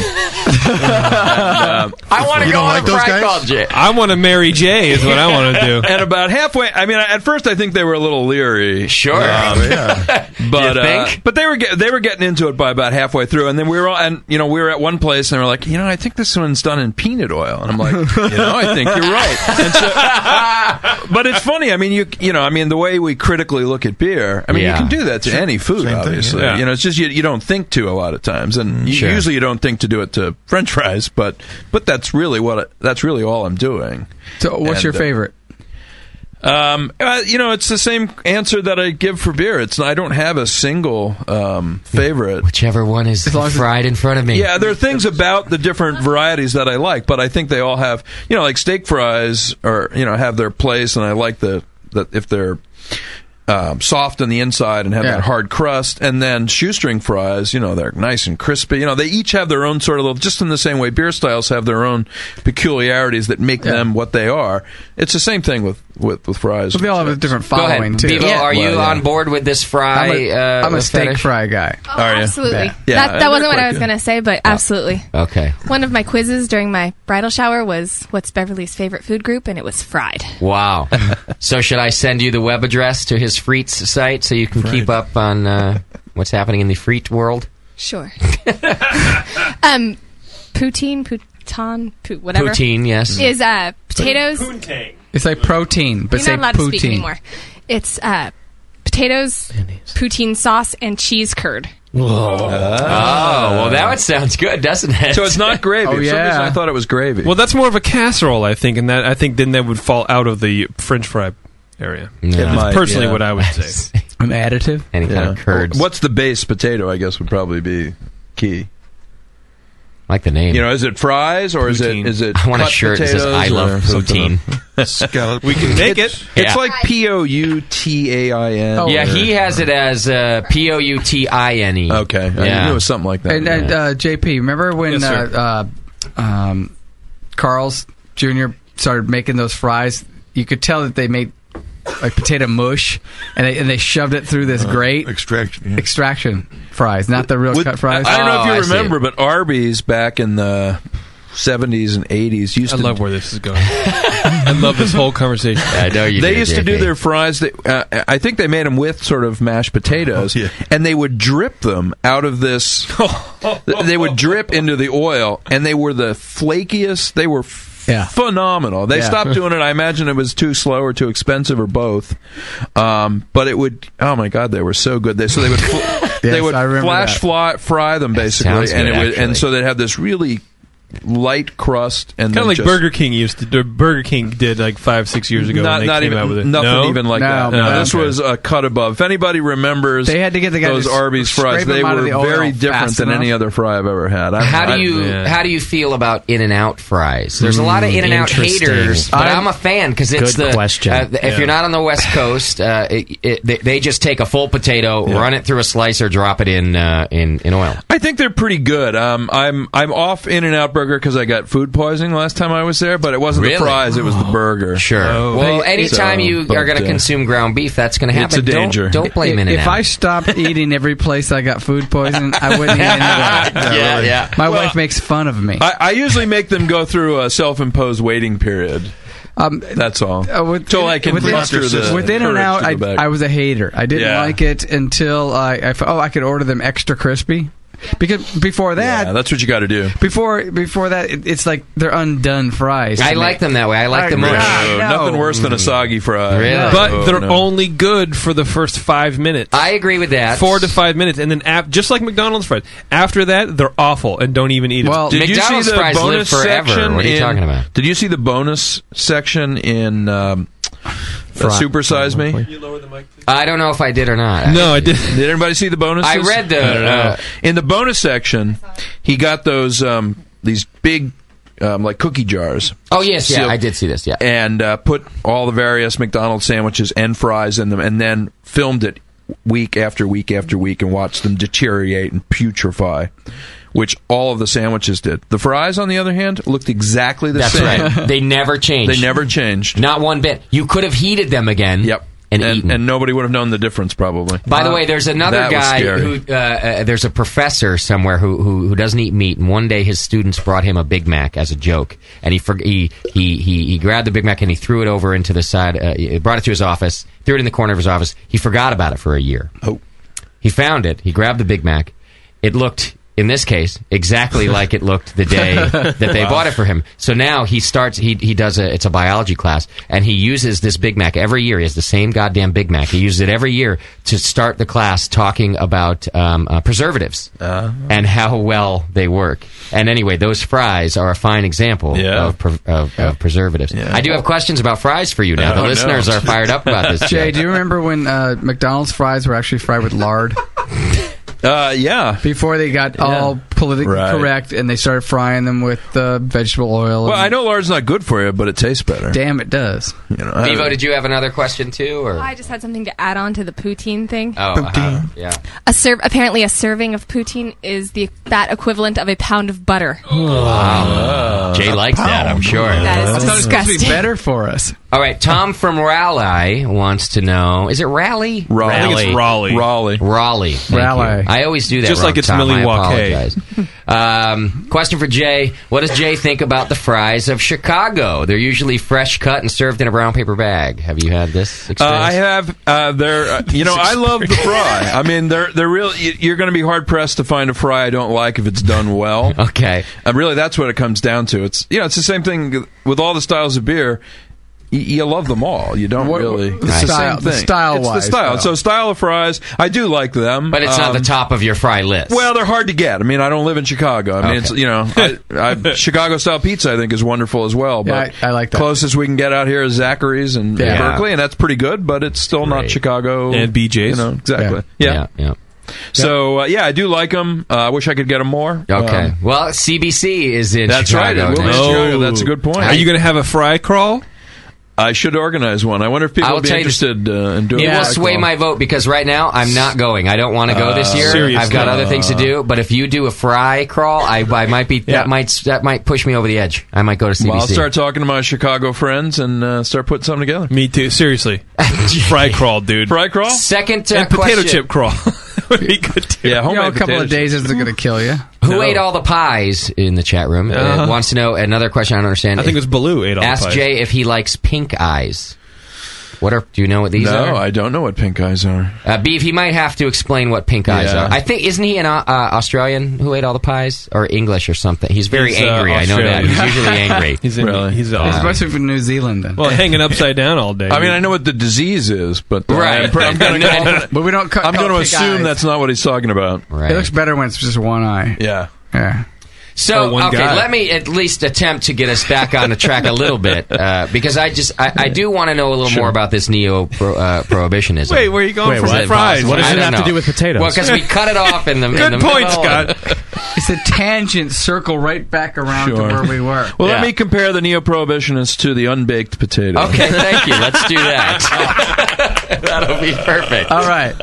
uh,
I want to go on a fry call, Jay.
I want to marry Jay. Is what I want to do.
and about halfway, I mean, at first I think they were a little leery. Um,
Sure.
Oh,
But
You
uh,
think?
but they were get, they were getting into it by about halfway through, and then we were all, and you know we were at one place and they were like, you know, I think this one's done in peanut oil, and I'm like, you know, I think
Ah,
you're right. And so, but it's funny. I mean, you you know, I mean, the way we critically look at beer, I mean,
Yeah.
you can do that to any food, obviously.
yeah.
You know, it's just you, you don't think to a lot of times, and you,
Sure.
usually you don't think to do it to French fries, but but that's really what I, that's really all I'm doing.
So, what's
And,
your
uh,
favorite?
um, uh, you know, it's the same answer that I give for beer. It's I don't have a single um, favorite.
Whichever one is fried in front of me.
Yeah, there are things about the different varieties that I like, but I think they all have, you know, like steak fries or you know have their place, and I like the that if they're um, soft on the inside and have
Yeah.
that hard crust, and then shoestring fries, you know, they're nice and crispy. You know, they each have their own sort of little, just in the same way beer styles have their own peculiarities that make them what they are. It's the same thing with with, with fries.
But they all have a different
Go ahead,
following too.
Bevo. Are you
Well, yeah.
on board with this fry?
I'm a,
uh,
I'm a steak
fetish?
fry guy.
Are you?
Oh, Absolutely.
Yeah.
That, that wasn't what I was
They're
going to say, but absolutely.
Okay.
One of my quizzes during my bridal shower was what's Beverly's favorite food group, and it was fried.
Wow. so should I send you the web address to his Freets site so you can keep up on uh, what's happening in the Freet world?
Sure. um, poutine, pouton, pout, whatever.
Poutine, yes.
Is uh, potatoes.
It's like protein, but
You're
say
not allowed to speak
poutine.
anymore. It's uh, potatoes, poutine sauce, and cheese curd.
oh, well, that sounds good, doesn't it?
So it's not gravy.
Oh,
For some reason,
yeah.
I
thought it was gravy.
Well, that's more of a casserole, I think, and that I think then that would fall out of the French fry area.
It
That's
might,
personally
yeah.
what I would say.
An additive?
Any kind of curds.
What's the base potato? I guess would probably be key.
Like the name.
You know, is it fries or is it is it?
I want a
cut
shirt that says,
potatoes
"I love
or something?
Scallop.
we can
make
it's,
it.
It's
Yeah.
like P O U T A I N.
Oh.
yeah, he has it as uh, P O U T I N E.
Okay, I
yeah.
knew it was something like that.
And, and uh, JP, remember when
Yes,
uh, uh, um, Carl's Jr. started making those fries? You could tell that they made like potato mush, and they and they shoved it through
Uh,
this grate
extraction
extraction fries, not the real cut fries.
Oh, I don't
Oh,
know if you remember, but Arby's back in the 70s and 80s used
I
to
love where this is going. I love this whole conversation.
I know
they used to do their fries. That, uh, I think they made them with sort of mashed
Oh,
potatoes, and they would drip them out of this. they would drip into the oil, and they were the flakiest. They were f- phenomenal. They
Yeah.
stopped doing it. I imagine it was too slow or too expensive or both. Um, but it would. Oh my God, they were so good. They so they would. Fl- they would
I remember
flash
that.
fly, fry them basically,
sounds good,
and it would,
actually.
and so they'd have this really light crust and
Kind of
then
like
just-
Burger King used to. Burger King did like five, six years ago. when
Not,
they
not
came
even
out with it.
nothing
No?
even like that. No, this was a cut above. If anybody remembers,
They had to get the guy
those
to s-
Arby's fries.
scrape 'em
They
out
were
of the oil
very
fast
different than
enough.
any other fry I've ever had. I,
How
I-
do you how do you feel about In and Out fries? There's a lot of
Hmm,
Mm,
In and Out
interesting.
haters, but
I'm-
I'm, a fan because it's
Good
the
question.
uh, if
Yeah.
you're not on the West Coast, uh, it, it, they, they just take a full potato, run it through a slicer, drop it in uh, in in oil.
I think they're pretty good. Um, I'm I'm off In and Out Burger because I got food poisoning last time I was there, but it wasn't
Really? Oh,
the fries; it was the burger. Uh,
Sure. well, anytime you are going to consume ground beef, that's going to happen. Don't- Don't, blame In
If,
and
if I
Out.
stopped eating every place I got food poisoning, I wouldn't eat any
Yeah, Yeah, really. yeah.
My
Well,
wife makes fun of me.
I, I usually make them go through a self-imposed waiting period.
Um,
That's all.
Uh, with-
Till I can
with In-
muster the
with In
courage
and Out,
to
I,
go back.
I was a hater. I didn't
Yeah.
like it until I, I f- oh I could order them extra crispy because before that
Yeah, that's what you got to do.
before before that it, it's like they're undone fries.
I
to
like
me.
them that way. I like them
no,
mush.
no.
Nothing worse than a soggy fry. Really?
But
Oh,
they're
no.
only good for the first five minutes.
I agree with that.
Four to five minutes, and then ap- just like McDonald's fries, after that they're awful and don't even eat it.
Did you see the bonus section in- Did you see the bonus section in um,
Fry.
uh, Super Size Me?
I don't know if I did or not.
I did.
Did anybody see the bonus?
I read the- uh,
in the bonus section, he got those um, these big um, like cookie jars.
Oh, yes, yeah, I did see this. Yeah,
and uh, put all the various McDonald's sandwiches and fries in them, and then filmed it week after week after week and watched them deteriorate and putrefy. Which all of the sandwiches did. The fries, on the other hand, looked exactly the
That's
same.
right. They never changed.
They never changed.
Not one bit. You could have heated them again.
Yep.
And
and, nobody would have known the difference, probably.
By the way, there's another
Uh, That was
guy
scary.
who uh, uh, there's a professor somewhere who, who who doesn't eat meat, and one day his students brought him a Big Mac as a joke, and he forg he, he he he grabbed the Big Mac and he threw it over into the side, uh, he brought it to his office, threw it in the corner of his office. He forgot about it for a year.
Oh,
he found it. He grabbed the Big Mac. It looked. In this case, exactly like it looked the day that they
Wow.
bought it for him. So now he starts. He he does a. It's a biology class, and he uses this Big Mac every year. He has the same goddamn Big Mac. He uses it every year to start the class talking about um, uh, preservatives
Uh-huh.
and how well they work. And anyway, those fries are a fine example
Yeah.
of, pre- of, of preservatives. I do have questions about fries for you now.
Oh,
the
no.
listeners are fired up about this.
Jay,
Jay.
do you remember when uh, McDonald's fries were actually fried with lard?
Uh, yeah.
Before they got all politically
Right.
correct and they started frying them with uh, vegetable oil.
Well,
and-
I know lard's not good for you, but it tastes better.
Damn, it does.
You know, I-
Bevo, Oh, did you have another question too, or?
I just had something to add on to the poutine thing.
Oh, uh-huh. yeah.
A serve apparently a serving of poutine is the that equivalent of a pound of butter.
Wow. Um, Jay likes that, I'm sure.
That is
Uh, I thought it was supposed to be
disgusting.
better for us.
All right, Tom from Raleigh wants to know: Is it Raleigh?
Raleigh. I think it's Raleigh.
Raleigh. Raleigh. Thank
Raleigh.
you. I always do that.
Just
wrong,
like it's
Tom. I
Milwaukee.
apologize. um, question for Jay: What does Jay think about the fries of Chicago? They're usually fresh cut and served in a brown paper bag. Have you had this
Uh,
experience?
I have. Uh, they're. Uh, you know, I love the fry. I mean, they're they're real. y- You're going to be hard pressed to find a fry I don't like if it's done well.
okay.
Uh, really, that's what it comes down to. It's you know, it's the same thing with all the styles of beer. y- you love them all. You don't really
the style- the style
It's the
wise,
style.
though.
So style of fries, I do like them, Um,
But it's not the top of your fry list.
Well, they're hard to get. I mean, I don't live in Chicago. I mean, it's you know, I, I, Chicago style pizza I think is wonderful as well.
Yeah,
But
I- I like that.
Closest we can get out here is Zachary's and
Yeah.
Berkeley, and that's pretty good. But it's still not Chicago
And BJ's.
You know, exactly. Yeah.
yeah.
So uh, yeah, I do like them. Uh, I wish I could get them more.
Okay.
Um,
well, CBC is in
that's right.
Chicago. Oh.
It will be
next
Chicago.
year.
That's a good point.
I-
going to have a fry crawl? I should organize one. I wonder if people
I will
will be
tell you-
interested uh, in doing.
it
a
will
fry
sway
crawl.
my vote because right now I'm not going. I don't want to go this
Uh,
year.
seriously.
I've got other things to do. But if you do a fry crawl, I, I might be that might that might push me over the edge. I might go to CBC.
Well, I'll start talking to my Chicago friends and uh, start putting something together.
Me too. Seriously, fry crawl, dude.
Fry crawl.
Second uh,
and potato
question.
chip crawl. would be good too.
Yeah,
you know, a couple of days isn't going to kill you.
Who ate all the pies in the chat room? uh
Uh-huh.
wants to know another question. I don't understand.
I think it was Baloo ate all the
Ask
pies.
Jay if he likes pink eyes. What are? Do you know what these
no,
are?
I don't know what pink eyes are.
Uh, Beef, he might have to explain what pink eyes
Yeah.
are. I think isn't he an uh, uh, Australian who ate all the pies or English or something? He's very
He's, uh,
angry. I know that.
Australian.
He's usually angry.
He's in- Really? he's, uh,
especially from New Zealand. Then.
Well, hanging upside down all day.
I mean, I know what the disease is, but uh,
Right.
I'm, pr- I'm going to.
but we don't. Cut,
I'm
call
going to
it pig
assume
eyes.
that's not what he's talking about.
Right.
It looks better when it's just one eye.
Yeah.
Yeah.
So
Or one
okay,
guy.
let me at least attempt to get us back on the track a little bit uh, because I just I, I do want to know a little more about this neo pro, uh, prohibitionism.
Wait, where are you going Wait,
from
from what? fries? What does it have to do with
potatoes?
Well, because we cut it off in the in the middle and-
it's a tangent circle right back around to
Sure.
where we were.
Well, let me compare the neo-prohibitionist to the unbaked potato.
Okay, thank you. Let's do that. That'll be perfect.
All right.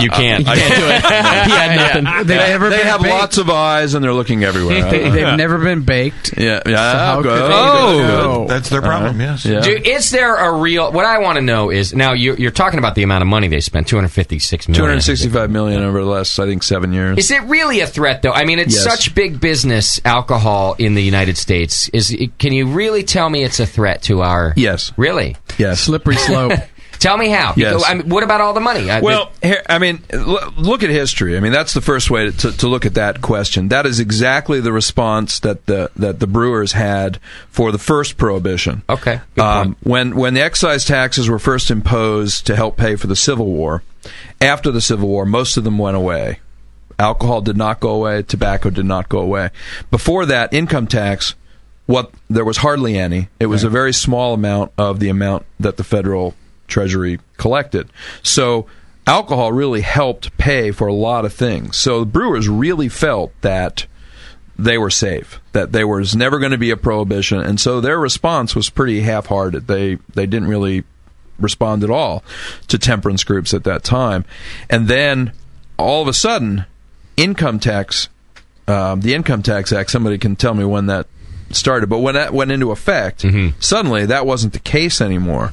You can't.
Uh, I-
Yeah. They've never
they
been
have
baked.
lots of eyes and they're looking everywhere.
They, have
yeah.
never been baked.
Yeah.
So how
yeah.
could
go-
they
oh,
know?
That's their problem, yes.
Yeah.
Dude, is there a real? What I want to know is now you're, you're talking about the amount of money they spent two hundred fifty six million.
Two hundred sixty-five million over the last, I think, seven years.
Is it really a threat though? I mean, it's
Yes.
such big business. Alcohol in the United States is. Can you really tell me it's a threat to uh, our?
Yes.
Really?
Yes.
Slippery slope.
Tell me how.
Yes.
Because, I mean, what about all the money? I-
Well, here, I mean, l- look at history. I mean, that's the first way to, to look at that question. That is exactly the response that the that the brewers had for the first prohibition.
Okay,
um, when when the excise taxes were first imposed to help pay for the Civil War, after the Civil War, most of them went away. Alcohol did not go away. Tobacco did not go away. Before that, income tax. What there was hardly any. It was a very small amount of the amount that the federal treasury collected. So alcohol really helped pay for a lot of things. So the brewers really felt that they were safe, that there was never going to be a prohibition, and so their response was pretty half-hearted. They they didn't really respond at all to temperance groups at that time, and then all of a sudden, income tax, um, the income tax act. Somebody can tell me when that started, but when that went into effect, suddenly that wasn't the case anymore.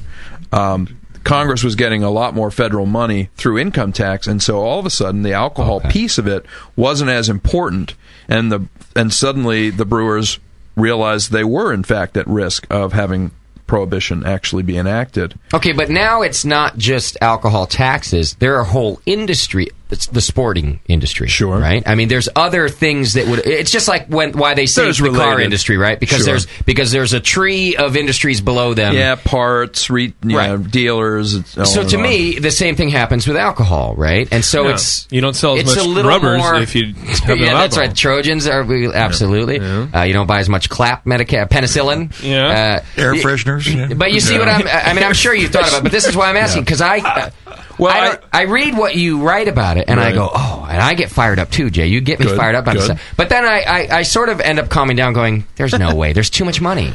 Um, Congress was getting a lot more federal money through income tax, and so all of a sudden the alcohol piece of it wasn't as important, and the and suddenly the brewers realized they were in fact at risk of having prohibition actually be enacted.
Okay, but now it's not just alcohol taxes. There are whole industry. It's the sporting industry, sure. Right? I mean, there's other things that would. It's just like when why they say
There's
the car
related.
industry, right? Because
Sure.
there's because there's a tree of industries below them.
yeah, parts, re, you
Right.
know, dealers. it's-
So
on
to
and on.
me, the same thing happens with alcohol, right? And so
Yeah.
it's
You don't sell as
it's
much
a little
rubbers
more,
if you
yeah,
have no
that's
alcohol.
right. Trojans are we, absolutely. Uh, you don't buy as much clap medica penicillin.
Yeah.
Uh,
Air
y-
fresheners. yeah.
But you see what I'm. I mean, I'm sure you thought about, it, but this is why I'm asking because I. uh, Well, I, don't- I read what you write about it, and I
Right.
go, oh, and I get fired up too, Jay. You get me
Good,
fired up about
good.
stuff. But then I, I, I sort of end up calming down, going, there's no way. There's too much money.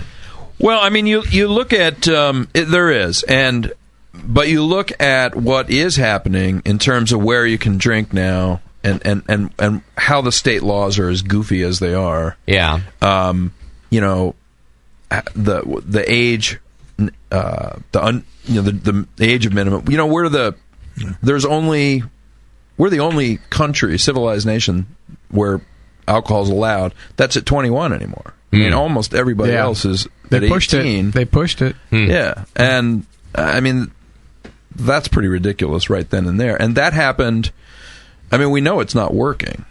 Well, I mean, you you look at um, it, there is, and but you look at what is happening in terms of where you can drink now, and and and and how the state laws are as goofy as they are.
Yeah.
Um, you know, the the age, uh, the un, you know the the age of minimum. You know, we're the there's only we're the only country, civilized nation, where alcohol's allowed. That's at 21 anymore. I mean,
Mm.
almost everybody
Yeah.
else is.
They
at
pushed
18.
it. They pushed it.
Hmm.
Yeah, and uh, I mean, that's pretty ridiculous right then and there. And that happened. I mean, we know it's not working,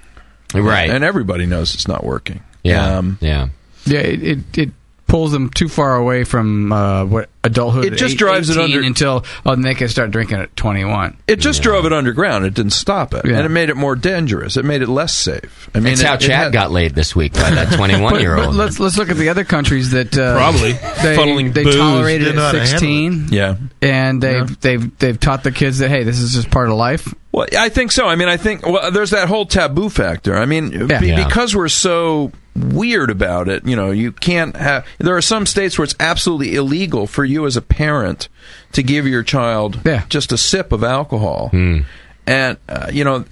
Right.
And everybody knows it's not working.
Yeah.
um,
yeah.
Yeah, it, it, it pulls them too far away from uh, what adulthood.
It just
eight-
drives it
18
under-
until oh, then they can start drinking at twenty one.
It just drove it underground. It didn't stop it, and it made it more dangerous. It made it less safe. I mean,
It's how
it,
Chad got laid this week by that 21-year-old.
Let's let's look at the other countries that uh,
Probably.
they,
Funneling
they
booze.
tolerated
Didn't
it
know how
at
to handle it.
sixteen.
Yeah.
and they've they've they've taught the kids that hey, this is just part of life.
Well, I think so. I mean, I think well, there's that whole taboo factor. I mean,
Yeah.
be-
Yeah.
because we're so weird about it, you know, you can't have. There are some states where it's absolutely illegal for you as a parent to give your child just a sip of alcohol,
Hmm.
and uh, you know.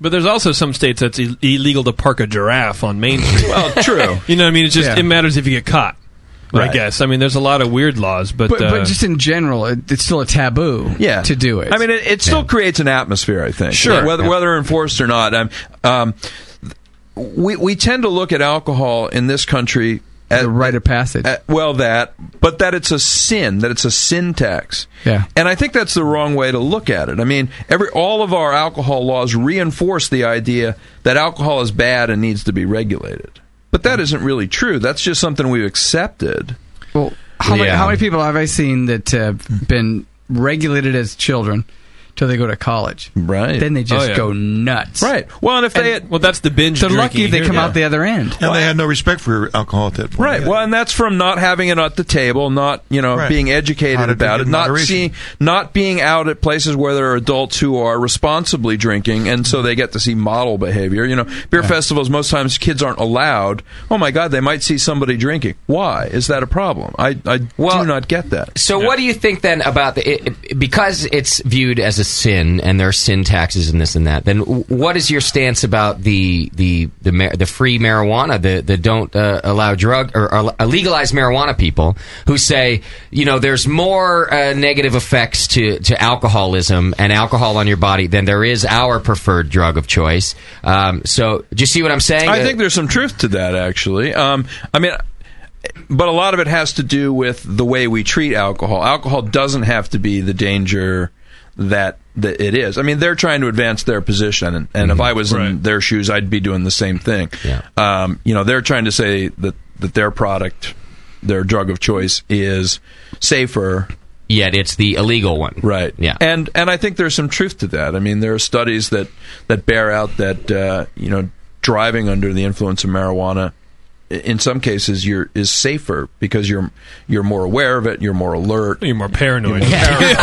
But there's also some states that's Ill- illegal to park a giraffe on Main Street.
well, true.
you know, what I mean, it's just
Yeah.
it matters if you get caught.
Right.
I guess. I mean, there's a lot of weird laws, but,
But,
uh,
but just in general, it, it's still a taboo.
yeah.
to do it.
I mean, it, it still creates an atmosphere. I think,
Sure.
whether
Yeah.
whether enforced or not. Um, um, we we tend to look at alcohol in this country as a
rite of passage.
well, that, but that it's a sin, that it's a sin tax.
Yeah.
And I think that's the wrong way to look at it. I mean, every all of our alcohol laws reinforce the idea that alcohol is bad and needs to be regulated. But that isn't really true. That's just something we've accepted.
Well, How, many,
Yeah. Mm.
how many people have I seen that have been regulated as children till they go to college?
Right.
Then they just
Oh, yeah.
go nuts.
Right. Well, and if they
And
well, that's the binge.
they're lucky if they come out the other end.
And they had no respect for alcohol at that point.
Right. Well, and that's from not having it at the table, not you know
Right.
being
How
educated
to
about
drink
it,
in
not
moderation.
seeing, not being out at places where there are adults who are responsibly drinking, and so they get to see model behavior. You know, beer festivals most times kids aren't allowed. Oh my God, they might see somebody drinking. Why is that a problem? I I do not get that.
So, what do you think then about the it, it- because it's viewed as a sin and there are sin taxes and this and that? Then w- what is your stance about the the the, mar- the free marijuana, the the don't uh, allow drug or, or legalize marijuana people who say you know there's more uh, negative effects to to alcoholism and alcohol on your body than there is our preferred drug of choice. Um, so, do you see what I'm saying?
uh,
I think there's some truth to that, actually. Um, I mean, but a lot of it has to do with the way we treat alcohol. Alcohol doesn't have to be the danger that that it is. I mean, they're trying to advance their position, and, and if
Mm-hmm.
I was in their shoes, I'd be doing the same thing. Um, you know, they're trying to say that that their product, their drug of choice, is safer.
Yet it's the illegal one,
right?
Yeah.
and and I think there's some truth to that. I mean, there are studies that that bear out that uh, you know driving under the influence of marijuana i- in some cases you're is safer because you're you're more aware of it, you're more alert, you're more paranoid.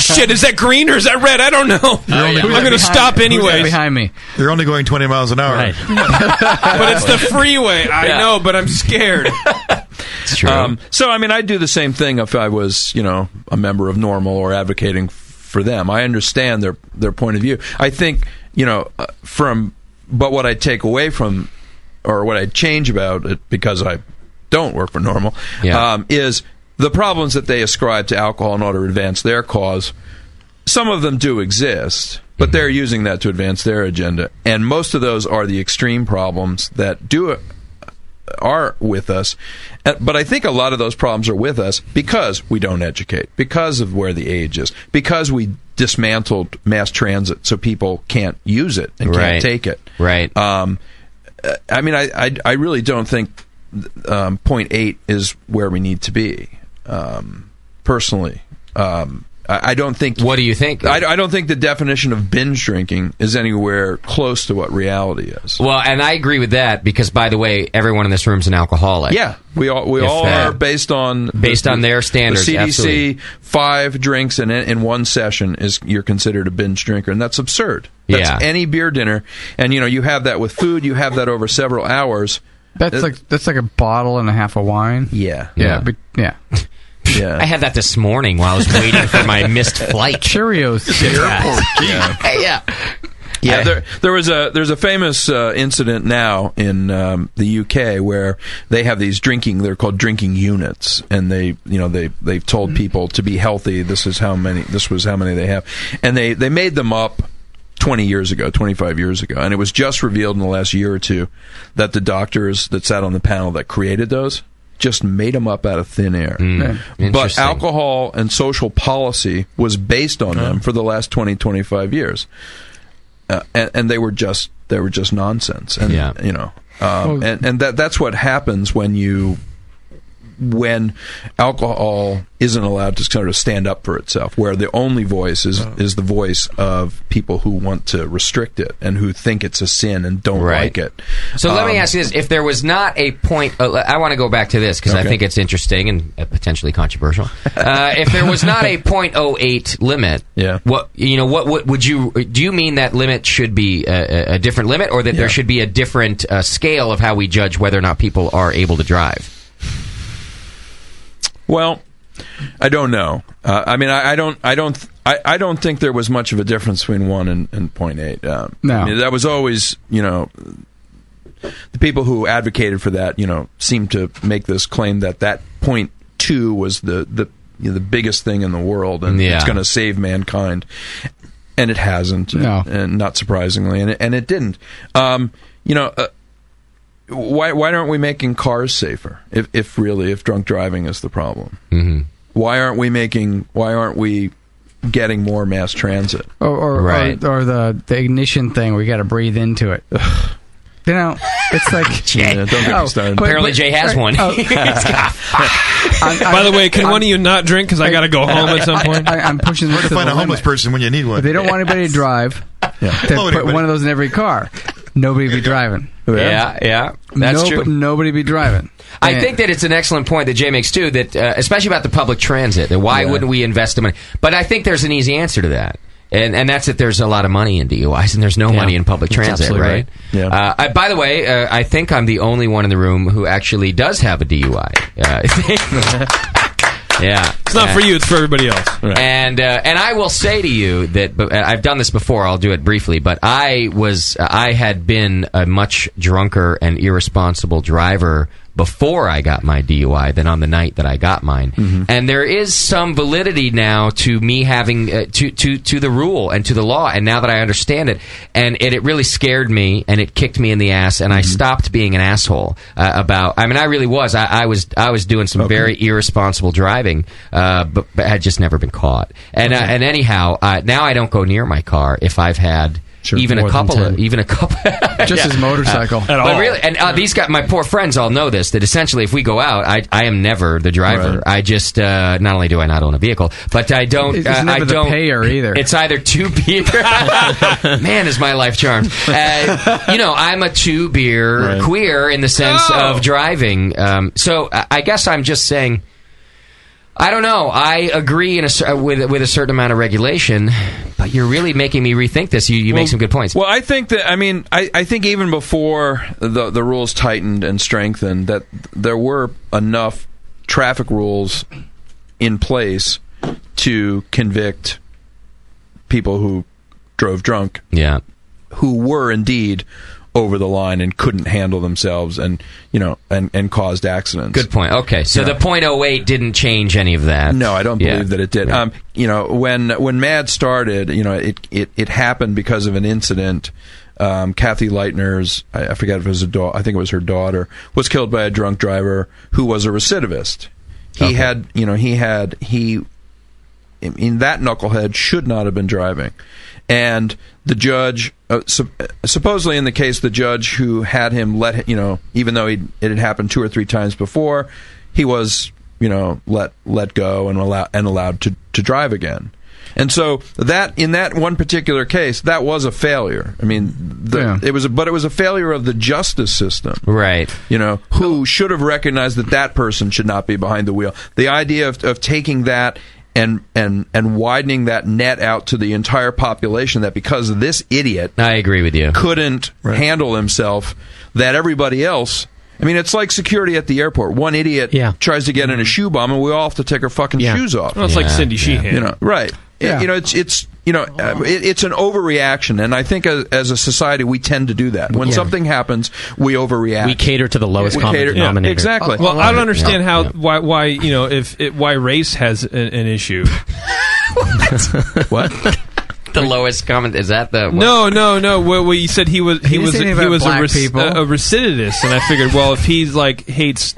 shit, is that green or is that red? I don't know. I'm going to stop anyway.
me?
You're only going 20 miles an hour.
but it's the freeway. I
Yeah.
know, but I'm scared.
Um, so I mean, I'd do the same thing if I was, you know, a member of Normal or advocating f- for them. I understand their their point of view. I think, you know, uh, from but what I take away from or what I change about it because I don't work for Normal
Yeah.
um, is the problems that they ascribe to alcohol in order to advance their cause. Some of them do exist, but they're using that to advance their agenda, and most of those are the extreme problems that do are with us. Uh, But I think a lot of those problems are with us because we don't educate, because of where the age is, because we dismantled mass transit so people can't use it and
Right.
can't take it.
Right.
Um, uh, I mean, I, I, I really don't think um, point eight is where we need to be, um, personally. Um, I I don't think.
What do you think?
I, I don't think the definition of binge drinking is anywhere close to what reality is.
Well, and I agree with that because, by the way, everyone in this room's an alcoholic.
Yeah, we all we
If
all
that-
are based on
Based on their standards,
The CDC
absolutely.
five drinks in in one session is you're considered a binge drinker, and that's absurd. That's
Yeah.
any beer dinner, and you know you have that with food. You have that over several hours.
That's
Uh,
like that's like a bottle and a half of wine.
Yeah,
yeah,
Yeah.
but, yeah.
yeah.
I had that this morning while I was waiting for my missed flight.
Cheerios.
yeah. yeah.
Yeah, Uh, there, there was a there's a famous uh, incident now in um, the UK where they have these drinking they're called drinking units and they you know they they've told people to be healthy this is how many this was how many they have and they they made them up 20 years ago 25 years ago and it was just revealed in the last year or two that the doctors that sat on the panel that created those just made them up out of thin air but
Interesting.
alcohol and social policy was based on them for the last 20 25 years uh, and, and they were just they were just nonsense and
Yeah.
you know um, and, and that that's what happens when you when alcohol isn't allowed to sort of stand up for itself, where the only voice is is the voice of people who want to restrict it and who think it's a sin and don't like it.
So let me
Um,
ask you this: If there was not a point, uh, I want to go back to this because
Okay.
I think it's interesting and uh, potentially controversial. Uh, if there was not a .08 limit, yeah. what you know, what, what would you do? You mean that limit should be a, a- a different limit, or that
Yeah.
there should be a different uh, scale of how we judge whether or not people are able to drive?
Well, I don't know. Uh, I mean, I, I don't. I don't. th- I, I don't think there was much of a difference between one and, and point eight. Um,
No.
I mean, that was always you know the people who advocated for that you know seemed to make this claim that that point two was the the you know, the biggest thing in the world and
Yeah.
it's going to save mankind, and it hasn't.
No.
and, not surprisingly, and it, and it didn't. Um, you know. Uh, why why aren't we making cars safer? If if really if drunk driving is the problem,
Mm-hmm.
why aren't we making why aren't we getting more mass transit?
Or or,
Right.
or, or the, the ignition thing where you got to breathe into it. You know, it's like Oh,
Yeah, don't get me started.
Apparently Jay has one. He's got-
By the way, can one of you not drink? Because I got to go home at some point.
I, am pushing this
Where to
to
find
the
a homeless
limit.
person when you need one.
If they don't want anybody to drive, they
Hello,
put
everybody.
one of those in every car. Nobody'd be driving.
Yeah, yeah, that's
Nob-
true.
Nobody'd be driving.
I
And-
think that it's an excellent point that Jay makes too. That uh, especially about the public transit. That why wouldn't we invest the money? But I think there's an easy answer to that, and and that's that there's a lot of money in DUIs and there's no
Yeah.
money in public
That's
transit,
absolutely
right?
right.
Yeah. Uh, I, by the way, uh, I think I'm the only one in the room who actually does have a DUI. Uh, yeah,
It's not for
Yeah.
you. It's for everybody else.
And uh, and I will say to you that but uh, I've done this before. I'll do it briefly, but I was uh, I had been a much drunker and irresponsible driver before I got my DUI than on the night that I got mine.
Mm-hmm.
And there is some validity now to me having uh, to to to the rule and to the law. And now that I understand it, and it, it really scared me and it kicked me in the ass, and I
Mm-hmm.
stopped being an asshole uh, about. I mean, I really was. I, I was I was doing some very irresponsible driving, uh, but, but had just never been caught. And uh, and anyhow, uh, now I don't go near my car if I've had. even a
more than
couple
10.
of even a couple
Just his motorcycle.
but really and uh, these guys my poor friends all know this that essentially if we go out I, I am never the driver I just uh, not only do I not own a vehicle but I don't
It's
uh,
never
I
the
don't
payer either.
it's either two beer man is my life charmed uh, you know I'm a two beer queer in the sense of driving um, so I I guess I'm just saying I don't know. I agree in a, cer- uh, with with a certain amount of regulation, but you're really making me rethink this. You, you make some good points.
Well, I think that I mean I, I think even before the the rules tightened and strengthened that there were enough traffic rules in place to convict people who drove drunk.
Yeah.
Who were indeed over the line and couldn't handle themselves and you know and and caused accidents.
Good point. Okay, so
Yeah.
the .08 didn't change any of that.
No, I don't
Yeah.
believe that it did. Um, you know, when when Mad started, you know, it it, it happened because of an incident. Um, Kathy Leitner's, I, I forget if it was a daughter, I think it was her daughter, was killed by a drunk driver who was a recidivist. He had, you know, he had he in- in that knucklehead should not have been driving. And the judge, uh, sup- supposedly in the case, the judge who had him let, hi- you know, even though he'd, it had happened two or three times before, he was, you know, let let go and allow and allowed to to drive again. And so that in that one particular case, that was a failure. I mean, the, it was, a, but it was a failure of the justice system,
right?
You know, who should have recognized that that person should not be behind the wheel. The idea of, of taking that and and and widening that net out to the entire population that because this idiot,
I agree with you,
couldn't handle himself, that everybody else. I mean, it's like security at the airport. One idiot tries to get in a shoe bomb, and we all have to take our fucking shoes off.
Well, it's like Yeah, Cindy yeah. Sheehan.
You know, right? You know, it's it's you know, uh, it, it's an overreaction, and I think as, as a society we tend to do that. When
Yeah.
something happens, we overreact.
We cater to the lowest
We
common
cater- yeah,
denominator.
exactly.
Well, I don't understand how why why you know if it, why race has an, an issue.
what?
The lowest comment is that the
No, no, no. Well, well, you said he was he,
didn't
was
say
he
anything about
was a,
black
rec-
people.
a, a recidivist, and I figured, well, if he's like hates.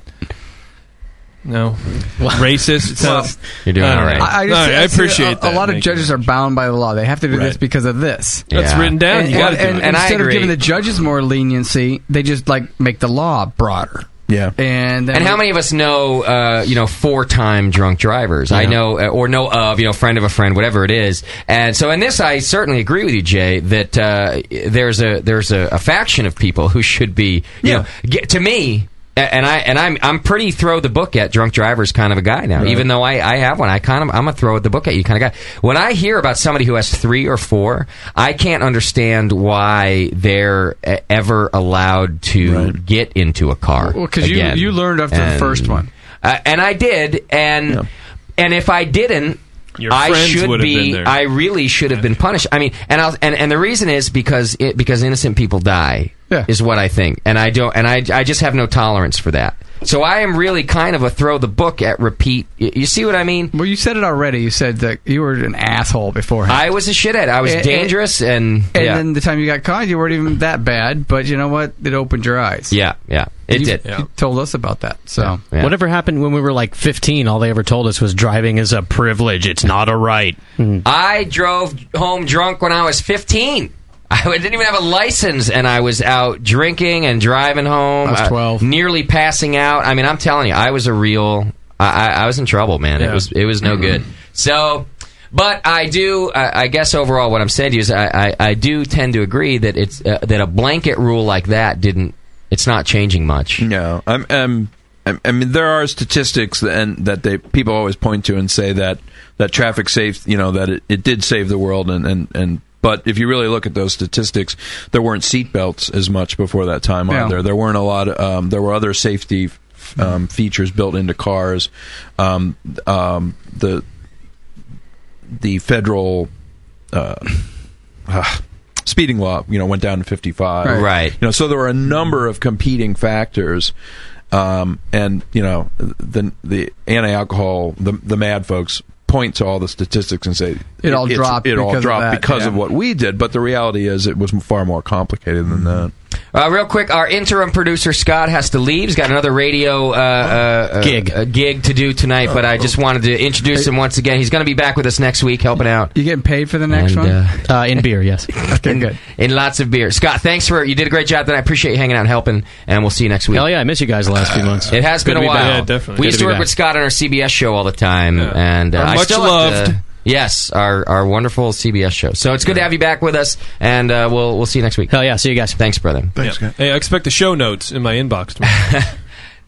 No, racist. It sounds,
You're doing
I don't
all right.
know.
I, I,
All
just,
right, I appreciate
a,
that.
A lot of
Thank
judges are bound by the law. They have to do this
Right.
because of this.
That's Yeah. written down.
And,
You gotta do
and-
it.
and
And I
instead of
agree.
giving the judges more leniency, they just like make the law broader.
Yeah.
And then
And how many of us know, uh, you know, four-time drunk drivers? I know, uh, or know of, you know, friend of a friend, whatever it is. And so, in this, I certainly agree with you, Jay, that uh, there's a there's a, a faction of people who should be, you know, get, to me. a- And I and I'm I'm pretty throw the book at drunk drivers kind of a guy now. Even though I, I have one, I kind of I'm a throw at the book at you kind of guy. When I hear about somebody who has three or four, I can't understand why they're uh, ever allowed to get into a car.
Well, 'cause you-
again.
you learned after the first one.
Uh, and I did, and and if I didn't,
Your
I
friends
should
would have
be.
been there.
I really should have been punished. I mean, and I'll, and and the reason is because it, because innocent people die.
Yeah.
is what I think, and I don't, and I I just have no tolerance for that. So I am really kind of a throw the book at repeat. You you see what I mean?
Well, you said it already. You said that you were an asshole beforehand.
I was a shithead. I was
And- and-
dangerous, and,
and
yeah,
then the time you got caught, you weren't even that bad. But you know what? It opened your eyes.
yeah, yeah. It
You-
did.
You told us about that. So
Whatever happened when we were like 15, all they ever told us was driving is a privilege. It's not a right.
Hmm.
Mm.
I drove home drunk when I was 15. I didn't even have a license, and I was out drinking and driving home.
I was
uh,
12.
nearly passing out. I mean, I'm telling you, I was a real. I, I, I was in trouble, man. It
Yeah. Mm-hmm.
was it was no good. So, but I do. I, I guess overall, what I'm saying to you is, I, I, I do tend to agree that it's uh, that a blanket rule like that didn't. It's not changing much.
No, I'm, I'm, I'm, I mean, there are statistics that, and that they people always point to and say that that traffic saved, you know, that it, it did save the world, and and and. But if you really look at those statistics, there weren't seatbelts as much before that time
Yeah.
either. There weren't a lot. Of, um, there were other safety um, features built into cars. Um, um, the the federal uh, ah, speeding law, you know, went down to 55.
Right. Right.
You know, so there were a number of competing factors. Um, and you know the the anti-alcohol the the mad folks point to all the statistics and say
It all
it's-
dropped
it all
because of
dropped
that,
because
yeah.
of what we did but the reality is it was far more complicated
Mm-hmm.
than that
Uh, real quick, our interim producer Scott has to leave. He's got another radio uh, uh, gig uh, gig to do tonight, but I just wanted to introduce him once again. He's going to be back with us next week, helping out.
You getting paid for the next
And,
one?
uh,
in beer, yes.
okay, good.
In lots of beer. Scott, thanks for you did a great job. Then I appreciate you hanging out and helping, and we'll see you next week. Hell
yeah, I miss you guys the last few months.
It has
Good
been
to be
a while.
back. Yeah, definitely.
We
Good
used
to
to
be
work
back.
with Scott on our CBS show all the time, and uh,
Our
I
much
still have
loved-
to- yes, our our wonderful CBS show. So it's good to have you back with us, and uh, we'll we'll see you next week.
Hell yeah, see you guys.
Thanks, brother.
Yeah. Hey, I expect the show notes in my inbox tomorrow.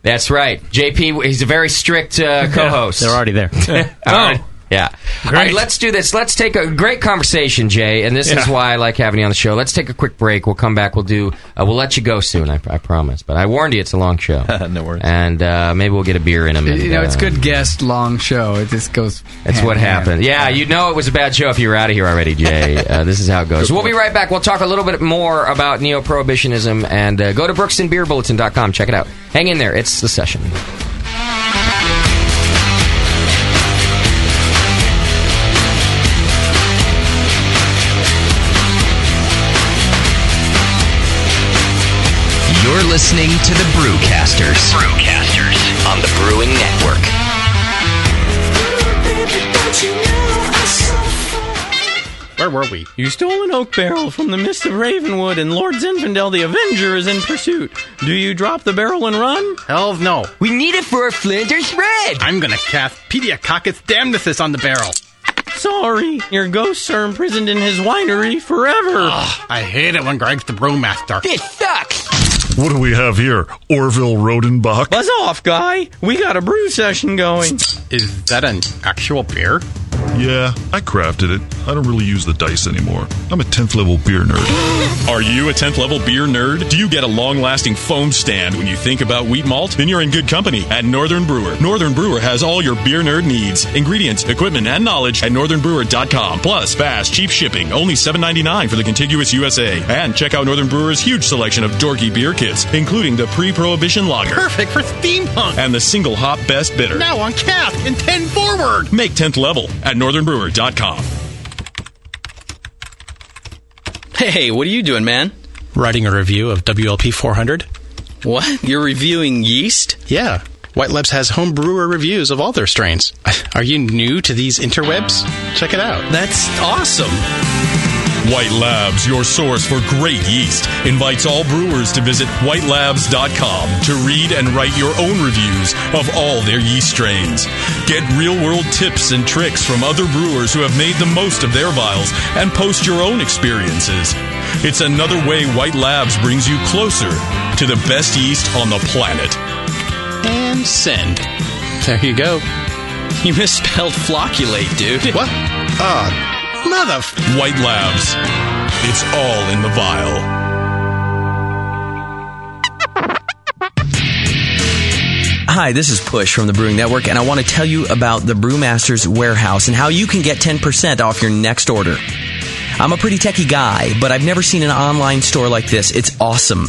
That's right. JP, he's a very strict uh, co-host.
They're already there.
Oh.
All right. Yeah. All right, let's do this. Let's take a great conversation, Jay, and this is
Yeah.
why I like having you on the show. Let's take a quick break. We'll come back. We'll do. Uh, we'll let you go soon. I, I promise. But I warned you, it's a long show. no worries. And uh, maybe we'll get a beer in a minute. Uh,
You know, it's good guest long show. It just goes.
That's
hand
what
in hand.
happened. Yeah, you know it was a bad show if you were out of here already, Jay. Uh, this is how it goes. We'll be right back. We'll talk a little bit more about neo-prohibitionism and uh, go to brooksonbeerbulletin.com. Check it out. Hang in there. It's the session.
You're listening to the Brewcasters. Brewcasters on the Brewing Network.
Where were we? You stole an oak barrel from the mist of Ravenwood, and Lord Zinfandel the Avenger is in pursuit. Do you drop the barrel and run? Hell no. We need it for a Flinders Red! I'm gonna cast Pediococcus damnithus on the barrel. Sorry, your ghosts are imprisoned in his winery forever. I hate it when Greg's the brewmaster. This sucks!
What do we have here? Orville Rodenbach?
Buzz off, guy! We got a brew session going. Is that an actual beer?
Yeah, I crafted it. I don't really use the dice anymore. I'm a 10th level beer nerd.
Are you a 10th level beer nerd? Do you get a long lasting foam stand when you think about wheat malt? Then you're in good company at Northern Brewer. Northern Brewer has all your beer nerd needs, ingredients, equipment, and knowledge at northernbrewer.com. Plus, fast, cheap shipping, only $7.99 for the contiguous USA. And check out Northern Brewer's huge selection of dorky beer kits, including the pre prohibition lager.
Perfect for steampunk!
And the single hop best bitter.
Now on cast and 10 forward!
Make 10th level at northernbrewer.com.
Hey, what are you doing, man?
Writing a review of WLP 400?
What? You're reviewing yeast?
Yeah. White Labs has home brewer reviews of all their strains. Are you new to these interwebs? Check it out.
That's awesome.
White Labs, your source for great yeast, invites all brewers to visit whitelabs.com to read and write your own reviews of all their yeast strains. Get real world tips and tricks from other brewers who have made the most of their vials and post your own experiences. It's another way White Labs brings you closer to the best yeast on the planet.
And send. There you go. You misspelled flocculate, dude. What? Ah, mother.
White Labs. It's all in the vial.
Hi, this is Push from the Brewing Network, and I want to tell you about the Brewmaster's Warehouse and how you can get 10% off your next order. I'm a pretty techie guy, but I've never seen an online store like this. It's awesome.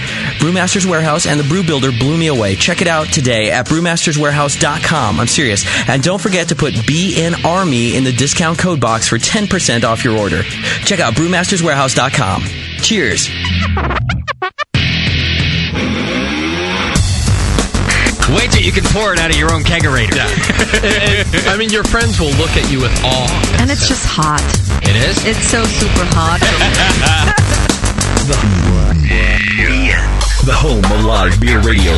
Brewmasters Warehouse and the Brew Builder blew me away. Check it out today at brewmasterswarehouse.com. I'm serious. And don't forget to put BN Army E in the discount code box for 10% off your order. Check out brewmasterswarehouse.com. Cheers.
Wait till you can pour it out of your own kegerator.
I mean, your friends will look at you with awe.
And it's just hot.
It is?
It's so super hot.
The home of live beer radio.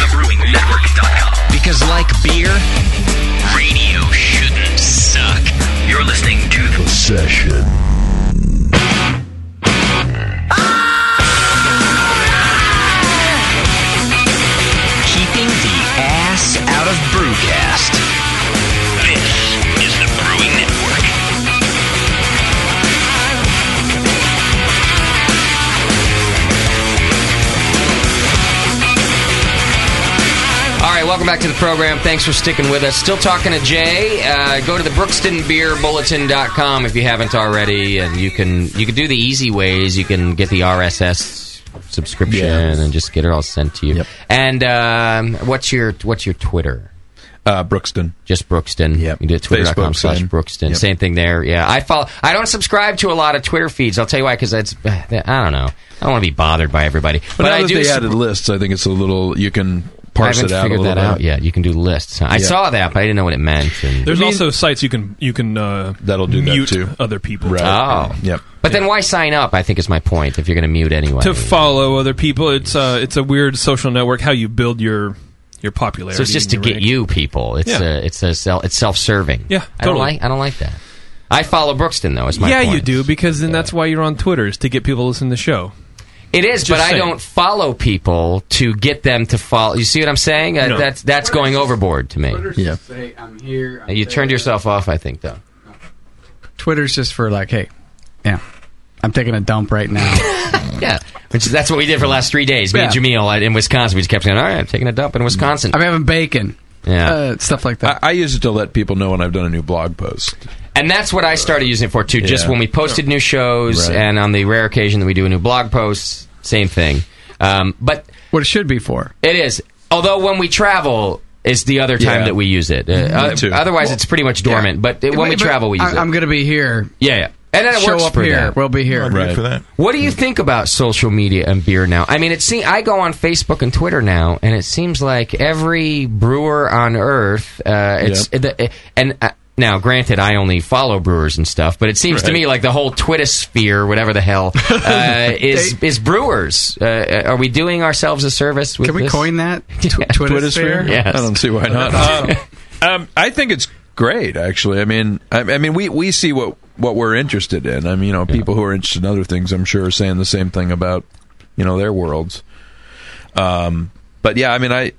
TheBrewingNetwork.com. Because like beer, radio shouldn't suck. You're listening to The Session. Keeping the ass out of brewcast. This is The Brewing Network.
All right, welcome back to the program. Thanks for sticking with us. Still talking to Jay. Uh, go to the BrookstonBeerBulletin.com if you haven't already, and you can you can do the easy ways. You can get the RSS subscription and just get it all sent to you. And um, what's your what's your Twitter?
Uh, Brookston.
Just Brookston. Yeah. You do it twitter.com
Facebook,
slash
same.
Brookston.
Yep.
Same thing there. Yeah. I follow. I don't subscribe to a lot of Twitter feeds. I'll tell you why because that's I don't know. I don't want to be bothered by everybody.
But, now
I
that
do.
they
sub-
added lists, I think it's a little you can
I
parse
haven't
it out. a
figured
little
that out
bit.
yet. You can do lists. I
Yeah.
saw that, but I didn't know what it meant. And
There's also sites you can you can uh,
that'll do
mute
that too.
other people.
Oh, But then why sign up? I think is my point. If you're going to mute anyway,
to follow other people. It's uh, it's a weird social network. How you build your your popularity.
so it's just to
and your
get you people. It's
Yeah.
a, it's a self, it's self serving.
Yeah,
I don't
totally.
like I don't like that. I follow Brookston though. Is my
yeah,
point.
you do because then that's why you're on Twitter is to get people to listen to the show.
It is,
Just
but I
saying.
don't follow people to get them to follow. You see what I'm saying? Uh,
No.
That's that's going overboard to me. Yeah.
Say, I'm here.
You turned yourself off, I think, though.
Twitter's just for like, hey, yeah, I'm taking a dump right now.
yeah. Which is, that's what we did for the last three days. Me and
Yeah.
Jamil uh, in Wisconsin, we just kept saying, "All right, I'm taking a dump in Wisconsin."
I'm having bacon.
Yeah.
Uh, stuff like that.
I, I use it to let people know when I've done a new blog post.
And that's what I started using it for too. Just
Yeah.
when we posted new shows,
Right.
and on the rare occasion that we do a new blog post, same thing. Um, but
what it should be for,
it is. Although when we travel, is the other time
Yeah.
that we use it. Uh,
Mhm.
oth-
Me too.
Otherwise,
Well,
it's pretty much dormant. But uh, when we
But
travel, we use
I,
it.
I'm going to be here.
yeah, yeah. And then it
Show
works
up
for
here.
that.
We'll be here. I'm ready for that.
What do you think about social media and beer now? I mean, it see, I go on Facebook and Twitter now, and it seems like every brewer on earth. Uh, it's the, and uh, now, granted, I only follow brewers and stuff, but it seems to
Right.
me like the whole Twittosphere, whatever the hell, uh, is is brewers. Uh, are we doing ourselves a service? With
Can we
this?
coin that? Tw- Twittersphere?
Yes.
I don't see why not. um, um, I think it's great, actually. I mean, I, I mean, we, we see what, what we're interested in. I mean, you know, people who are interested in other things, I'm sure, are saying the same thing about you know their worlds. Um, but yeah, I mean, I.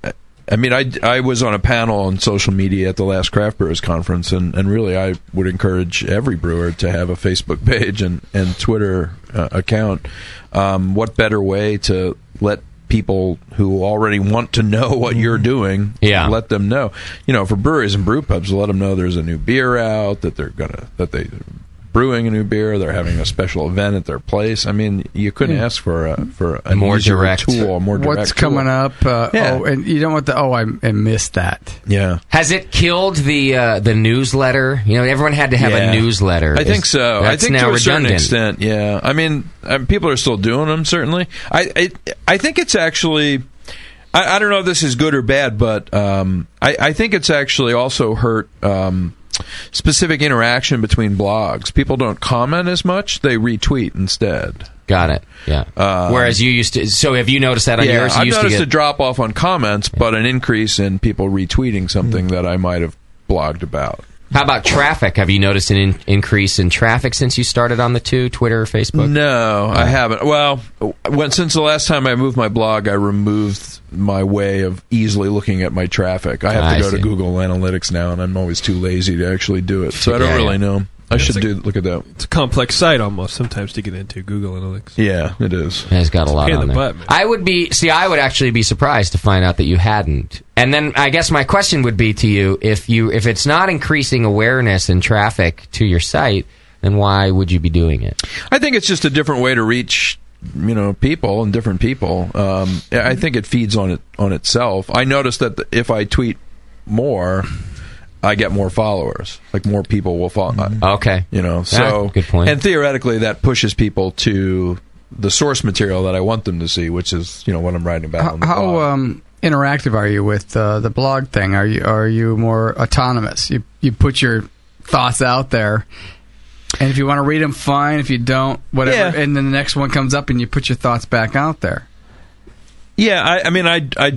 I mean, I, I was on a panel on social media at the last Craft Brewers Conference, and, and really I would encourage every brewer to have a Facebook page and, and Twitter uh, account. Um, what better way to let people who already want to know what you're doing. Yeah. Let them know. You know, for breweries and brew pubs, let them know there's a new beer out that they're gonna that they brewing a new beer. They're having a special event at their place. I mean, you couldn't
Yeah.
ask for a, for a
More
easier
direct.
tool, a more direct.
What's coming
tool.
up? Uh,
Yeah.
Oh, and you don't want the. Oh, I, I missed that.
Yeah.
Has it killed the uh, the newsletter? You know, everyone had to have
Yeah.
a newsletter.
I think
Is-
so. I
That's
think
now
to a certain
redundant.
extent, yeah. I mean, uh, people are still doing them. Certainly, I I, I think it's actually. I, I don't know if this is good or bad, but um, I, I think it's actually also hurt um, specific interaction between blogs. People don't comment as much; they retweet instead. Um,
Got it. Yeah. Whereas you used to. So have you noticed that on
yeah,
yours? You
I've
used to
noticed
get-
a drop off on comments, but an increase in people retweeting something that I might have blogged about.
Hmm. How about traffic? Have you noticed an in- increase in traffic since you started on the two Twitter, Facebook?
No, I haven't. Well, when, since the last time I moved my blog, I removed my way of easily looking at my traffic. I have to
I
go
see.
to Google Analytics now, and I'm always too lazy to actually do it. So I don't
Yeah,
really
yeah.
know. I
Yeah,
should
it's
do look at that.
It's a complex site almost sometimes to get into Google Analytics.
Yeah, it is.
It's got a lot
pain in
on
the
there.
butt,
I would be see. I would actually be surprised to find out that you hadn't. And then I guess my question would be to you: if you if it's not increasing awareness and traffic to your site, then why would you be doing it?
I think it's just a different way to reach you know people and different people. Um, I think it feeds on it on itself. I noticed that if I tweet more, I get more followers. Like more people will follow.
Okay,
you know. So
Ah, good point.
And theoretically, that pushes people to the source material that I want them to see, which is you know what I'm writing about. on the blog.
How um, interactive are you with uh, the blog thing? Are you are you more autonomous? You you put your thoughts out there, and if you want to read them, fine. If you don't, whatever. And then the next one comes up, and you put your thoughts back out there.
Yeah, I, I mean, I, I,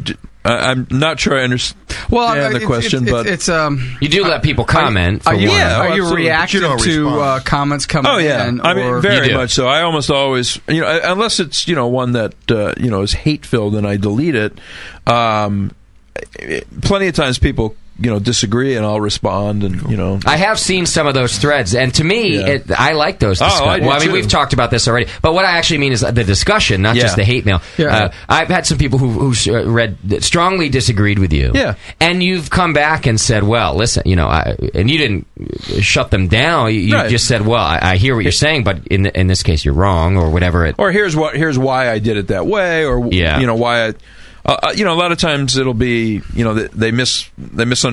am not sure I understand
Well, I-
the
it's-
question,
it's-
but oh,
it's, um,
You do let people
are you-
comment.
Are
for
you,
one.
are you
absolutely.
reactive
But you
to
don't
uh, comments coming
oh yeah,
in?
I mean,
or-
very much so. I almost always, you know, unless it's you know one that uh, you know is hate filled and I delete it. Um, it- plenty of times people you know disagree and I'll respond and you know
I have seen some of those threads, and to me,
Yeah.
it, I like those.
Oh,
Discuss-
I do
well, I mean,
too.
we've talked about this already, but what I actually mean is the discussion, not
Yeah.
just the hate mail.
Yeah.
Uh, I've had some people who, who uh, read that strongly disagreed with you,
Yeah.
and you've come back and said, "Well, listen, you know," I, and you didn't uh, shut them down. You, you
Right.
just said, "Well, I, I hear what you're saying, but in in this case, you're wrong," or whatever. It
or here's what here's why I did it that way, or
Yeah.
you know why I, uh, uh, you know a lot of times it'll be you know they, they mis they misunder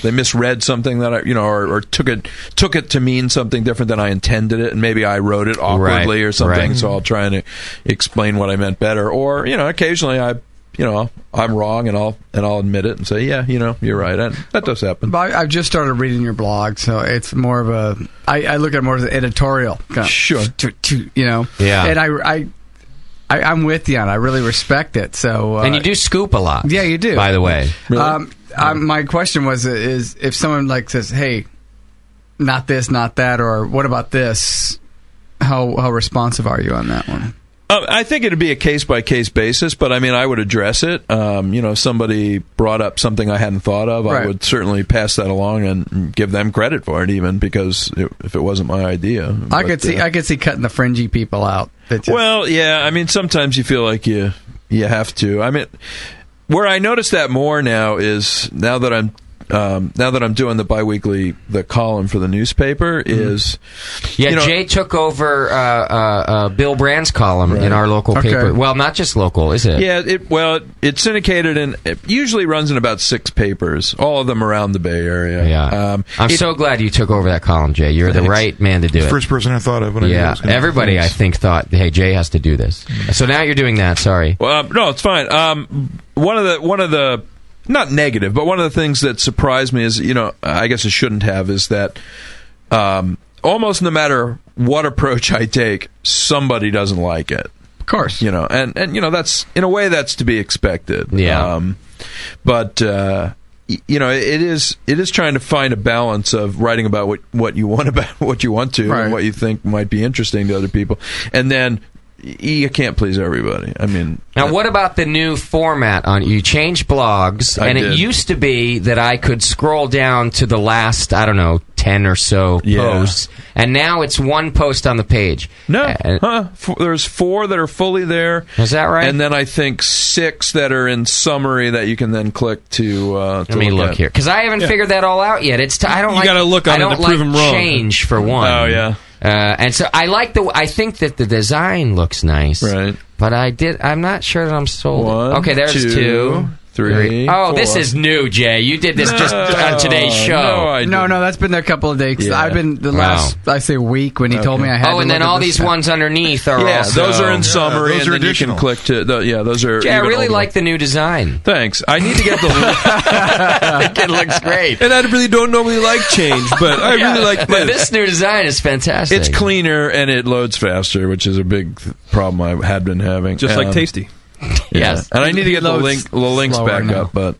they misread something that I you know or, or took it took it to mean something different than I intended it, and maybe I wrote it awkwardly
Right,
or something.
right.
So I'll try and e, explain what I meant better, or you know occasionally I you know I'm wrong and I'll and I'll admit it and say yeah you know you're right and that does happen.
But I- I've just started reading your blog, so it's more of a. I, I look at it more as an editorial. Kind of,
sure.
To, to, you know.
Yeah.
And I, I, I, I'm with you on. it. I really respect it. So. Uh,
and you do scoop a lot.
Yeah, you do.
By the way,
Um, um, my question was: is if someone like says, "Hey, not this, not that," or "What about this?" How how responsive are you on that one?
Um, I think it'd be a case by case basis, but I mean, I would address it. Um, you know, if somebody brought up something I hadn't thought of, I
Right.
would certainly pass that along and give them credit for it, even because it, if it wasn't my idea.
I
But,
could see
uh,
I could see cutting the fringy people out. That just-
well, yeah. I mean, sometimes you feel like you you have to. I mean, where I notice that more now is now that I'm um, now that I'm doing the biweekly the column for the newspaper
Mm-hmm.
is
Yeah,
you know,
Jay took over uh, uh, uh, Bill Brand's column in our local
Okay.
paper. Well, not just local, is it?
Yeah, it, well, it, it's syndicated and it usually runs in about six papers, all of them around the Bay Area. Yeah, um,
I'm
it-
so glad you took over that column, Jay. You're the
Thanks.
right man to do it.
First person I thought of when I knew it
yeah,
was gonna-
everybody I
Thanks.
think thought, hey, Jay has to do this.
Mm-hmm.
So now you're doing that. Sorry.
Well, um, no, it's fine. Um, one of the one of the not negative, but one of the things that surprised me is you know I guess it shouldn't have is that um, almost no matter what approach I take, somebody doesn't like it. Of
course,
you know, and and you know that's in a way that's to be expected. Yeah, um, but. Uh, y- you know, it is it is trying to find a balance of writing about what, what you want about what you want to
Right.
and what you think might be interesting to other people, and then y- you can't please everybody. I mean,
Now, what about the new format on you changed blogs,
I
and it
did.
used to be that I could scroll down to the last, I don't know, 10 or so posts, and now it's one post on the page. Uh,
No. huh? Four, there's four that are fully there.
Is that right?
And then I think six that are in summary that you can then click to. Uh, to
Let me look
at.
here because I haven't
Yeah.
figured that all out yet. It's t- I don't
You
like
gotta look on
I
it
don't
to prove
like
'em wrong.
change for one.
Oh, yeah.
Uh, and so I like the. I think that the design looks nice. Right. But I did. I'm not sure that I'm sold.
One,
okay, there's
two,
two,
three,
Oh, this
four.
is new, Jay. You did this just on today's show.
no, no, that's been there a couple of days.
Yeah.
I've been the
Wow.
last, I say, week when he told me I had. to
Oh, and
look
then
at
all
this
these
stuff.
ones underneath are
yeah,
also.
those are in summary, and then you can click to. The, yeah, those are.
Jay, I
even
really
older.
like the new design.
Thanks. I need to get the.
it looks great.
And I really don't normally like change, but I
Yeah,
really like
But
this.
this new design is fantastic.
It's cleaner and it loads faster, which is a big th- problem I had been having.
Just like Tasty.
yeah.
Yes.
and I need to get the
Loads
link, the links
slower
back
now.
up. But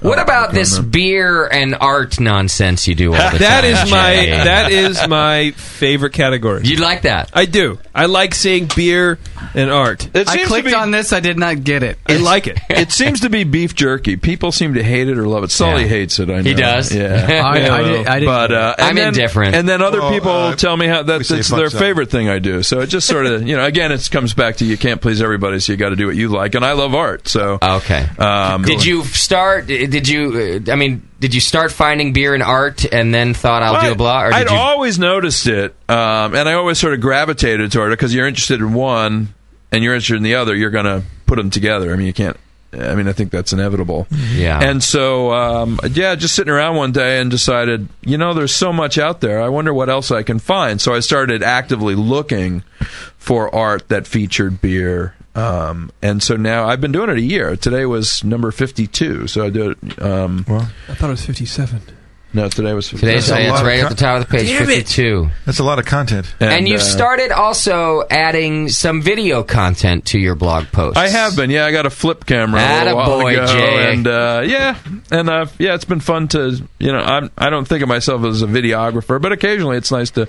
What about this beer and art nonsense you do all the
That
time?
is my
Jay?
that is my favorite category.
You like that?
I do. I like seeing beer and art.
I clicked on this. I did not get it.
I like it.
it seems to be beef jerky. People seem to hate it or love it. Sully
Yeah.
hates it. I know.
He does?
Yeah,
I- I did- I didn't-
But uh,
I'm
and then-
indifferent.
And then other
Well,
people
uh,
tell me how
we
that,
say
that's
fuck
their
something.
favorite thing I do. So it just sort of you know again it comes back to you can't please everybody, so you got to do what you like. And I love art. So
okay.
Um,
Did you start? Did you? uh, I mean, did you start finding beer and art, and then thought I'll do a blog? Or
I'd
did you?
always noticed it, um, and I always sort of gravitated toward it because you're interested in one and you're interested in the other. You're going to put them together. I mean, you can't. I mean, I think that's inevitable.
Yeah.
And so, um, yeah, just sitting around one day and decided, you know, there's so much out there. I wonder what else I can find. So I started actively looking for art that featured beer. Um, and so now I've been doing it a year. Today was number 52. So I did it. Um,
I thought it was fifty seven.
no, today was
Today's
That's a
it's
lot of
right at
con-
the top of the page,
Damn it.
fifty-two.
That's a lot of content.
And, you've
uh,
started also adding some video content to your blog posts.
I have been. Yeah, I got a flip camera a little while
Attaboy,
ago,
Jay.
and uh, yeah, and uh, yeah, it's been fun to you know. I'm I don't think of myself as a videographer, but occasionally it's nice to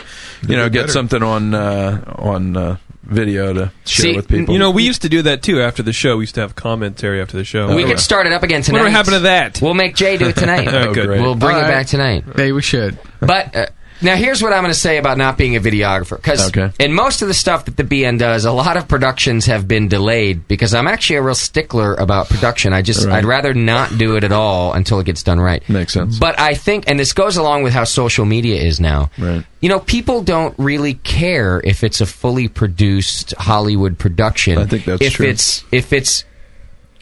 you know get
better.
something on uh, on uh, video to share with people.
You know, we used to do that too after the show. We used to have commentary after the show.
We could start it up again tonight.
Whatever happened to that?
We'll make Jay do it tonight.
Oh, good.
We'll bring
All
it
right.
back tonight.
They we should.
But uh, now here's what I'm going to say about not being a videographer. Because in most of the stuff that the BN does, a lot of productions have been delayed because I'm actually a real stickler about production. I just
Right.
I'd rather not do it at all until it gets done right.
Makes sense.
But I think, and this goes along with how social media is now. Right. You know, people don't really care if it's a fully produced Hollywood production.
I think that's
if
true.
it's if it's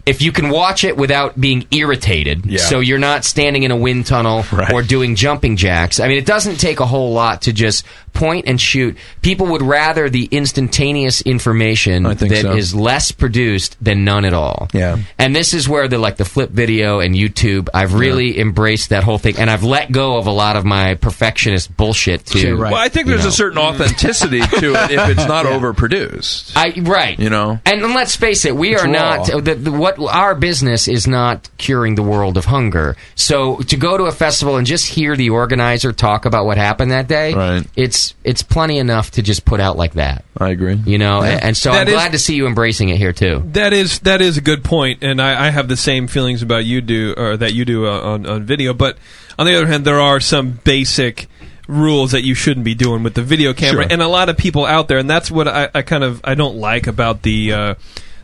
if you can watch it without being irritated,
Yeah.
so you're not standing in a wind tunnel or doing jumping jacks. I mean, it doesn't take a whole lot to just point and shoot. People would rather the instantaneous information that
think
is
so.
less produced than none at all.
Yeah.
And this is where the like the flip video and YouTube, I've really embraced that whole thing and I've let go of a lot of my perfectionist bullshit too.
Well, I think there's
you
a
know.
certain
Mm.
authenticity to it if it's not overproduced.
I right.
You know,
And let's face it, we
It's
are not
raw.
the, the, what our business is not curing the world of hunger. So to go to a festival and just hear the organizer talk about what happened that day, right. it's it's plenty enough to just put out like that.
I agree.
You know,
Yeah.
and, and so
That
I'm
is-
glad to see you embracing it here too.
That is that is a good point, and I, I have the same feelings about you do or that you do uh, on on video. But on the other hand, there are some basic rules that you shouldn't be doing with the video camera,
Sure.
and a lot of people out there, and that's what I, I kind of I don't like about the. Uh,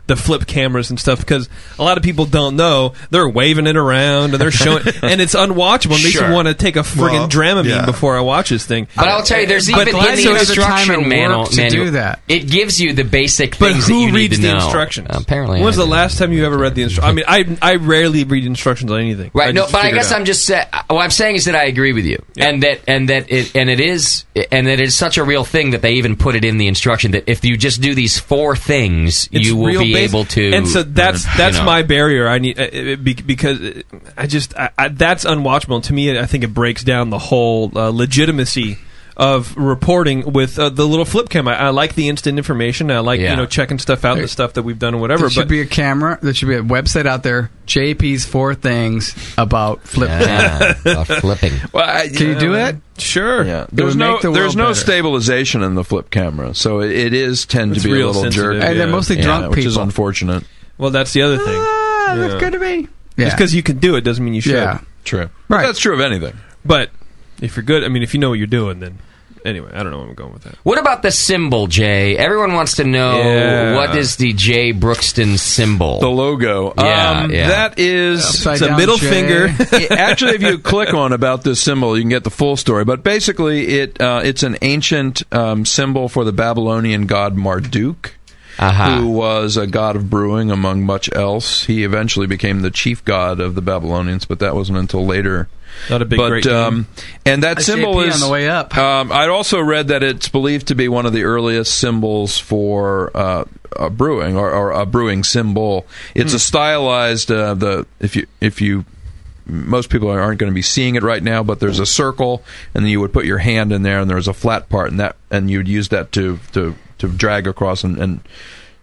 the flip cameras and stuff because a lot of people don't know they're waving it around and they're showing and it's unwatchable. It makes
Sure.
you want to take a friggin'
Well,
Dramamine
yeah.
before I watch this thing.
But I'll tell you, there's
But
even
glad
in
so
the
it's-
instruction manual, manual- It gives you the basic
But
things
who
that you
reads
need to
the
know.
instructions?
Apparently,
When's
I
the last time you ever read the instructions? I mean, I I rarely read instructions on anything.
Right. no,
just
but I
figure it
guess
out.
I'm just saying. What I'm saying is that I agree with you, and that and that it and it is and that it's such a real thing that they even put it in the instruction that if you just do these four things,
It's
you will
real
be
basic.
able to.
And so that's
you
that's
know.
my barrier. I need uh, uh, be- because uh, I just I, I, that's unwatchable. To me, I think it breaks down the whole uh, legitimacy of reporting with uh, the little flip cam. I, I like the instant information. I like you know checking stuff out, the stuff that we've done and whatever.
There should
But
be a camera. There should be a website out there. JP's four things about flip.
Yeah, about
Ah, flipping.
Well, I,
Can you do it?
uh, Sure.
Yeah.
It
There's
would
no
make the world
there's no
better.
stabilization in the flip camera, so it, it is tend
It's
to be a
real
little
sensitive,
jerky.
And they're
yeah.
mostly
Yeah,
drunk
which is
people.
unfortunate.
well, that's the other thing. Yeah.
Ah, to me.
Just because you can do it doesn't mean you should.
Yeah.
True. Right. That's true of anything.
But if you're good, I mean, if you know what you're doing, then anyway, I don't know where I'm going with that.
What about the symbol, Jay? Everyone wants to know
Yeah.
what is the Jay Brookston symbol? The
logo.
Yeah,
Um,
Uh, yeah.
That is
Upside down J.
It- Actually, if you click on about this symbol, you can get the full story. But basically, it uh, it's an ancient um, symbol for the Babylonian god Marduk. Who was a god of brewing, among much else. He eventually became the chief god of the Babylonians, but that wasn't until later.
Not a big
but,
great
um, and that
A
symbol
JP on
is
the way
up. Um, I'd also read that it's believed to be one of the earliest symbols for uh, uh, brewing or, or a brewing symbol. It's a stylized uh, the if you if you most people aren't going to be seeing it right now, but there's a circle, and then you would put your hand in there, and there's a flat part, and that and you'd use that to to to drag across and and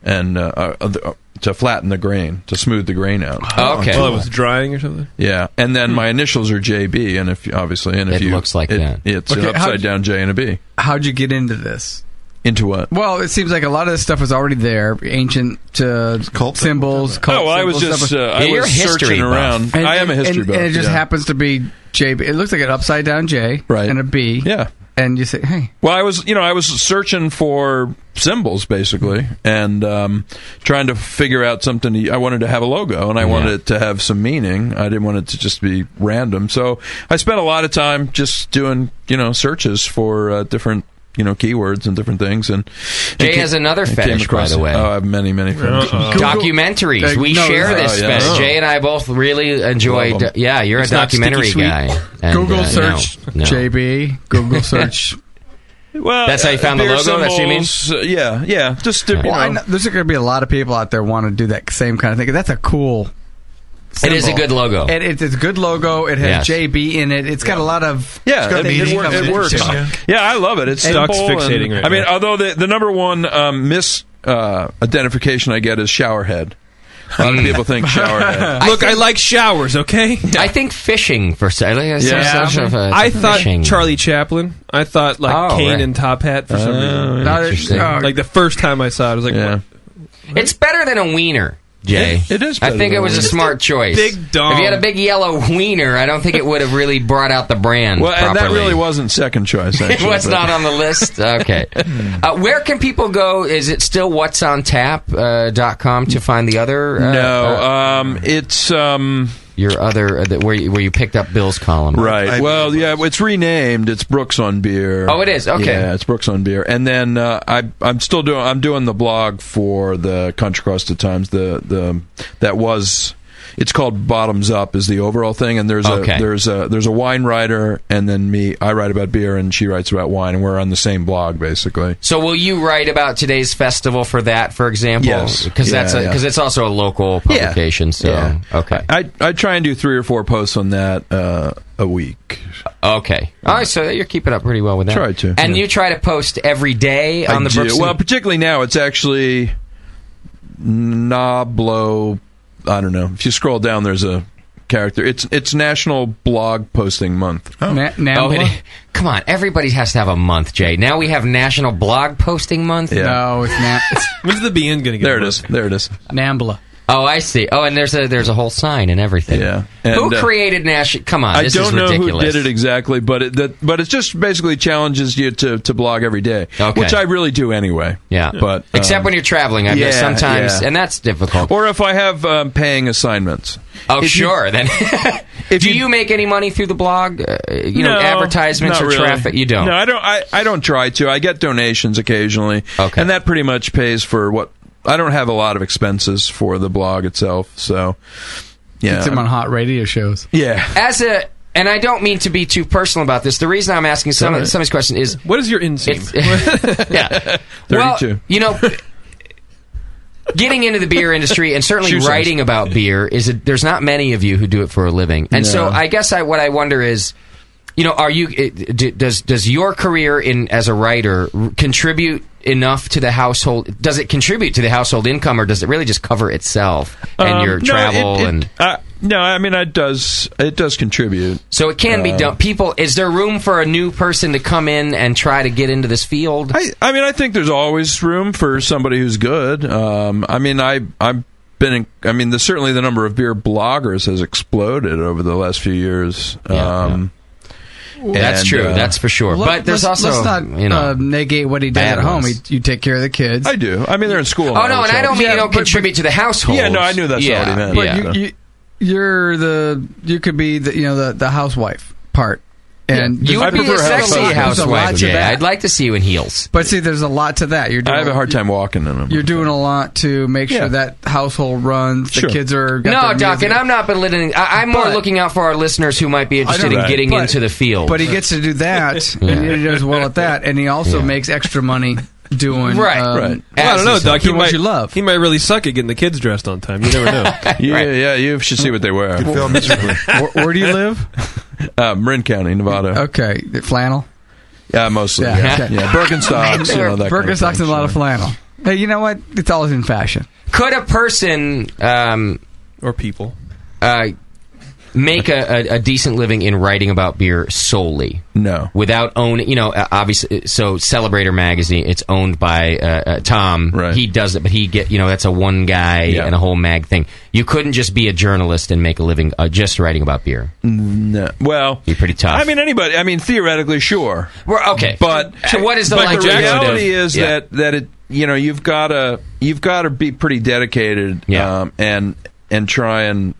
and uh, uh, uh, to flatten the grain to smooth the grain out.
Well, it was drying or something.
Yeah, and then my initials are JB, and if obviously, and if
It
you
looks like
it-
that.
it's
Okay,
an
how'd
upside down J and a B.
How'd you get into this?
Into what?
Well, it seems like a lot of this stuff was already there. Ancient uh, cult symbols. Cult
Oh, well, I was
symbols,
just,
stuff.
uh, I Yeah, you're was a history searching buff. around. I am a history
and,
buff,
And it just
yeah.
happens to be J. It looks like an upside down J
Right.
and a B.
Yeah.
And you say, hey,
Well, I was, you know, I was searching for symbols basically, and um, trying to figure out something. To, I wanted to have a logo, and I wanted it to have some meaning. I didn't want it to just be random. So I spent a lot of time just doing, you know, searches for uh, different. You know, keywords and different things, and, and
Jay
ca-
has another
and came
fetish, by
across-
the way.
Oh, I have many, many fetishes.
Documentaries.
Uh,
we
no,
share
it's-
this.
oh, yeah.
fetish.
Oh.
Jay and I both really
Love
enjoy.
'em.
yeah, you're
It's
a
not sticky
documentary
sweet.
guy. And,
Google
uh, no,
search
no.
JB. Google search.
Well, uh,
That's how you found the
beer
logo? That's what you mean?
symbols, uh, yeah, yeah. Just to, you
Well, I
know.
know- there's going to be a lot of people out there want to do that same kind of thing. That's a cool.
It is
symbol.
a good logo.
And it's, it's a good logo. It has
Yes.
JB in it. It's got a lot of
Yeah,
It's got
it, it,
meaning.
wor- it works.
Yeah.
Yeah. I love it. It's
And-
simple.
Doc's
and-
fixating right
I mean,
now.
although the, the number one um, mis uh, identification I get is showerhead. A lot of people think showerhead.
Look, I, like showers. Okay.
I think fishing for se- I think that's
Yeah.
such of a-
I thought
fishing.
Charlie Chaplin. I thought like
Oh,
Kane
right.
and Top Hat for some
Oh,
reason.
Not a- interesting. oh.
like the first time I saw it, I was like, what?
It's better than a wiener, Jay.
It- it is
I
better
think
than
it
a
was a
wiener.
smart
Just a
choice.
big dong.
If you had a big yellow wiener, I don't think it would have really brought out the brand.
well, and that
properly.
really wasn't second choice.
it
Actually,
was
but-
not on the list. Okay.
Hmm.
uh, where can people go? Is it still what's on tap uh, dot com to find the other? Uh,
No,
uh,
um, it's um,
your other uh, the, where you, where you picked up Bill's column.
Right. well, yeah, it's renamed. It's Brooks on Beer.
Oh, it is? Okay.
Yeah, it's Brooks on Beer. And then uh, I, I'm still doing. I'm doing the blog for the Country Cross the Times. The the that was. It's called Bottoms Up is the overall thing, and there's
Okay.
a there's a there's a wine writer, and then me. I write about beer, and she writes about wine, and we're on the same blog basically.
So will you write about today's festival for that, for example?
Yes.
Because
Yeah,
that's
yeah.
because it's also a local
Yeah.
publication. So
Yeah.
okay.
I I try and do three or four posts on that uh, a week.
Okay. All right. So you're keeping up pretty well with that.
Try to,
And
yeah.
you try to post every day on
I
the
do.
Brooks.
Well, particularly now, it's actually Nablo. I don't know. If you scroll down, there's a character. It's it's National Blog Posting Month.
Oh, it- come on. Everybody has to have a month, Jay. Now we have National Blog Posting Month.
Yeah.
No, it's not. It's
When's the BN going to get?
There it is. There it is.
Nambla.
Oh, I see. Oh, and there's a there's a whole sign and everything.
Yeah.
Who
And, uh,
created National? Come on.
I
this
don't
is
know
ridiculous.
who did it exactly, but it that, but it just basically challenges you to, to blog every day,
Okay.
which I really do anyway.
Yeah,
but
Except
um,
when you're traveling, I guess
yeah,
sometimes,
yeah.
and that's difficult.
or if I have um, paying assignments.
Oh,
If you-
sure. then, do you, make any money through the blog? Uh, you know,
No,
advertisements
not
or
really.
traffic? You don't.
No, I don't. I, I don't try to. I get donations occasionally, okay, and that pretty much pays for what I don't have a lot of expenses for the blog itself. So, yeah,
It's him on hot radio shows.
yeah.
As a, and I don't mean to be too personal about this. The reason I'm asking some
Alright.
somebody's question is,
what is your inseam?
yeah, Well,
32.
you know. Getting into the beer industry and certainly
Shoe size.
writing about beer is a, there's not many of you who do it for a living, and so
No.
I guess I, what I wonder is, you know, are you it- d- does does your career in as a writer r- contribute enough to the household? Does it contribute to the household income, or does it really just cover itself and
Um,
your
no,
travel
it- it-
and?
uh, no, I mean it does. It does contribute.
So it can be
Uh,
done. People, is there room for a new person to come in and try to get into this field?
I, I mean, I think there's always room for somebody who's good. Um, I mean, I I've been. In, I mean, the, certainly the number of beer bloggers has exploded over the last few years. um,
That's true. That's for sure.
Let-
but there's
let's-
also
let's not
you know
uh, negate what he did
bad
at home. He,
ones.
you take care of the kids.
I do. I mean, they're in school.
Oh no, and I don't mean
Yeah,
you don't
but-
contribute to the household.
Yeah, no, I knew that's
yeah.
what he meant.
But
but
you-
you, you, are the you could be the you know the, the housewife part, and
you
there's-
would be a
there's lot-
sexy
there's a lot
housewife.
to
Yeah,
that.
I'd like to see you in heels.
But see, there's a lot to that. You're doing,
I have a hard time walking in them.
You're doing a lot to make sure
Yeah.
that household runs. The
Sure.
kids are got
No,
their
Doc,
music.
and I'm not belittling. I, I'm more
But-
looking out for our listeners who might be interested in
Right.
getting
But-
into the field.
But he gets to do that,
Yeah.
and he does well at that, and he also
Yeah.
makes extra money doing
Right.
um,
right. Well, I don't know, Doc. He
doing what
might,
you love.
he might really suck at getting the kids dressed on time. You never know.
Yeah, yeah, you should see what they wear.
Could fail miserably. uh, Where- where do you live?
Uh, Marin County, Nevada.
Okay, flannel.
Yeah, mostly. Yeah, yeah.
okay.
Birkenstocks. you know, that kind of
Birkenstocks and a lot of flannel. Hey, you know what? It's always in fashion.
could a person um,
or people
uh, make a, a, a decent living in writing about beer solely?
No,
without owning. You know, uh, obviously. So Celebrator magazine, it's owned by uh, uh, Tom. Right. He does it, but he get you know that's a one guy and a whole mag thing. You couldn't just be a journalist and make a living uh, just writing about beer.
No. Well,
you're pretty tough.
I mean, anybody. I mean, theoretically, sure.
Well, okay.
But
So what is the
but the
likelihood of-
reality is
Yeah.
that that it you know you've got to you've got to be pretty dedicated um, and and try and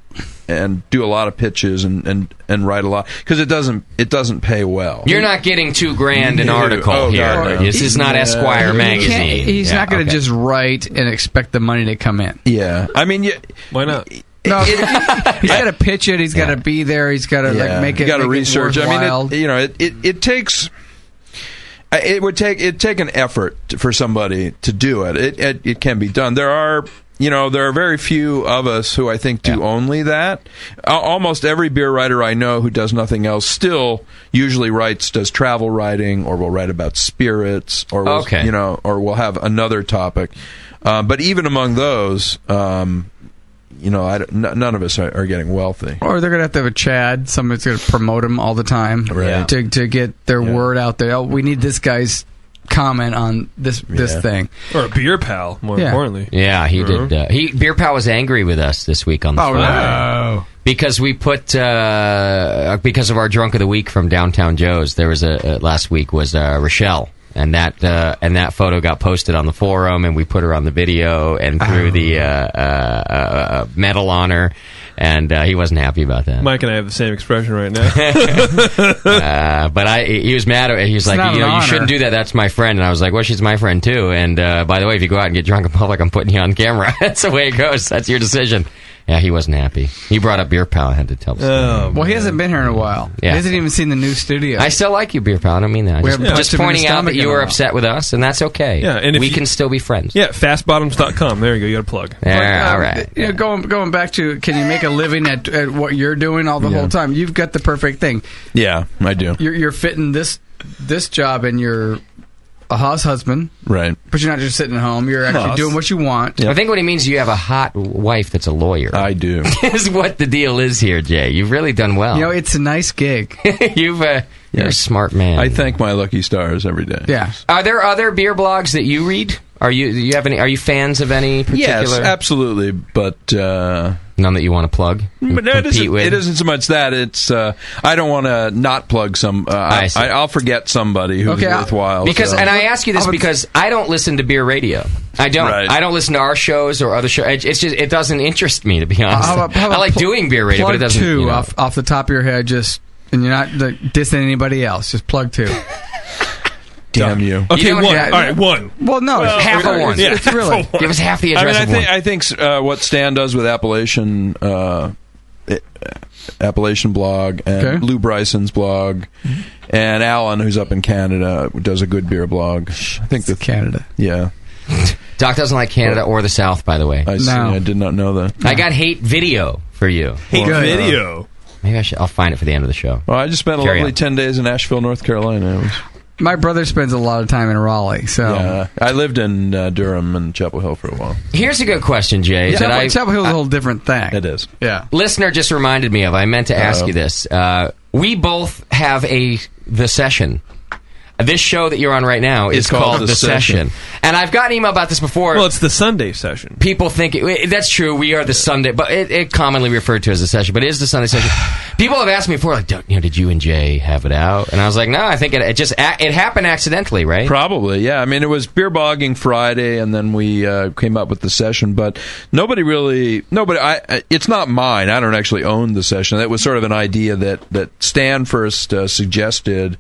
and do a lot of pitches and and and write a lot because it doesn't it doesn't pay well.
You're not getting two grand an
No.
article
Oh,
here.
God, no.
This is not
Yeah.
Esquire
You
He
magazine.
can't- he's
Yeah,
not going to
okay.
just write and expect the money to come in.
Yeah, I mean, you,
why not?
No, he's got to pitch it. He's got to be there. He's got to
Yeah.
like make
Uh, You
it.
gotta
make it
research. I
worthwhile.
mean, it, you know, it, it, it takes. I- It would take it take an effort t- for somebody to do it. It, it. it can be done. There are you know there are very few of us who I think do only that. Al almost every beer writer I know who does nothing else still usually writes does travel writing or will write about spirits or will,
Okay.
you know or will have another topic. Uh, but even among those, um, you know, I don't- n- none of us are, are getting wealthy.
Or they're gonna have to have a Chad. Somebody's gonna promote him all the time
Right.
to to get their word out there. Oh, we need this guy's comment on this this
Yeah.
thing.
or a beer pal, more
Yeah.
importantly.
Yeah, he did. Uh, he Beer Pal was angry with us this week on the
Oh,
phone.
wow.
Because we put uh, because of our drunk of the week from Downtown Joe's. There was a uh, last week was uh, Rochelle. And that uh, and that photo got posted on the forum, and we put her on the video and threw the uh, uh, uh, uh, medal on her, and uh, he wasn't happy about that.
Mike and I have the same expression right now.
uh, but I, he was mad. He was
not
like, you
an
know, you
honor.
shouldn't do that. That's my friend. And I was like, well, she's my friend too. And uh, by the way, if you go out and get drunk in public, I'm putting you on camera. That's the way it goes. That's your decision. Yeah, he wasn't happy. He brought up beer pal. I had to tell him.
um,
well, he hasn't been here in a while.
Yeah.
He hasn't even seen the new studio.
I still like you, beer pal. I don't mean that.
We
Just,
haven't
just
touched him in
pointing
his
out that
stomach in
you
a
were
while.
upset with us, and that's okay.
Yeah, and if
we
you-
can still be friends.
Yeah, fastbottoms.com. There you go. You got a plug.
Yeah,
Um,
all right.
You know, going going back to can you make a living at, at what you're doing all the whole time? You've got the perfect thing.
Yeah, I do.
You're, you're fitting this this job and you're a house husband,
Right.
but you're not just sitting at home. You're actually
No,
doing what you want.
I think what he means is you have a hot wife that's a lawyer.
I do.
is what the deal is here, Jay. You've really done well.
You know, it's a nice gig.
You've uh, you're a smart man.
I thank my lucky stars every day.
Yeah.
Are there other beer blogs that you read? Are you do you have any? Are you fans of any particular?
Yes, absolutely. But uh, Mm,
none that you want to plug.
But no, it
Compete
isn't.
with?
It isn't so much that it's. Uh, I don't want to not plug some. Uh, I
see.
I, will forget somebody who's
Okay, I-
worthwhile.
because
so-
and I ask you this because I don't listen to beer radio. I don't.
Right.
I don't listen to our shows or other shows. It's just it doesn't interest me to be honest.
How about- how about
I like
pl-
doing beer radio,
plug
but it doesn't.
two
you know.
off off the top of your head, just and you're not like, dissing anybody else. Just plug two.
Damn you.
Okay,
know what-
one.
yeah.
All right, one.
Well, no,
Well,
it's-
half
it's-
a one.
It's,
Yeah,
it's
half a
really
one. Give us half the
I mean,
address
I
of
think
one.
I think uh, what Stan does with Appalachian. Uh, eh, Appalachian blog and
Okay.
Lou Bryson's blog and Alan, who's up in Canada, does a good beer blog. I think the
Canada.
Yeah,
Doc doesn't like Canada or the South, by the way.
I see. I did not know that.
I got hate video for you.
Hate Well, video.
Maybe I should. I'll find it for the end of the show.
Well, I just spent a
Carry
lovely
on.
ten days in Asheville, North Carolina. It was-
My brother spends a lot of time in Raleigh, so
Yeah, I lived in uh, Durham and Chapel Hill for a while.
Here's a good question, Jay. that
Chapel,
I-
Chapel Hill's a whole different thing.
It is.
Yeah.
listener just reminded me of. I meant to ask
Uh-oh.
you this. Uh, we both have a the session This show that you're on right now is
It's called The Session.
and I've gotten email about this before.
Well, it's the Sunday session.
People think it, that's true. We are the Sunday, but it, it commonly referred to as the session, but it is the Sunday session. People have asked me before, like, "Don't- you know, did you and Jay have it out? And I was like, no, I think it, it just a- it happened accidentally, right?
Probably, yeah. I mean, it was beer bogging Friday, and then we uh, came up with the session. But nobody really, nobody. I, I- it's not mine. I don't actually own the session. That was sort of an idea that that Stan first uh, suggested,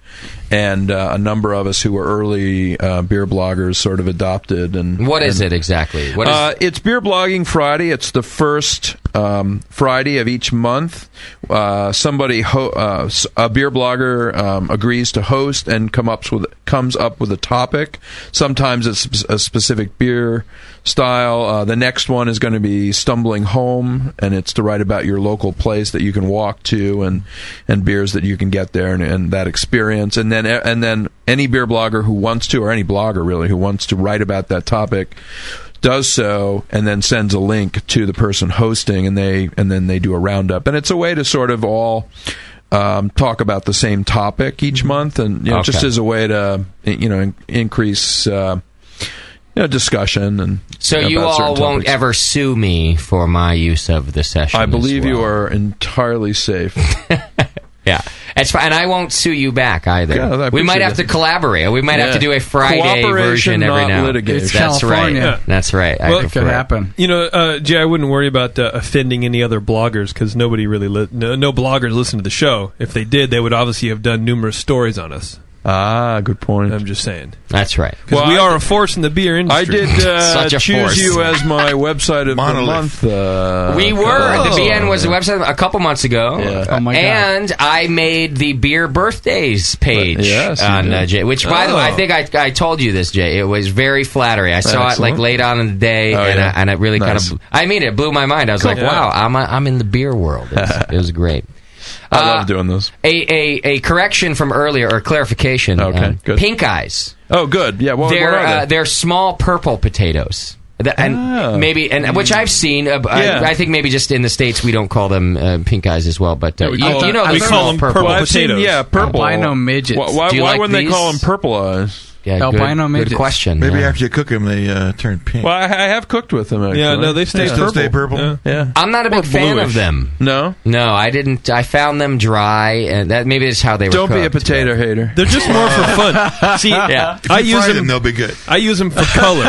and uh, a number of us who were early uh, beer bloggers sort of adopted. And
What is
and-
it exactly? What is
uh, it's Beer Blogging Friday. It's the first um, Friday of each month. Uh, somebody, ho- uh, s- a beer blogger, um, agrees to host and come up with comes up with a topic. Sometimes it's sp- a specific beer style. Uh, the next one is going to be stumbling home, and it's to write about your local place that you can walk to and and beers that you can get there and, and that experience. And then and then any beer blogger who wants to, or any blogger really who wants to write about that topic does so and then sends a link to the person hosting and they and then they do a roundup and it's a way to sort of all um, talk about the same topic each month and you know just
Mm-hmm. Okay.
as a way to you know in- increase uh, you know discussion and
So
know,
you
about certain
all won't
topics.
ever sue me for my use of the session.
I
as
believe you
well.
are entirely safe
Yeah, it's fine, and I won't sue you back either.
God, I
we might
appreciate
have to
it.
collaborate. We might have
Yeah.
to do a Friday
Cooperation,
version every
not
now.
litigation. It's
That's
California.
right. That's right. I prefer it.
You know, uh, Jay, I wouldn't worry about uh, offending any other bloggers because nobody really, li- no, no bloggers listen to the show. If they did, they would obviously have done numerous stories on us.
Ah, good point.
I'm just saying.
That's right.
'Cause we are a force in the beer
I
industry.
did uh, choose you as my website of
Monolith.
the month uh,
we were.
couple-
The BN was the website a couple months ago.
Yeah.
Uh, And I made the beer birthdays page
Yes, you
on
did.
uh, Jay, which, by the way, I
Oh.
think I, I told you this, Jay. It was very flattering. I saw it like
Excellent.
late on in the day,
Oh,
and,
yeah.
I, and it really
Nice.
kind of, I mean, it blew my mind. I was
Cool.
like,
Yeah.
wow, I'm, I'm in the beer world. It was, it was great.
I love doing those
A, a, a correction from earlier, or clarification. Okay,
good.
Pink eyes.
oh good yeah what, what
they're
are they? Ah.
Uh, they're small purple potatoes. The- and maybe and which I've seen. Uh,
Yeah.
I, I think maybe just in the states we don't call them uh, pink eyes as well, but uh, you,
Oh,
you know
I
the
thought-
small purple.
I've seen- yeah, purple. Why, why,
Do you
why
like
wouldn't
these?
they call them purple eyes?
Yeah, good- Albino good midgets. question,
Maybe
yeah.
after you cook them, they uh, turn pink.
Well, I, I have cooked with them. Actually.
Yeah, no, they stay
still
purple. Yeah.
Yeah.
I'm not a big fan of them.
No,
no, I didn't. I found them dry, and that maybe is how they were.
Don't be a
cooked,
potato
but-
hater.
They're just more for fun. See,
Yeah. If you
I
fry
use
them,
them.
they'll be good.
I use them for color.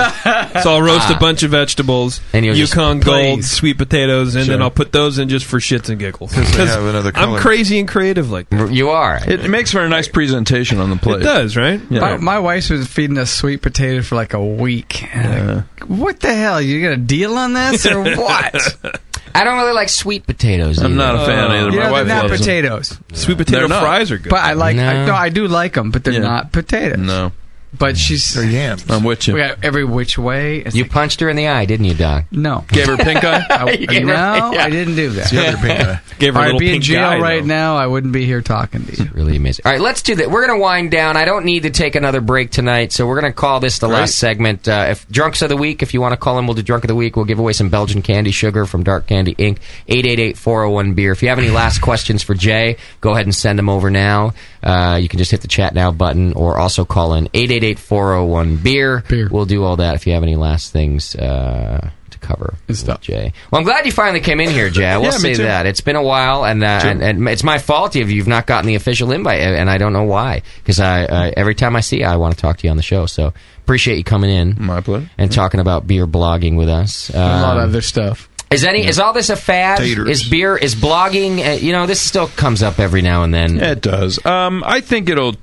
so I'll roast
Ah.
a bunch of vegetables,
And you'll just
Yukon
glaze.
Gold, sweet potatoes, and then
Sure.
I'll put those in just for shits and giggles.
'Cause they
'Cause
have another
I'm
color.
crazy and creative like that.
You are.
It makes for a nice presentation on the plate.
It does, right?
My, my wife was feeding us sweet potato for like a week. And I'm like, what the hell? You got a deal on this or what?
I don't really like sweet potatoes.
I'm
either.
not a fan either.
You
My
know,
wife
they're not
loves them.
potatoes.
Uh, Sweet
They're not.
But I like.
No.
I, no, I do like them, but they're
Yeah.
not potatoes.
No.
But she's they're
yams.
I'm with you.
We got every which way. It's
You
like,
punched her in the eye, didn't you, Doc?
no.
Gave her pink eye?
I,
You gave her-
no,
yeah.
I didn't do that.
Yeah. Gave her a
I'd
little
be in
pink
jail
eye,
right
though.
now. I wouldn't be here talking to you.
Really amazing. All right, let's do that. We're going to wind down. I don't need to take another break tonight, so we're going to call this the
Great.
last segment. Uh, if drunks of the week, if you want to call in, we'll do drunk of the week. We'll give away some Belgian candy sugar from Dark Candy Inc. 888-401 beer. If you have any last questions for Jay, go ahead and send them over now. Uh, you can just hit the chat now button or also call in 888-401 beer. Beer. We'll do all that if you have any last things uh, to cover. And stuff. Jay. Well, I'm glad you finally came in here, Jay. I will
Yeah, me
say
too.
that. It's been a while, and, uh, and and it's my fault if you've not gotten the official invite, and and I don't know why. Because I uh, every time I see you, I want to talk to you on the show. So appreciate you coming in.
My pleasure.
And talking about beer blogging with us.
a lot
Um,
of other stuff.
Is any is all this a fad?
Taters.
Is beer is blogging? Uh, you know, this still comes up every now and then.
Yeah, it does. Um, I think it'll.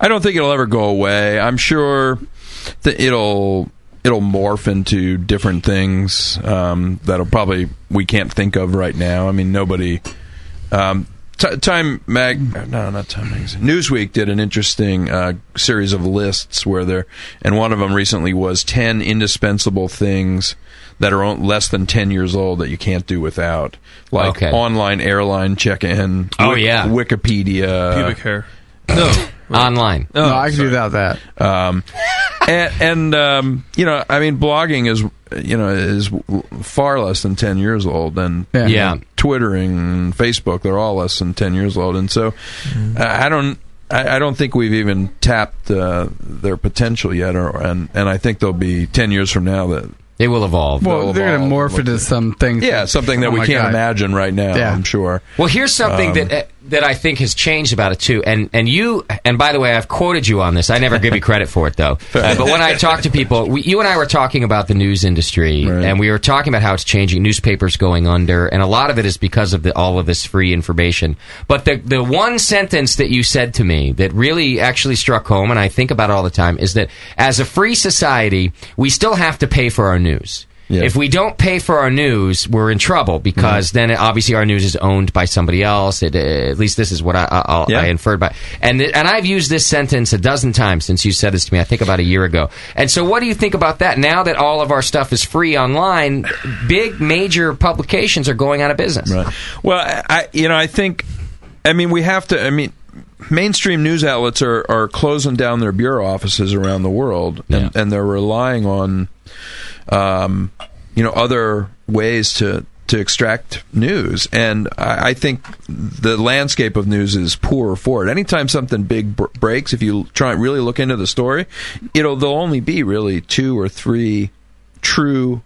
I don't think it'll ever go away. I'm sure that it'll it'll morph into different things um, that'll probably we can't think of right now. I mean, nobody. Um, Ti- Time Mag, no, not Time Magazine. Newsweek did an interesting uh, series of lists where there, and one of them recently was ten indispensable things that are on, less than ten years old that you can't do without, like
Okay.
online airline check-in.
Oh,
Wik-
yeah.
Wikipedia,
Pubic hair. No.
Online.
No, I can do without that.
Oh, Um, and and um, you know, I mean, blogging is you know is far less than ten years old, and
Yeah. Yeah.
Mm-hmm.
Twittering, and Facebook, they're all less than ten years old, and so uh, I don't. I, I don't think we've even tapped uh, their potential yet, or, and and I think they'll be ten years from now that
they will evolve.
Well, they're going to morph into something.
Yeah, something that
Oh
we
my
can't
God.
imagine right now.
Yeah.
I'm sure.
Well, here's something
Um,
that that that I think has changed about it too, and and you and by the way, I've quoted you on this. I never give you credit for it though, Uh, but when I talk to people, we, you and I were talking about the news industry, and we were talking about how it's changing, newspapers going under, and a lot of it is because of the, all of this free information. But the the one sentence that you said to me that really actually struck home, and I think about it all the time, is that as a free society, we still have to pay for our news. If we don't pay for our news, we're in trouble because
Mm-hmm.
then obviously our news is owned by somebody else. It, uh, at least this is what I, I, I'll- I inferred by. And th- and I've used this sentence a dozen times since you said this to me. I think about a year ago. And so, what do you think about that? Now that all of our stuff is free online, big major publications are going out of business.
Right. Well, I- I you know I think I mean we have to I mean mainstream news outlets are are closing down their bureau offices around the world and, and they're relying on um you know other ways to to extract news and I, I think the landscape of news is poorer for it anytime something big br- breaks if you try and really look into the story it'll there'll only be really two or three true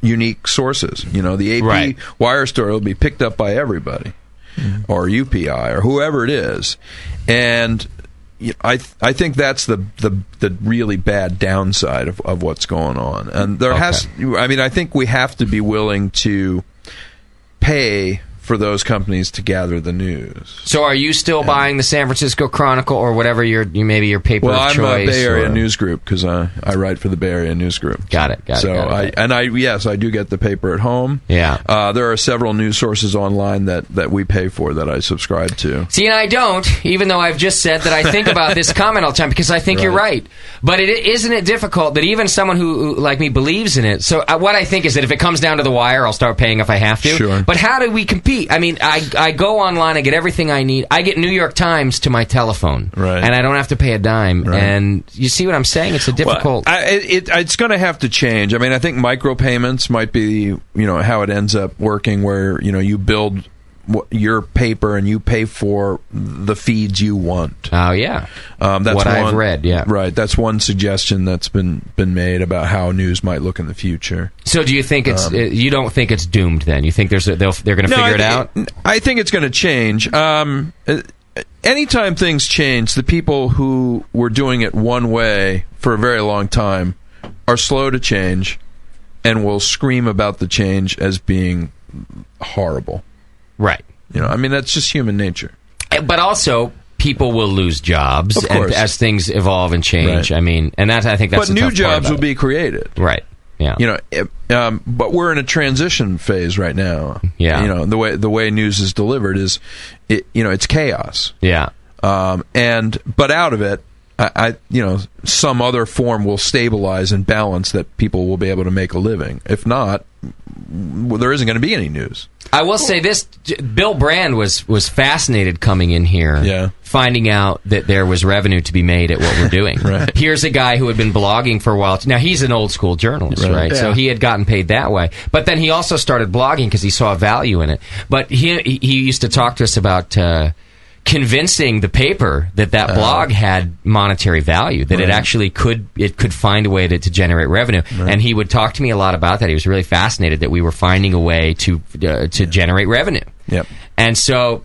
unique sources. You know, the AP wire story will be picked up by everybody,
Mm-hmm.
or UPI, or whoever it is, and you know, I th- I think that's the, the the really bad downside of, of what's going on. And there has, I mean, I think we have to be willing to pay for those companies to gather the news.
So, are you still buying the San Francisco Chronicle or whatever your you maybe your paper
well,
of
I'm a
choice?
Bay Area
or-
news group because I, I write for the Bay Area news group.
Got it. Got it.
so
got it,
I and I yes I do get the paper at home.
Yeah.
Uh, there are several news sources online that that we pay for that I subscribe to.
See, and I don't, even though I've just said that I think about this comment all the time because I think you're right. But it, isn't it difficult that even someone who, who, like me, believes in it? So uh, what I think is that if it comes down to the wire, I'll start paying if I have to.
Sure.
But how do we compete? I mean, I, I go online, I get everything I need. I get New York Times to my telephone. Right. And I don't have to pay a dime. And you see what I'm saying? It's a difficult.
I, it, it, it's going to have to change. I mean, I think micropayments might be you know how it ends up working, where you know you build wh- your paper and you pay for the feeds you want.
Oh yeah,
um, that's
What
one,
I've read, yeah.
right. That's one suggestion that's been been made about how news might look in the future.
so do you think it's
Um,
uh, you don't think it's doomed then? You think there's a, they'll, they're going
No,
to figure it
I
out?
thi- I think it's going to change. Um, uh, anytime things change, the people who were doing it one way for a very long time are slow to change and will scream about the change as being horrible.
Right.
You know, I mean, that's just human nature.
Eh, but also people will lose jobs
Of
and
course.
as things evolve and change. I mean, and that I think that's
but
the
new
tough part
jobs
about
will be created.
it. right. Yeah,
You know, it- um, but we're in a transition phase right now.
Yeah.
You know, the way the way news is delivered is, it, you know, it's chaos.
Yeah.
Um, and but out of it, I, I you know some other form will stabilize and balance that people will be able to make a living. If not, well, there isn't going to be any news.
I will say this: J- Bill Brand was was fascinated coming in here, yeah. finding out that there was revenue to be made at what we're doing. right. Here's a guy who had been blogging for a while. Now he's an old school journalist, right?
Right.
So
Yeah.
he had gotten paid that way, but then he also started blogging because he saw value in it. But he he- he used to talk to us about. Uh, convincing the paper that that blog had monetary value that it
Right.
actually could it could find a way to, to generate revenue and he would talk to me a lot about that he was really fascinated that we were finding a way to uh, to generate revenue
Yep.
and so,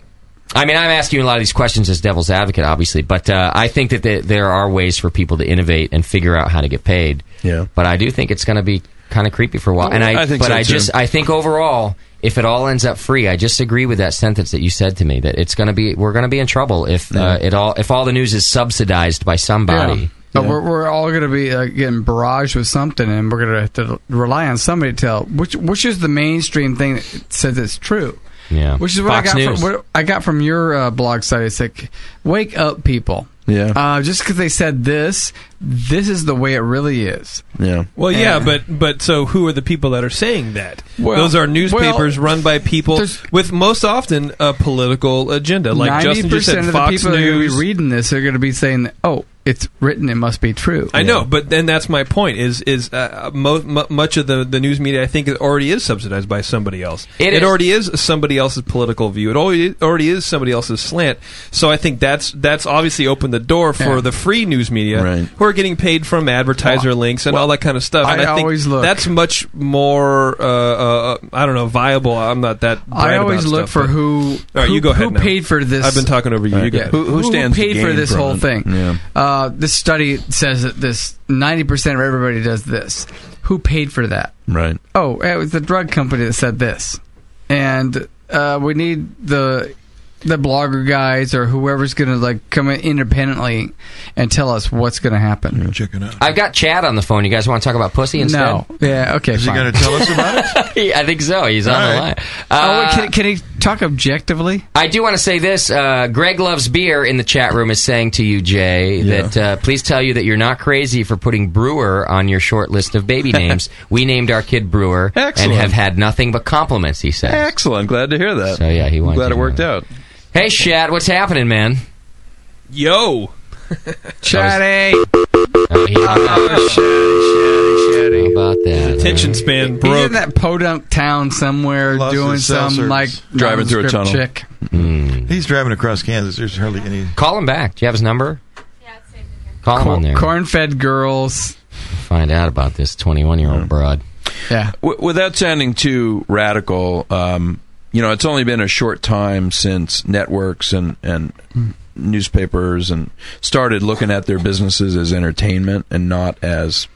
I mean, I'm asking you a lot of these questions as devil's advocate, obviously, but uh, I think that the, there are ways for people to innovate and figure out how to get paid.
Yeah.
But I do think it's going to be kind of creepy for a while. And I,
I think
but
so,
I
too.
just, I think overall, if it all ends up free, I just agree with that sentence that you said to me that it's going to be, we're going to be in trouble if uh, it all, if all the news is subsidized by somebody.
Yeah. But We're, we're all going to be uh, getting barraged with something, and we're going to have to rely on somebody to tell which which is the mainstream thing that says it's true.
Yeah.
Which is what I
Fox
got
News.
from what I got from your uh, blog site. It's like, wake up, people.
Yeah.
Uh, just because they said this, this is the way it really is.
Yeah.
Well, yeah,
And-
but but so who are the people that are saying that?
Well-
Those are newspapers run by people with most often a political agenda, like Justin just said.
of the
Fox
people that are going to
News.
be reading this are going to be saying, "Oh, it's written, it must be true.
I know, but then that's my point. Is is uh, mo- mu much of the, the news media? I think it already is subsidized by somebody else.
It is.
already is somebody else's political view. It already, already is somebody else's slant. So I think that's that's obviously opened the door for
Yeah.
the free news media who are getting paid from advertiser links and all that kind of stuff. And
I
think
always look-
That's much more. Uh, uh, I don't know, viable. I'm not that.
I
bright
always
about
look
stuff,
for
but-
who.
All right,
who,
you go ahead
Who
now.
paid for this?
I've been talking over you. you go
Yeah,
ahead.
Who, who paid for this whole thing? Uh, this study says that this ninety percent of everybody does this. Who paid for that?
Right.
Oh, it was the drug company that said this, and uh, we need the the blogger guys or whoever's going to like come in independently and tell us what's going to happen.
check it out.
I've got Chad on the phone. You guys want to talk about pussy instead?
No. Yeah. Okay.
Is he
fine.
gonna tell us about it? I think so. He's on the line. Uh,
oh, wait, can, can he talk objectively?
I do want to say this. Uh, Greg loves beer in the chat room is saying to you, Jay, that uh, please tell you that you're not crazy for putting Brewer on your short list of baby names. we named our kid Brewer
Excellent.
and have had nothing but compliments. He says.
Excellent. Glad to hear that.
So yeah, he wants.
Glad
you
it
to
worked
know.
out.
Hey, Shad, what's happening, man?
Yo,
Chatty. Oh,
Oh, he hung up. How about that?
Attention span broke.
He's in that podunk town somewhere
Lost
doing
his cell
some
service.
like
Driving through a
nondescript
tunnel.
Chick.
Hmm.
He's driving across Kansas. There's hardly any.
Call him back. Do you have his number? Call him on there.
Corn-fed girls.
Find out about this 21 year old broad.
Yeah.
W- without sounding too radical, um, you know, it's only been a short time since networks and and
Hmm.
newspapers and started looking at their businesses as entertainment and not as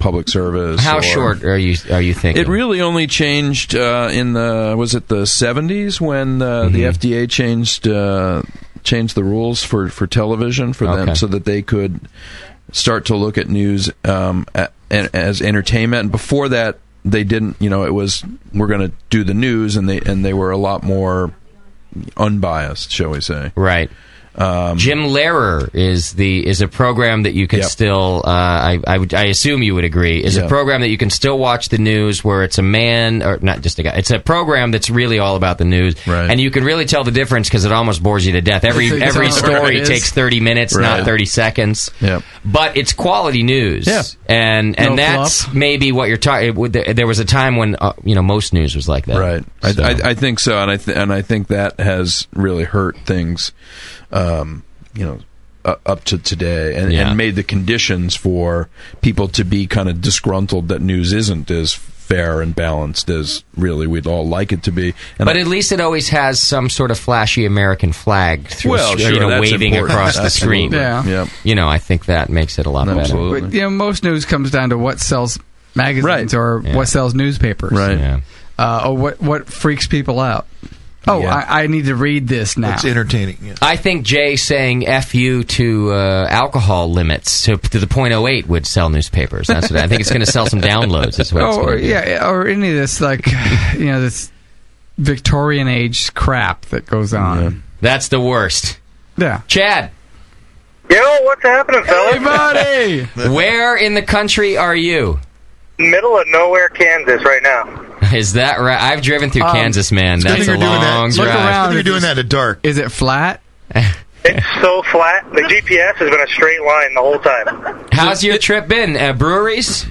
public service.
How
or-
short are you are you thinking?
It really only changed uh, in the was it the seventies when uh,
Mm-hmm.
the FDA changed uh, changed the rules for, for television for
Okay.
them so that they could start to look at news um, a- a- as entertainment. And before that, they didn't. You know, it was we're going to do the news, and they and they were a lot more unbiased, shall we say? Um,
Right. Jim Lehrer is the is a program that you can still. Uh, I, I would- I assume you would agree is a
Yeah.
program that you can still watch the news where it's a man or not just a guy. It's a program that's really all about the news, right. and you can really tell the difference because it almost bores you to death. Every
It's- it's
every
all-
story
it is.
takes thirty minutes, not
Right.
thirty seconds.
Yeah.
But it's quality news,
Yeah.
and and
No
that's maybe what you're talking. There was a time when uh, you know most news was like that,
Right. I, I, I think so, and I th- and I think that has really hurt things, um, you know, uh, up to today, and,
Yeah.
and made the conditions for people to be kind of disgruntled that news isn't as fair and balanced as really we'd all like it to be. And
but at least it always has some sort of flashy American flag through
Well,
you
sure,
know,
that's
waving
important.
across the screen.
Absolutely.
Yeah.
You know, I think that makes it a lot
Absolutely.
But, you know, most news comes down to what sells magazines or
Yeah.
what sells newspapers.
Right.
Yeah.
Uh, or what what freaks people out. Oh,
Yeah.
I, I need to read this now.
It's entertaining. yeah.
better. I think Jay saying "f you" to uh, alcohol limits to, to the .08 would sell newspapers. That's what I think. It's going to sell some downloads. Is what it's
Oh,
going
or,
to do.
yeah, or any of this like you know this Victorian age crap that goes on.
That's the worst.
Yeah.
Chad.
Yo, what's happening, fellas?
Hey,
Where in the country are you?
Middle of nowhere, Kansas, right now.
Is that right? I've driven through
Um,
Kansas, man.
it's good
That's
that
a
you're doing that.
long
Look
drive.
around. You're doing
that at dark.
Is it flat?
It's so flat. The GPS has been a straight line the whole time.
How's your trip been? Uh, breweries?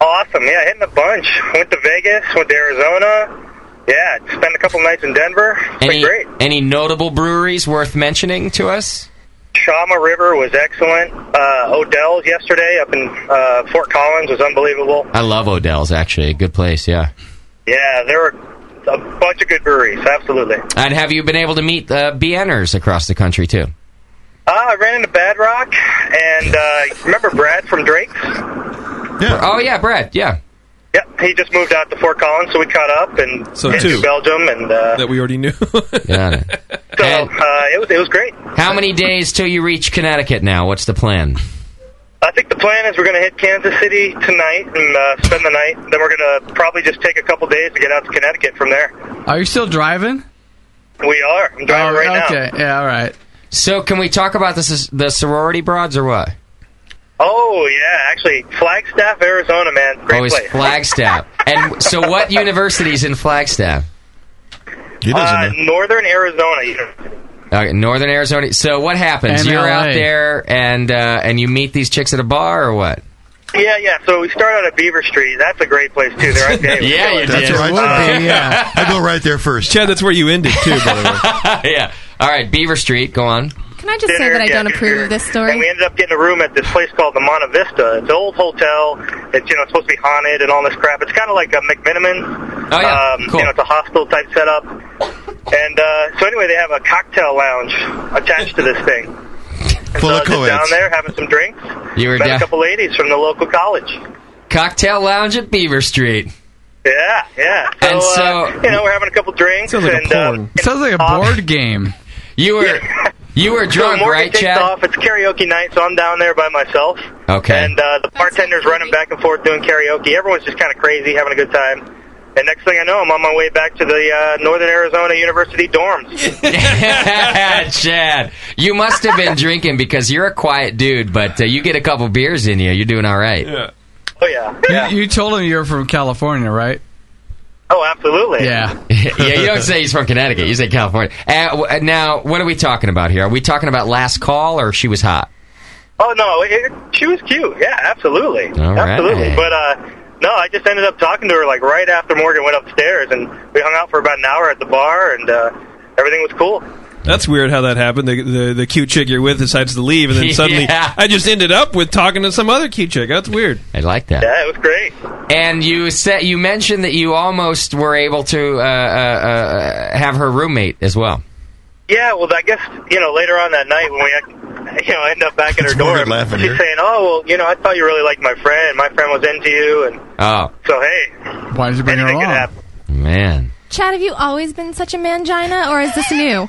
Awesome. Yeah, hitting a bunch. Went to Vegas. Went to Arizona. Yeah, spent a couple nights in Denver. It's been
Any
great.
any notable breweries worth mentioning to us?
Shama River was excellent. Uh, Odell's yesterday up in uh, Fort Collins was unbelievable.
I love Odell's actually, a good place. Yeah.
Yeah, there were a bunch of good breweries. Absolutely.
And have you been able to meet uh, BNers across the country too?
Uh, I ran into Bad Rock, and uh, remember Brad from Drake's?
Yeah.
Uh,
Oh yeah, Brad. Yeah.
Yep, he just moved out to Fort Collins, so we caught up and
So
hit
two.
through Belgium, and uh,
that we already knew.
so uh, it was it was great.
How many days till you reach Connecticut now? What's the plan?
I think the plan is we're going to hit Kansas City tonight and uh, spend the night. Then we're going to probably just take a couple days to get out to Connecticut from there.
Are you still driving?
We are. I'm driving
Oh,
right now.
okay. Yeah. All right.
So can we talk about this is- the sorority broads or what?
Oh yeah, actually Flagstaff, Arizona, man, great
oh, it's
place.
Flagstaff. and so what universities in Flagstaff?
uh, Northern Uh, Arizona. you know.
Okay, Northern Arizona. So what happens?
And
You're
LA.
out there and uh, and you meet these chicks at a bar or what?
Yeah, yeah. So we start out at Beaver Street. That's a great place too. They're right Uh, there.
Yeah, you
That's
did.
where I,
Would be,
yeah. I go right there first.
Chad, that's where you ended too, by the way.
yeah. All right, Beaver Street. Go on.
Can I just say that I don't approve of this
And we
story?
ended up getting a room at this place called the Monta Vista. It's an old hotel. It's you know it's supposed to be haunted and all this crap. It's kind of like a McMiniman.
Oh, yeah.
um, You know, it's a hostel type setup. And uh, so anyway, they have a cocktail lounge attached to this thing. And
Full
so I
of
was just
co-eds.
down there having some drinks.
You were
Met
down
a couple ladies from the local college.
cocktail lounge at Beaver Street.
Yeah, yeah. So,
And
uh, you know, we're having a couple drinks. and, uh,
Sounds like a board game.
You were you were
so Morgan takes off. It's karaoke night, so I'm down there by myself.
Okay.
And uh, the bartender's running back and forth doing karaoke. Everyone's just kind of crazy, having a good time. And next thing I know, I'm on my way back to the uh, Northern Arizona University dorms.
Chad, you must have been drinking because you're a quiet dude, but uh, you get a couple beers in you, you're doing all right.
Yeah. Oh yeah.
You, you told him you were from California, right?
Oh, absolutely.
Yeah.
yeah, you don't say he's from Connecticut. You say California. Uh, w- uh, now, what are we talking about here? Are we talking about last call or she was hot?
Oh no, it, she was cute. Yeah, absolutely,
All right.
absolutely. But uh, no, I just ended up talking to her like right after Morgan went upstairs, and we hung out for about an hour at the bar, and uh, everything was cool.
That's weird how that happened. The, the the cute chick you're with decides to leave, and then suddenly
Yeah.
I just ended up with talking to some other cute chick. That's weird.
I like that.
Yeah, it was great.
And you said you mentioned that you almost were able to uh, uh, uh, have her roommate as well.
Yeah, well, I guess you know later on that night when we, you know, end up back at her door,
Morgan laughing
she's
here.
saying, "Oh, well, you know, I thought you really liked my friend. My friend was into you, and
Oh
so hey,
Why did you bring her along?
man,
Chad, have you always been such a mangina, or is this new?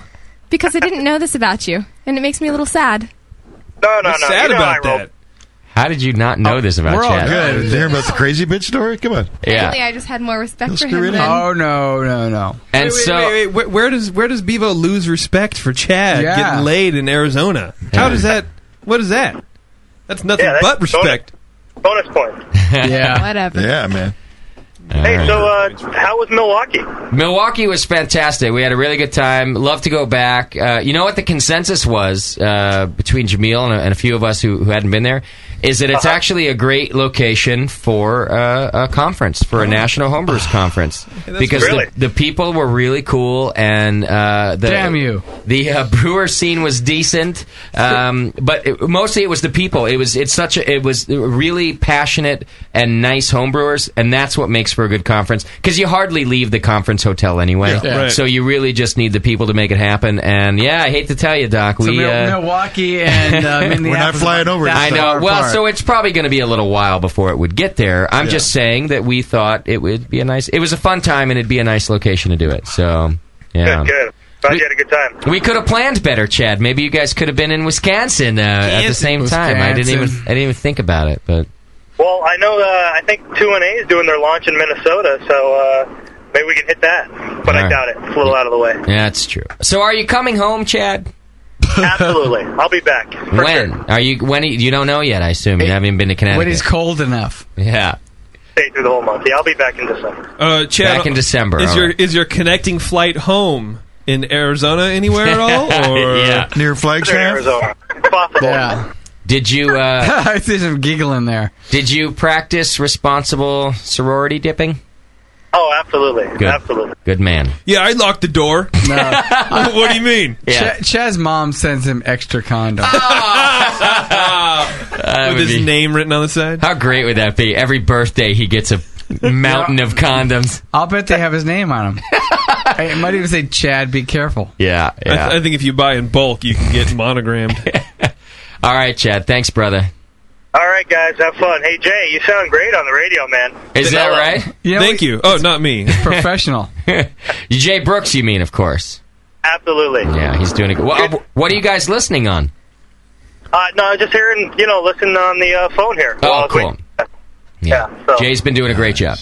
Because I didn't know this about you, and it makes me a little sad.
no, no, no, you know I roll.
How did you not know this about
We're all
Chad?
good. Did you hear about the crazy bitch story? Come on.
Apparently, I just had more respect for him. Than
Oh no, no, no.
wait,
And
wait,
so-
wait, wait, wait. Wh- where does where does Bevo lose respect for Chad
Yeah.
getting laid in Arizona? How does that? What is that? That's nothing
Yeah, that's
but respect.
Bonus point.
Yeah.
Whatever.
Yeah, man.
Hey, so uh, how was Milwaukee?
Milwaukee was fantastic. We had a really good time. Love to go back. Uh, you know what the consensus was uh, between Jameel and a, and a few of us who, who hadn't been there is that it's
Uh-huh.
actually a great location for uh, a conference, for a
Uh-huh.
national homebrewers conference,
that's
because
Really?
the, the people were really cool and uh, the,
Damn you.
The uh, brewer scene was decent, um, but it, mostly it was the people. It was it's such a, it was really passionate and nice homebrewers, and that's what makes for a good conference because you hardly leave the conference hotel anyway.
Yeah. Yeah. Right.
So you really just need the people to make it happen. And yeah, I hate to tell you, Doc,
So
we.
Mil-
uh,
Milwaukee and uh, Minneapolis.
I know. Well, so it's probably going to be a little while before it would get there. I'm
Yeah.
just saying that we thought it would be a nice. It was a fun time, and it'd be a nice location to do it. So, yeah.
Good, good. Glad you had a good time.
We could have planned better, Chad. Maybe you guys could have been in Wisconsin uh, at the
Kansas,
same time. I didn't even
Wisconsin.
I didn't even think about it, but
Well, I know. Uh, I think two and A is doing their launch in Minnesota, so uh, maybe we can hit that. But I
All right.
doubt it. It's a little out of the way.
yeah, it's true. So, are you coming home, Chad?
Absolutely, I'll be back.
when are you? When are you, you don't know yet? I assume you haven't even been to Connecticut.
when it's cold enough.
yeah,
Stay through the whole month. Yeah, I'll be back in December.
Uh, Chad,
Back in December,
Is
all
your
right.
is your connecting flight home in Arizona anywhere at
Oh,
all? Or
Yeah.
near Flagstaff?
Arizona. Possible.
Yeah.
Did you? Uh,
I see some giggling there.
did you practice responsible sorority dipping?
Oh, absolutely,
Good.
absolutely.
Good man.
Yeah, I locked the door. what do you mean?
Yeah.
Ch- Chaz's mom sends him extra condoms.
Ah! With his name written on the side.
How great would that be? Every birthday he gets a mountain of condoms.
I'll bet they have his name on them. I might even say, Chad, be careful.
Yeah,
I,
yeah.
th- I think if you buy in bulk, you can get monogrammed.
All right, Chad. Thanks, brother.
All right, guys, have fun. Hey, Jay, you sound great on the radio, man.
Is that right?
Thank you. Oh, not me.
Professional.
Jay Brooks, you mean, of course.
Absolutely.
Yeah, he's doing a good. Well, uh, what are you guys listening on?
Uh, no, just hearing, you know, listening on the uh, phone here. Well,
Oh, cool. Yeah. Jay's been doing a great job.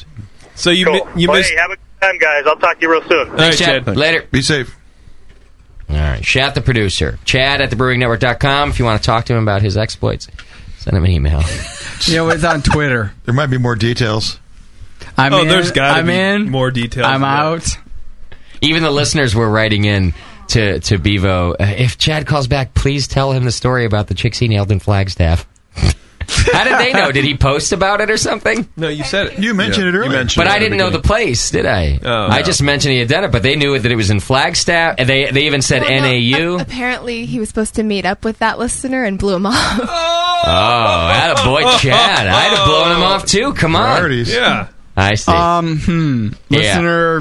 So you
cool.
you
well,
missed-
Hey, have a good time, guys. I'll talk to you real soon.
Thanks, Chad. Later.
Be safe.
All right. Shout the producer. Chad at thebrewingnetwork.com if you want to talk to him about his exploits. Send him an email.
You know, it's on Twitter.
There might be more details.
I'm
oh,
in,
there's got to
I'm
be
in.
more details.
I'm
than that.
out.
Even the listeners were writing in to to Bevo. Uh, if Chad calls back, please tell him the story about the chicks he nailed in Flagstaff. How did they know? Did he post about it or something?
No, you said it.
You mentioned it earlier.
But I didn't know the place, did I?
Oh,
I
no.
just mentioned he had done it, but they knew that it was in Flagstaff. and They they even said
Well, no,
NAU.
a- apparently, he was supposed to meet up with that listener and blew him off.
Oh, that boy, Chad. I'd have blown him off too. Come on.
Priorities.
Yeah.
I see.
Um, hmm.
Yeah.
Listener.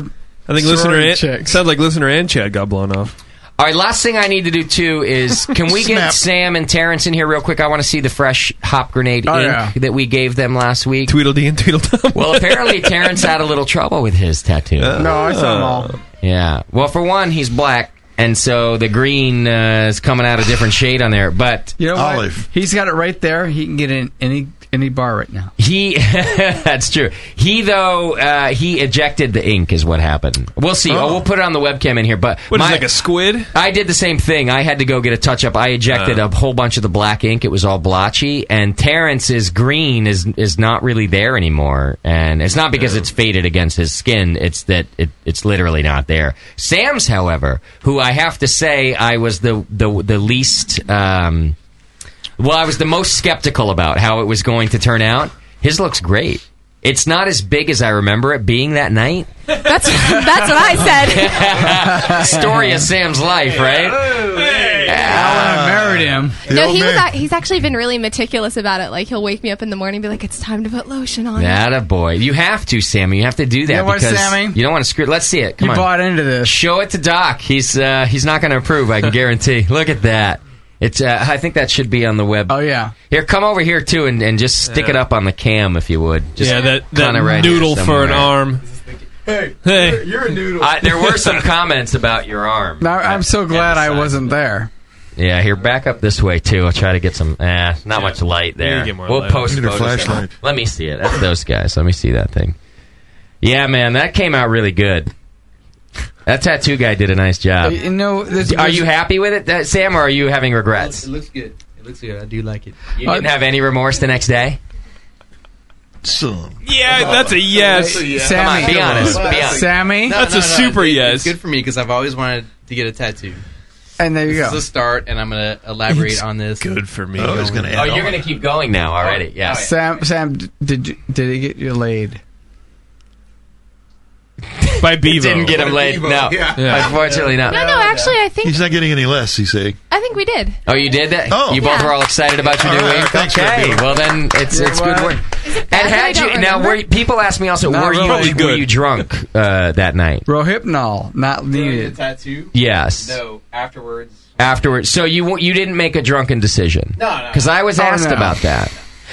I think listener
sorority
and, sounds like listener and Chad got blown off.
All right, last thing I need to do too is can we get
Snap.
Sam and Terrence in here real quick? I want to see the fresh hop grenade
Oh,
ink
yeah.
that we gave them last week.
Tweedledee and Tweedledum.
Well, apparently Terrence had a little trouble with his tattoo.
Uh,
No, I saw them all.
Yeah. Well, for one, he's black, and so the green uh, is coming out a different shade on there. But
You know what? He's got it right there. He can get in any any bar right now.
He that's true. He though uh, he ejected the ink is what happened. We'll see. Oh,
Oh.
we'll put it on the webcam in here. But
What is it, like a squid?
I did the same thing. I had to go get a touch up. I ejected
Uh.
a whole bunch of the black ink. It was all blotchy. And Terrence's green is is not really there anymore. And it's not
Oh.
because it's faded against his skin. It's that it, it's literally not there. Sam's, however, who I have to say I was the the the least. Um, well, I was the most skeptical about how it was going to turn out. His looks great. It's not as big as I remember it being that night.
That's that's what I said.
Story of Sam's life, right? I
married him.
Ah. no, he was. ac he's actually been really meticulous about it. Like he'll wake me up in the morning, and be like, "It's time to put lotion on."
That a boy. You have to, Sammy. You have to do that
Oh, know what,
because
Sammy?
you don't want to screw. Let's see it. Come
You
on.
bought into this.
Show it to Doc. He's uh, he's not going to approve. I can guarantee. Look at that. It's. Uh, I think that should be on the web. Oh
yeah.
Here, come over here too, and, and just stick it up on the cam if you would. Just
yeah, that, that
kinda right here
noodle for an
somewhere.
arm.
Hey,
Hey.
You're, a noodle.
I, there were some comments about your arm.
Now, I'm so glad I wasn't there.
Yeah, here, back up this way too. I'll try to get some. Eh, not much light
need
there.
to get more
we'll
light.
post
Need a
photos.
flashlight.
Let me see it. That's those guys. Let me see that thing. Yeah, man, that came out really good. That tattoo guy did a nice job.
You know, there's-
Uh, are you
there's-
happy with it, that, Sam, or are you having regrets?
looks good. It looks good. I do like it.
You
Uh,
didn't have any remorse the next day.
Some.
Yeah, that's a yes.
Sammy,
Come on, be honest. Be honest.
No, no, no, it's- It's good for me because I've always wanted to get a tattoo.
And there you
this
go.
is a start, and I'm going to elaborate
It's
on this.
Good for me.
Oh, you're going to keep going now already. Yeah.
Sam, Sam, d- did you, did he get you laid?
By Bevo.
Didn't get him laid. No, unfortunately not.
No, no. Actually, I think
He's not getting any less, he's saying.
I think we did.
Oh, you did that?
Oh.
You both
Yeah.
were all excited about your
All
new
right,
ink?
thanks for
Okay.
being-
Well, then it's,
You know
it's good
what?
work. And had you now, were you- people ask me also,
Not
were you
really. Probably
were
good.
you drunk uh, that night?
Rohypnol, not
During the
needed.
tattoo?
Yes.
No, afterwards.
Afterwards, so you w- you didn't make a drunken decision?
No, no, no.
Because I was
Oh,
asked
no.
about that.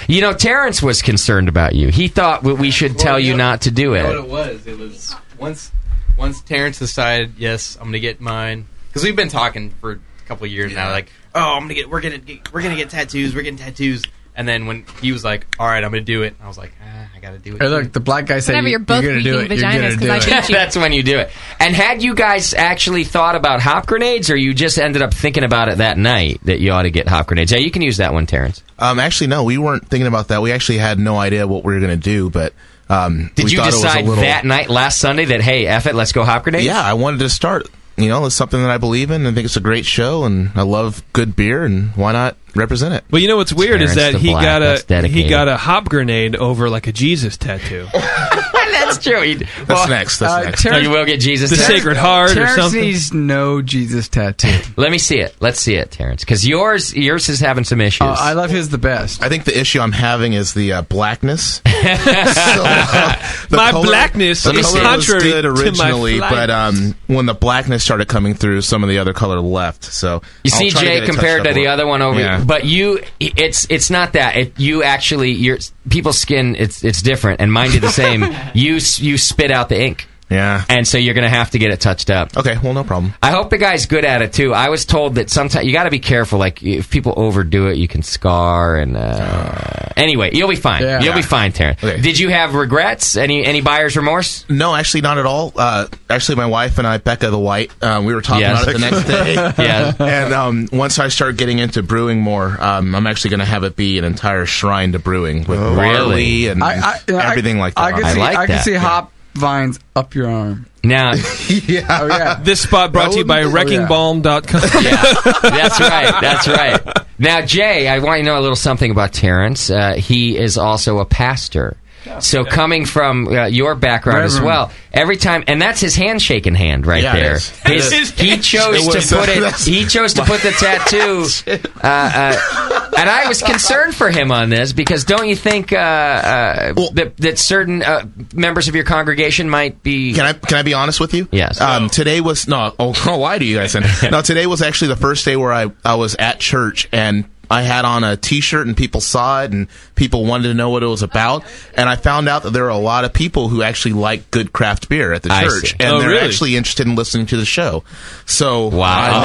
You know, Terrence was concerned about you. He thought we- we should tell you not to do
You know
it.
what it was? It was once once Terrence decided, yes, I'm going to get mine. Because we've been talking for a couple of years now, like, oh, I'm going to get, we're going to get, we're going to get tattoos, we're getting tattoos. And then when he was like, all right, I'm going to do it, I was like, ah, I got to do it.
Hey, look, the black guy said,
Whenever
you,
you're both
are gonna do it.
leaking
You're
vaginas,
gonna
'cause
do
I
it.
changed
That's when you do it. And had you guys actually thought about hop grenades, or you just ended up thinking about it that night that you ought to get hop grenades? Yeah, you can use that one, Terrence.
Um, actually, no, we weren't thinking about that. We actually had no idea what we were going to do, but um,
Did
we
you
thought it was a
decide
little-
that night last Sunday that hey, F it, let's go hop grenades?
Yeah, I wanted to start. You know, it's something that I believe in. I think it's a great show, and I love good beer, and why not represent it?
But you know what's weird is that
Terrence the
he
Black, that's
got a
dedicated.
he got a hop grenade over like a Jesus tattoo.
that's true. that's
next.
that's
Uh,
next. You will get Jesus
the
tattoo.
Sacred Heart or
Terrence
something.
needs no Jesus tattoo.
Let me see it. Let's see it, Terrence, because yours yours is having some issues.
I
Uh, love his the best.
I think the issue I'm having is the uh, blackness. so, uh, the
My blackness
the
is
color was
contrary
good
to my
originally, but um, when the blackness started coming through, some of the other color left. So
You
I'll
see,
try to
Jay,
get it
compared
touched
to
up
the
a-
other one over,
Yeah.
here, but you, it's it's not that. It, you actually, your people's skin, it's it's different, and mine did the same. you s- you spit out the ink,
yeah,
and so you're gonna have to get it touched up.
Okay, well, no problem.
I hope the guy's good at it too. I was told that sometimes you got to be careful. Like if people overdo it, you can scar. And uh, anyway, you'll be fine.
Yeah.
You'll be fine, Terrence. Did you have regrets? Any any buyer's remorse?
No, actually, not at all. Uh, actually, my wife and I, Becca the White, um, we were talking
Yes.
about it the next day.
Yes.
And um, once I start getting into brewing more, um, I'm actually going to have it be an Oh,
Oh.
entire shrine to brewing with barley and
I- I- I-
everything like that.
I can see, I can see hop vines up your arm.
Now,
yeah. Oh, yeah.
This spot brought to you by
Oh, yeah.
wreckingbalm.com.
That's right. That's right. Now, Jay, I want you to know a little something about Terrence. Uh, he is also a pastor. So coming from uh, your background as
Reverend.
well, every time, and that's his handshaking hand right
Yeah, it
there.
is.
His-
It is.
he chose
It was.
to put it.
That's-
He chose to put the tattoo. Uh, uh, and I was concerned for him on this because don't you think uh, uh, that, that certain uh, members of your congregation might be?
Can I can I be honest with you?
Yes.
Um, today was no. Oh, I'll lie to you guys. Then. no, today was actually the first day where I I was at church and I had on a T-shirt and people saw it and people wanted to know what it was about and I found out that there are a lot of people who actually like good craft beer at the
I
church
see.
and
Oh,
they're
really?
actually interested in listening to the show. So I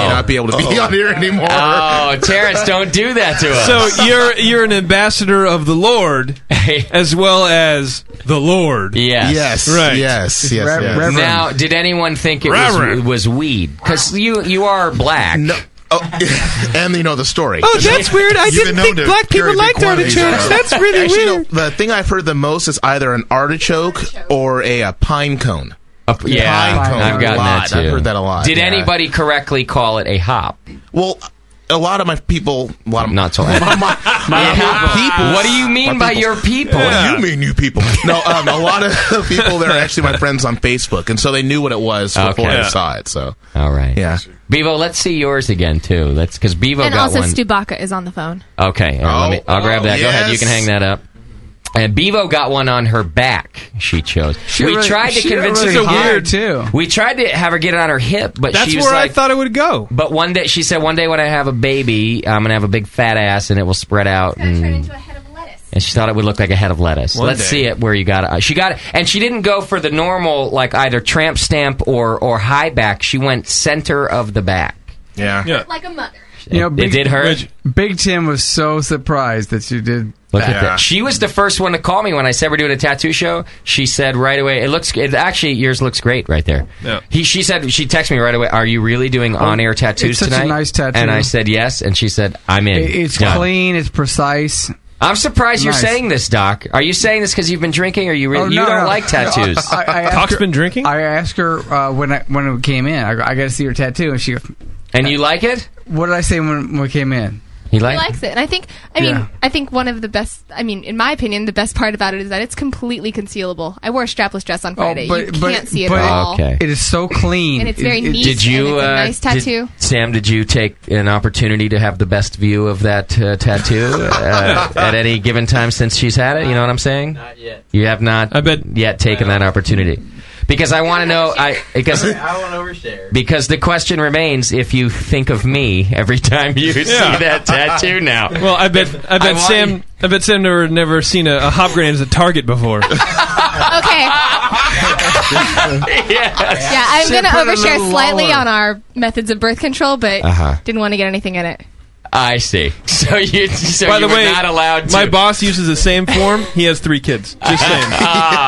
may
Oh.
not be able to be
Uh-oh.
on here anymore.
Oh, Terrence, don't do that to us.
So you're you're an ambassador of the Lord as well as the Lord.
Yes. Yes.
Right.
Yes,
yes, Rev- yes. Reverend.
Now, did anyone think it was,
Reverend.
was weed? Because you you are black.
No. Oh, and you know the story.
Oh, that's weird. I
You've
didn't
been
think
known to
black people
carry big
liked
quantities of those.
artichokes. That's really
Actually, no,
weird.
the thing I've heard the most is either an artichoke or a, uh pine cone.
A, yeah,
pine cone.
I've
a
gotten
lot.
that too.
I've heard that a lot.
Did
yeah.
anybody correctly call it a hop?
Well, a lot of my people. A lot of
not so.
my, my, my people.
What do you mean by your people?
What do you mean you people? no, um, a lot of people. They're actually my friends on Facebook, and so they knew what it was before
Okay.
I saw it. So
All right.
Yeah.
Bevo, let's see yours again too. Let's because Bevo
and
got
also,
one.
Stubaka is on the phone.
Okay, here, let me, I'll grab that. Go ahead, you can hang that up. And Bevo got one on her back. She chose. we
really-
tried to
she
convince
really
her
hot.
here
too.
We tried to have her get it on her hip, but
That's
she was
where I
like,
thought it would go.
But one day she said, "One day when I have a baby, I'm gonna have a big fat ass, and it will spread out." and, and she thought it would look like a head of lettuce.
One
Let's
day.
see it where you got it. She got it, and she didn't go for the normal, like either tramp stamp or or high back. She went center of the back.
Yeah,
Like a mother.
You know,
It- it did hurt.
Rich, Big Tim was so surprised that you did.
Look at that. She was the first one to call me when I said we're doing a tattoo show. She said right away, "It looks. It actually yours looks great right there."
Yeah.
He, she said she texted me right away. Are you really doing on-air tattoos
it's such a
tonight?
nice tattoo.
And I said yes, and she said I'm in.
It- it's
Done.
clean. It's precise.
I'm
Nice.
surprised you're saying this, Doc. Are you saying this because you've been drinking, or you really
Oh,
you
no,
don't
no.
like tattoos?
I, I asked her-
drinking.
I asked her uh, when I when we came in. I, go, I got to see her tattoo, and she. goes,
And you like it?
What did I say when, when we came in?
He
He likes it, and I think. I mean,
Yeah.
I think one of the best. I mean, in my opinion, the best part about it is that it's completely concealable. I wore a strapless dress on Friday. you can't see it
Oh, but
at all.
It is so clean.
And it's very neat.
Did you?
and it's a
uh,
nice
did-
tattoo.
Sam, did you take an opportunity to have the best view of that uh, tattoo uh, at any given time since she's had it? You know what I'm saying? Not yet. You have not. I bet. yet taken that opportunity because I want to know. I because
I don't overshare.
because the question remains: if you think of me every time you see that tattoo now.
Well, I bet I bet
want
Sam I bet Sam never never seen a, a hop grenade as a target before.
uh,
okay.
yes.
Yeah, I'm
She
going to
put a
overshare
little
slightly
lower.
on our methods of birth control, but
Uh-huh.
didn't want to get anything in it.
I see. So you. So
By the
you were
way,
not allowed to.
my boss uses the same form. He has three kids. Just saying.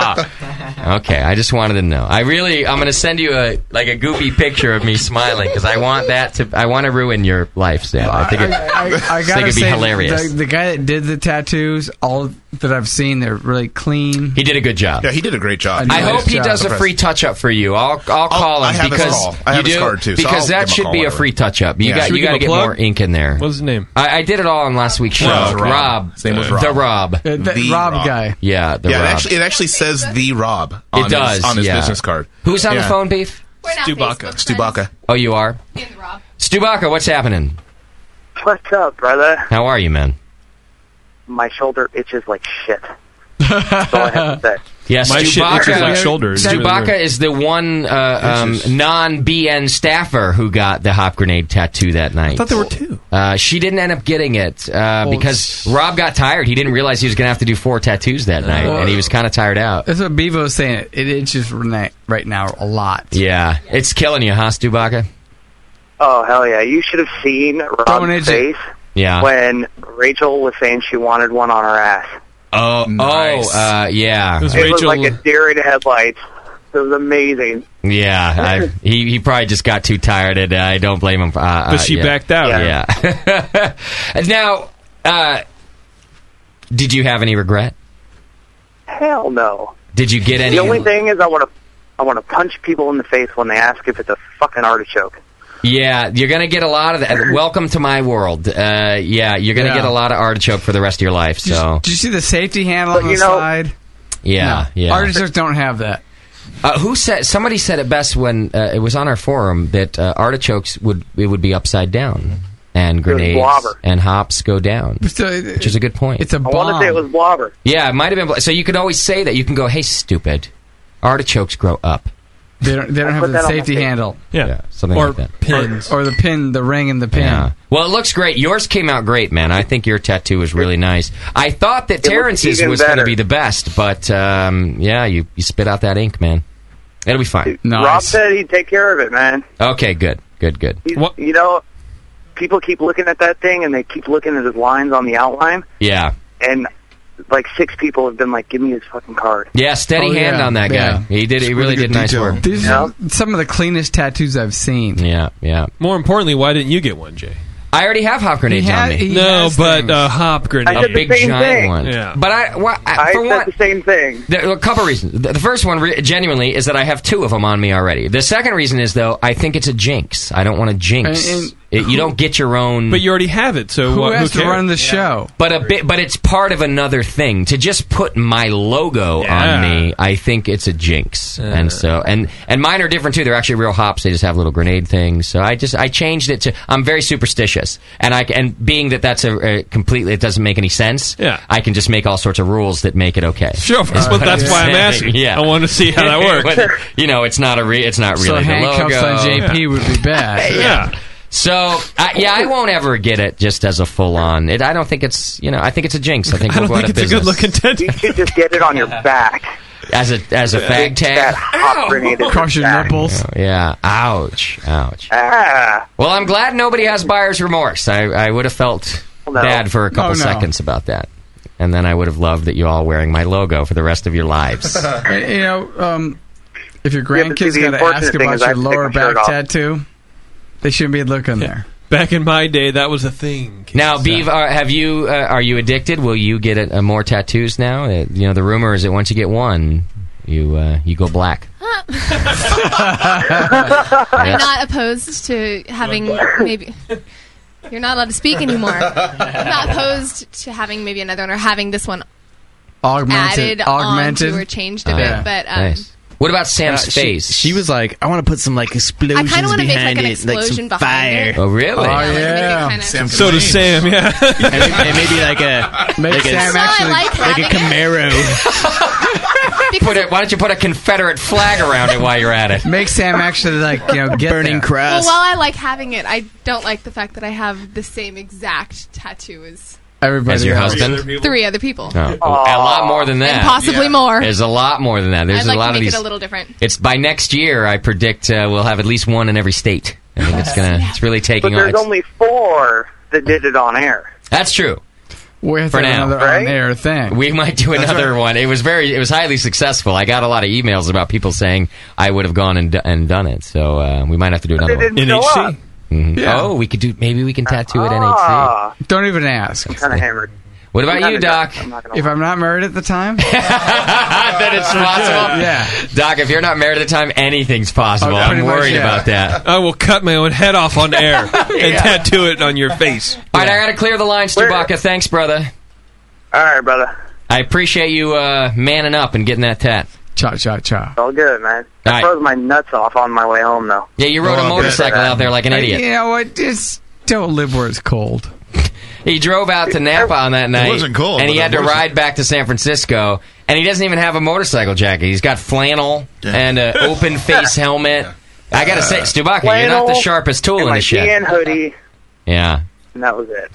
Ah. okay, I just wanted to know. I really, I'm going to send you a like a goopy picture of me smiling because I want that to, I want to ruin your life, Sam. I think it,
I, I
think
gotta
it'd be
say,
hilarious.
The, the guy that did the tattoos, all that I've seen, they're really clean.
He did a good job.
Yeah, he did a great job. Oh,
I hope he does a free touch up for you. I'll I'll call
I
him
have his
because
call. I have
you
his
do?
card, too, so
because
I'll give him
that
a
should
call
be a
whenever.
free touch up. You
Yeah.
got
Should we
you got to
give
get
him a plug?
more ink in there.
What's his name?
I, I did it all on last week's show.
No, it was Rob.
Rob.
His name was Rob.
The Rob.
Uh, that The Rob Rob. guy.
Yeah, the
yeah,
Rob.
It, actually, it actually says the Rob. On
It does
his, on his
yeah.
business card.
Who's on
Yeah.
the phone, Beef?
Stubaka. Stubaka.
Oh, you are. Stubaka, what's happening?
What's up, brother?
How are you, man?
My shoulder itches like shit. That's all I have to say.
Uh-huh. Yes,
My shit
Stubaka,
itches like shoulders. It's really
Stubaka
weird.
is the one uh, um, non-BN staffer who got the hop grenade tattoo that night. I thought there were two. Uh, she didn't end up getting it uh, because Rob got tired. He didn't realize he was going to have to do four tattoos that night,
Well-
and he was kind of tired out.
That's what Bevo's saying. It itches right right now a lot.
Yeah, it's killing you, huh, Stubaka?
Oh hell yeah! You should have seen Rob's face
Yeah.
when Rachel was saying she wanted one on her ass.
Oh, oh, uh, yeah.
It, was like a deer in headlights. It was amazing.
Yeah, I, he he probably just got too tired, and I don't blame him. Uh, uh,
But she
yeah.
backed out.
Yeah. now, uh, did you have any regret?
Hell no.
Did you get any?
The only thing is, I want to, I want to punch people in the face when they ask if it's a fucking artichoke.
Yeah, you're gonna get a lot of that. Welcome to my world. Uh, yeah, you're gonna
Yeah.
get a lot of artichoke for the rest of your life. So
Did you see the safety handle
But
on
you
the
know-
side?
yeah,
No.
yeah.
Artichokes don't have that.
Uh, who said? Somebody said it best when uh, it was on our forum that uh, artichokes would it would be upside down and grenades
blobber.
and hops go down, which is a good point. It's
a
I want to say it was blobber.
Yeah, it might have been. blo- So you can always say that. You can go, "Hey, stupid, artichokes grow up."
They don't. They don't have
put
the
that on my
safety
face.
handle.
Yeah, something
or
like that.
pins, or, the pin, the ring, and the pin.
Yeah. Well, it looks great. Yours came out great, man. I think your tattoo was really nice. I thought that
It looks
Terrence's
even
was going to
better.
be the best, but um, yeah, you, you spit out that ink, man. It'll be fine.
Rob said he'd take care of it, man.
Okay, good, good, good.
He's, You know, people keep looking at that thing and they keep looking at his lines on the outline,
Yeah.
and like six people have been like, "Give me his fucking card."
Yeah, steady
Oh,
hand
yeah,
on that guy.
yeah.
He did. He really did nice work.
These are some of the cleanest tattoos I've seen.
Yeah, yeah.
More importantly, why didn't you get one, Jay?
I already have hop grenades
He ha-
on me.
he No, has but, things. uh, hop grenade. I
a
did the
big
same
giant
thing.
one.
Yeah.
But I, well, I,
I
for
said
one,
the same thing.
There are a couple reasons. The the first one, re- genuinely, is that I have two of them on me already. The second reason is though I think it's a jinx. I don't want to jinx.
And- and
It- you don't get your own.
But you already have it, so
Who
what,
has to
cares?
run
the show?
But a bit. But it's part of another thing. To just put my logo on me, I think it's a jinx. And so, and and mine are different too. They're actually real hops. They just have little grenade things. So I just I changed it to. I'm very superstitious, and I and being that that's a, a completely it doesn't make any sense. Yeah. I can just make all sorts of rules that make it okay.
Sure,
Is
well,
what
that's why I'm
saying.
asking.
Yeah.
I want to see how that works.
But, you know, it's not a re- it's not really
So
the
handcuffs
logo.
on JP would be bad.
Yeah. So I, yeah, I won't ever get it just as a full on. It, I don't think it's you know I think it's a jinx. I think we'll go out of business
looking tattoo.
You should just get it on your back.
as a as a fag
That
tag.
hot grenade. is
Crush your
back.
nipples.
Yeah. Ouch. Ouch.
Ah.
Well, I'm glad nobody has buyer's remorse. I, I would have felt bad for a couple
Oh, no.
seconds about that, and then I would have loved that you all wearing my logo for the rest of your lives.
And, you know, um, if your
Yeah, but see,
grandkids
the
got to
unfortunate
ask
thing
about
is I
your
have to take
lower
my shirt
back
off.
tattoo, they shouldn't be looking there.
Back in my day, that was a thing.
uh,
Now, Beav, are, have you? Uh, are you addicted? Will you get uh uh, more tattoos now? Uh, you know, the rumor is that once you get one, you uh, you go black.
I'm
Yes.
not opposed to having maybe. You're not allowed to speak anymore. I'm not opposed to having maybe another one or having this one
Augmented,
added
augmented.
onto or changed a
Ah.
bit.
Yeah.
But um,
What about Sam's
Uh, she-
face?
She, was like, I want to put some like
I
explosions
kind of want to make like
behind
an
it, like
explosion
some
behind
fire.
it.
Oh, really?
Oh,
yeah.
So does Sam, yeah.
and, and maybe like a
Make
like
Sam
a,
Well, I like
like
having
a Camaro.
Put it- why don't you put a Confederate flag around it while you're at it?
Make Sam actually like you know get burning
Well,
crust.
while I like having it, I don't like the fact that I have the same exact tattoo as
Everybody
As your
else.
husband?
three other people.
No, a lot more than that.
And possibly more.
There's a lot more than that. There's
I'd like
a lot
to
of
make
these.
it a little different.
It's by next year. I predict uh, we'll have at least one in every state. I think it's gonna. It's really
But
taking on.
there's
It's,
only four that did it on air.
that's true.
We have
for
to have
now.
another
Right?
on-air thing.
We might do
That's
another one. It was very, it was highly successful. I got a lot of emails about people saying I would have gone and, do- and done it. So uh, we might have to do another one.
didn't show NHC? up.
Mhm.
Yeah.
Oh, we could do. Maybe we can tattoo at NHC.
Ah,
Don't even ask.
kind of hammered.
What about
Kinda
you, Doc?
If I'm not married at the time,
that it's possible.
Yeah.
Doc, if you're not married at the time, anything's possible.
Oh, pretty
I'm
much,
worried
yeah.
about that.
I will cut my own head off on air and tattoo it on your face.
All right, I got to clear the lines, Chewbacca. Thanks, brother.
All right, brother.
I appreciate you uh, manning up and getting that tat.
Cha cha cha.
All good, man. I
All right.
froze my nuts off on my way home, though.
Yeah, you rode a motorcycle out there like an idiot.
You know what? Oh, Just don't live where it's cold.
He drove out to Napa on that night.
wasn't cold,
and he
but
had
it
to
wasn't-
ride back to San Francisco. And he doesn't even have a motorcycle jacket. He's got flannel and an open face helmet. I gotta say, Stubaka, you're not the
Flannel
sharpest tool
and
in
my
the shed.
BN hoodie,
Yeah.
and that was it.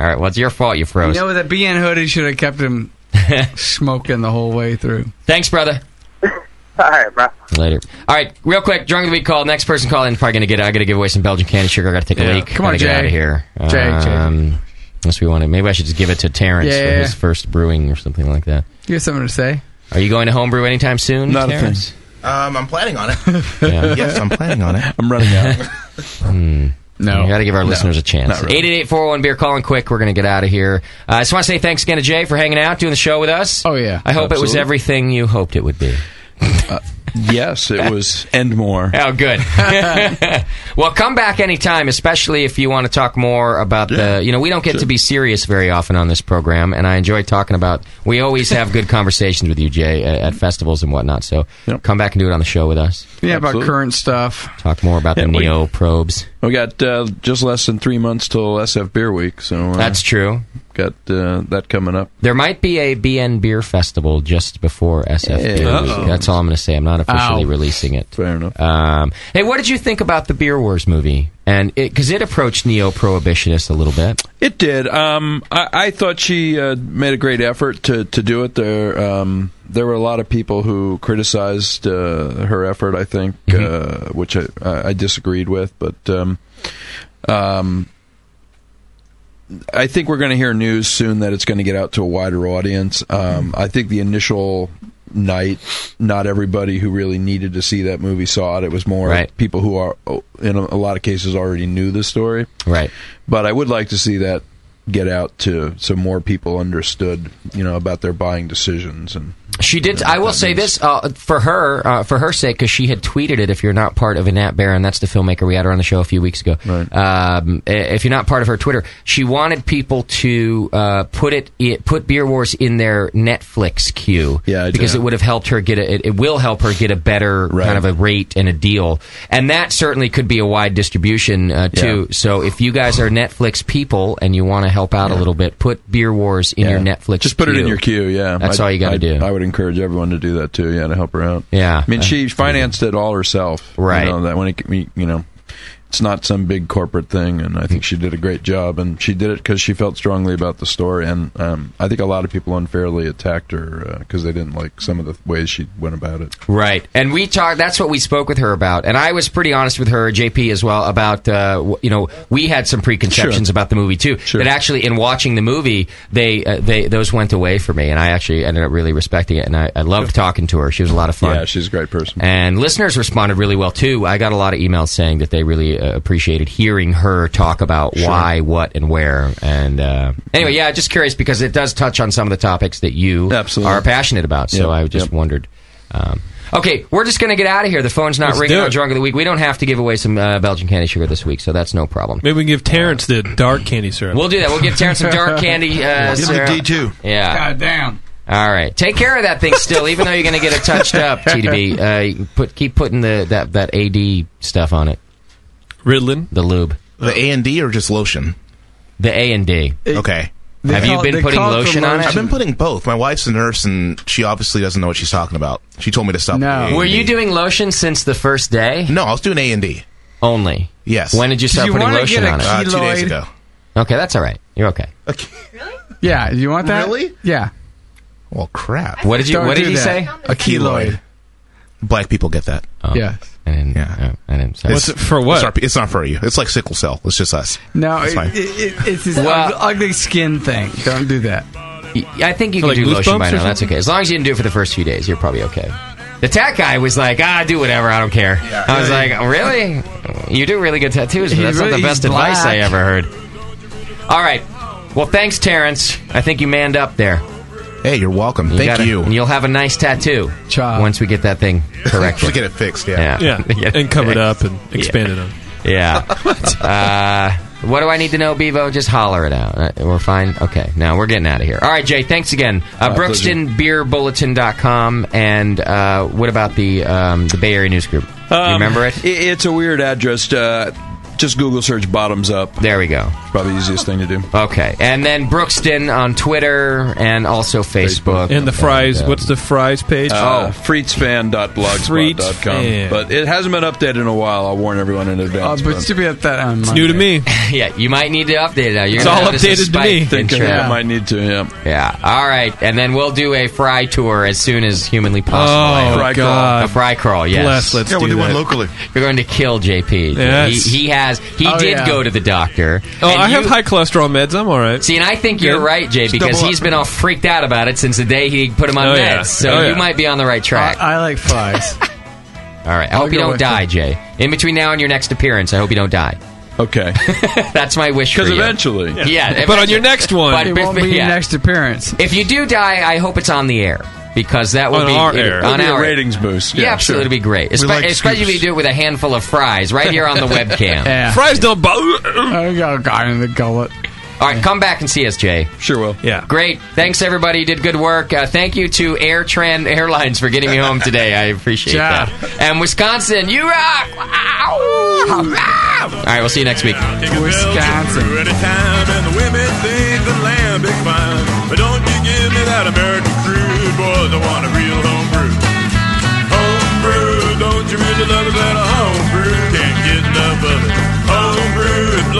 All right. Well, it's your fault you
You
froze.
know that BN hoodie should have kept him smoking the whole way through.
Thanks, brother.
All right, bro.
Later. All right, real quick, drunk of the week call. Next person call in, probably gonna get. I gotta give away some Belgian candy sugar. I gotta take a
Yeah.
leak.
Come on,
gotta get
Jay.
out of here.
Jay, Jay.
Um, Unless we want to, maybe I should just give it to Terrence for
Yeah.
his first brewing or something like that.
You have something to say?
Are you going to homebrew anytime soon?
Not a
Terrence?
Um, I'm planning on it.
Yeah.
yes, I'm planning on it.
I'm running out. No. We got to hmm. give our No. listeners a chance. Not really. 888-401 beer calling quick. We're going to get out of here. Uh, I just want to say thanks again to Jay for hanging out, doing the show with us. Oh yeah. I hope it was
Absolutely.
everything you hoped it would be.
Uh,
yes, it was and more.
Oh, good. well, come back anytime, especially if you want to talk more about the. You know, we don't get to be serious very often on this program, and I enjoy talking about. We always have good conversations with you, Jay, at, at festivals and whatnot. So come back and do it on the show with us.
Yeah, about current stuff.
Talk more about the
we-
neo probes.
We got uh, just less than three months till SF Beer Week, so uh,
That's true.
Got uh, that coming up.
There might be a BN Beer Festival just before SF
Yeah.
Beer Week.
Uh-oh.
That's all I'm going to say. I'm not officially
Ow.
releasing it.
Fair enough.
Um, hey, what did you think about the Beer Wars movie? And because it approached neo prohibitionists a little bit.
It did. Um, I, I thought she uh, made a great effort to, to do it. There, um, there were a lot of people who criticized uh, her effort. I think, uh, which I, I I disagreed with, but um, um, I think we're going to hear news soon that it's going to get out to a wider audience. Um, I think the initial night, not everybody who really needed to see that movie saw it. It was more
Right.
people who are, oh, in a, a lot of cases, already knew the story.
Right.
But I would like to see that get out to so more people understood, you know, about their buying decisions and.
She did. I will say this uh, for her, uh, for her sake, because she had tweeted it. If you're not part of Annette Baron, that's the filmmaker we had her on the show a few weeks ago. Um, i- if you're not part of her Twitter, she wanted people to uh, put it, it put Beer Wars in their Netflix queue. Yeah, because it would have helped her get a, it, it will help her get a better kind of a rate and a deal, and that certainly could be a wide distribution uh, too. So if you guys are Netflix people and you want to help out a little bit, put Beer Wars in your
Yeah.
Netflix.
Just put it in your queue. Yeah,
that's
I'd-
all you got to
I'd-
do.
I would encourage everyone to do that too. Yeah, to help her out.
Yeah,
I mean,
Uh,
she financed it all herself.
Right.
You know, that when it, you know, it's not some big corporate thing, and I think she did a great job, and she did it because she felt strongly about the story, and um, I think a lot of people unfairly attacked her because they didn't like some of the ways she went about it.
Right. And we talked, that's what we spoke with her about. And I was pretty honest with her, JP as well, about, uh, w- you know, we had some preconceptions about the movie too. That actually, in watching the movie, they, uh, they, those went away for me. And I actually ended up really respecting it. And I, I loved talking to her. She was a lot of fun.
Yeah, she's a great person.
And listeners responded really well too. I got a lot of emails saying that they really uh, appreciated hearing her talk about why, what, and where. And uh, anyway, yeah, just curious because it does touch on some of the topics that you are passionate about.
Yep,
So I just
yep.
wondered. Um, okay, we're just going to get out of here. The phone's not
Let's
ringing
do
on
it.
drunk of the week. We don't have to give away some uh, Belgian candy sugar this week, so that's no problem.
Maybe we can give Terrence the dark candy syrup.
We'll do that. We'll give Terrence some dark candy. Uh, syrup. Yeah.
God damn.
All right, take care of that thing still, even though you're going to get it touched up. TDB, uh, you can put keep putting the that that AD stuff on it.
Ritalin,
the lube,
the A and D, or just lotion.
The A and D.
Okay.
They Have you call- been they putting call it lotion on it?
I've been putting both. My wife's a nurse, and she obviously doesn't know what she's talking about. She told me to stop. No.
Were you doing lotion since the first day?
No, I was doing A and D
only.
Yes.
When did you start putting lotion on it?
Uh, two days ago.
Okay, that's all right. You're okay.
Yeah, you want that? Really? Yeah.
Well, crap.
What did you- Don't what did do he that. say?
A keloid. Black people get that.
Oh.
Yes.
I didn't. Yeah. I didn't. sorry.
It's-
What's- for what?
It's, our- it's not for you. It's like sickle cell. It's just us.
No,
it's
it,
fine.
it, it, it's this ug- ugly skin thing. Don't do that.
I think you can do lotion by now. That's okay. As long as you didn't do it for the first few days, you're probably okay. The tat guy was like, ah, do whatever. I don't care. I was like, really? You do really good tattoos, but
He
that's not
really-
the best
he's
advice I
black.
ever heard. All right. Well, thanks, Terrence. I think you manned up there.
Hey, you're welcome. Thank you.
And you'll have a nice tattoo once we get that thing corrected.
We get it fixed,
Yeah.
yeah.
Yeah. And cover it up and expand it on.
Yeah. uh, what do I need to know, Bevo? Just holler it out. Uh, We're fine? Okay. Now we're getting out of here. All right, Jay, thanks again. Uh,
My pleasure.
BrookstonBeerBulletin.com. And uh, what about the um, the Bay Area News Group?
Um,
you remember it?
It's a weird address. Uh, just Google search bottoms up.
There we go.
Probably the easiest thing to do.
Okay. And then Brookston on Twitter and also Facebook.
And the fries.
uh,
what's the fries page?
Uh,
Oh.
FreetsFan.blogspot.com.
Freetsfan.
But it hasn't been updated in a while. I'll warn everyone in advance.
Oh, but it should be up that on
It's new to
Monday.
yeah, you might need to update it now. You're
It's
gonna
all
notice a
updated to
spike
me.
in
Thinking I
trend.
might need to, yeah.
Yeah. All right, and then we'll do a fry tour as soon as humanly possible.
Oh,
A
Fry crawl. God.
A fry crawl. Yes.
Bless, let's Yeah, we'll do do one that. locally.
You're going to kill JP.
Yes.
He, he has. He
Oh,
did
yeah.
go to the doctor.
Oh,
And
I have
you-
high cholesterol meds. I'm all right.
See, and I think you're
Good.
right, Jay,
Just
because
double
he's
up.
been all freaked out about it since the day he put him on
Oh,
meds.
yeah.
So
Oh,
you
yeah.
might be on the right track.
I, I like fries.
all right. I
I'll
hope you
go
don't
with
die,
it.
Jay. In between now and your next appearance, I hope you don't die.
Okay.
That's my wish.
Because
for you.
eventually.
yeah. eventually.
But on your next one.
But
It won't
bef-
be your
yeah.
next appearance.
If you do die, I hope it's on the air because that would
On
be
our air.
on
It'd be a
our
ratings boost.
Yeah,
Yeah,
absolutely,
sure.
it'd be great.
We
Espe-
like
especially if you do it with a handful of fries right here on the webcam.
Fries don't.
I got got in the gullet.
All right, come back and see us, Jay.
Sure will. Yeah.
Great. Thanks, everybody. You did good work. Uh, thank you to Air Tran Airlines for getting me home today. I appreciate
Yeah.
that. And Wisconsin, you rock! Wow! All right, we'll see you next week.
Wisconsin. Anytime, and the women think the lamb is fine. But don't you give me that American crude, boys. I want a real home brew. Home brew, don't you really love it? But a home brew can't get enough of it. Home brew, it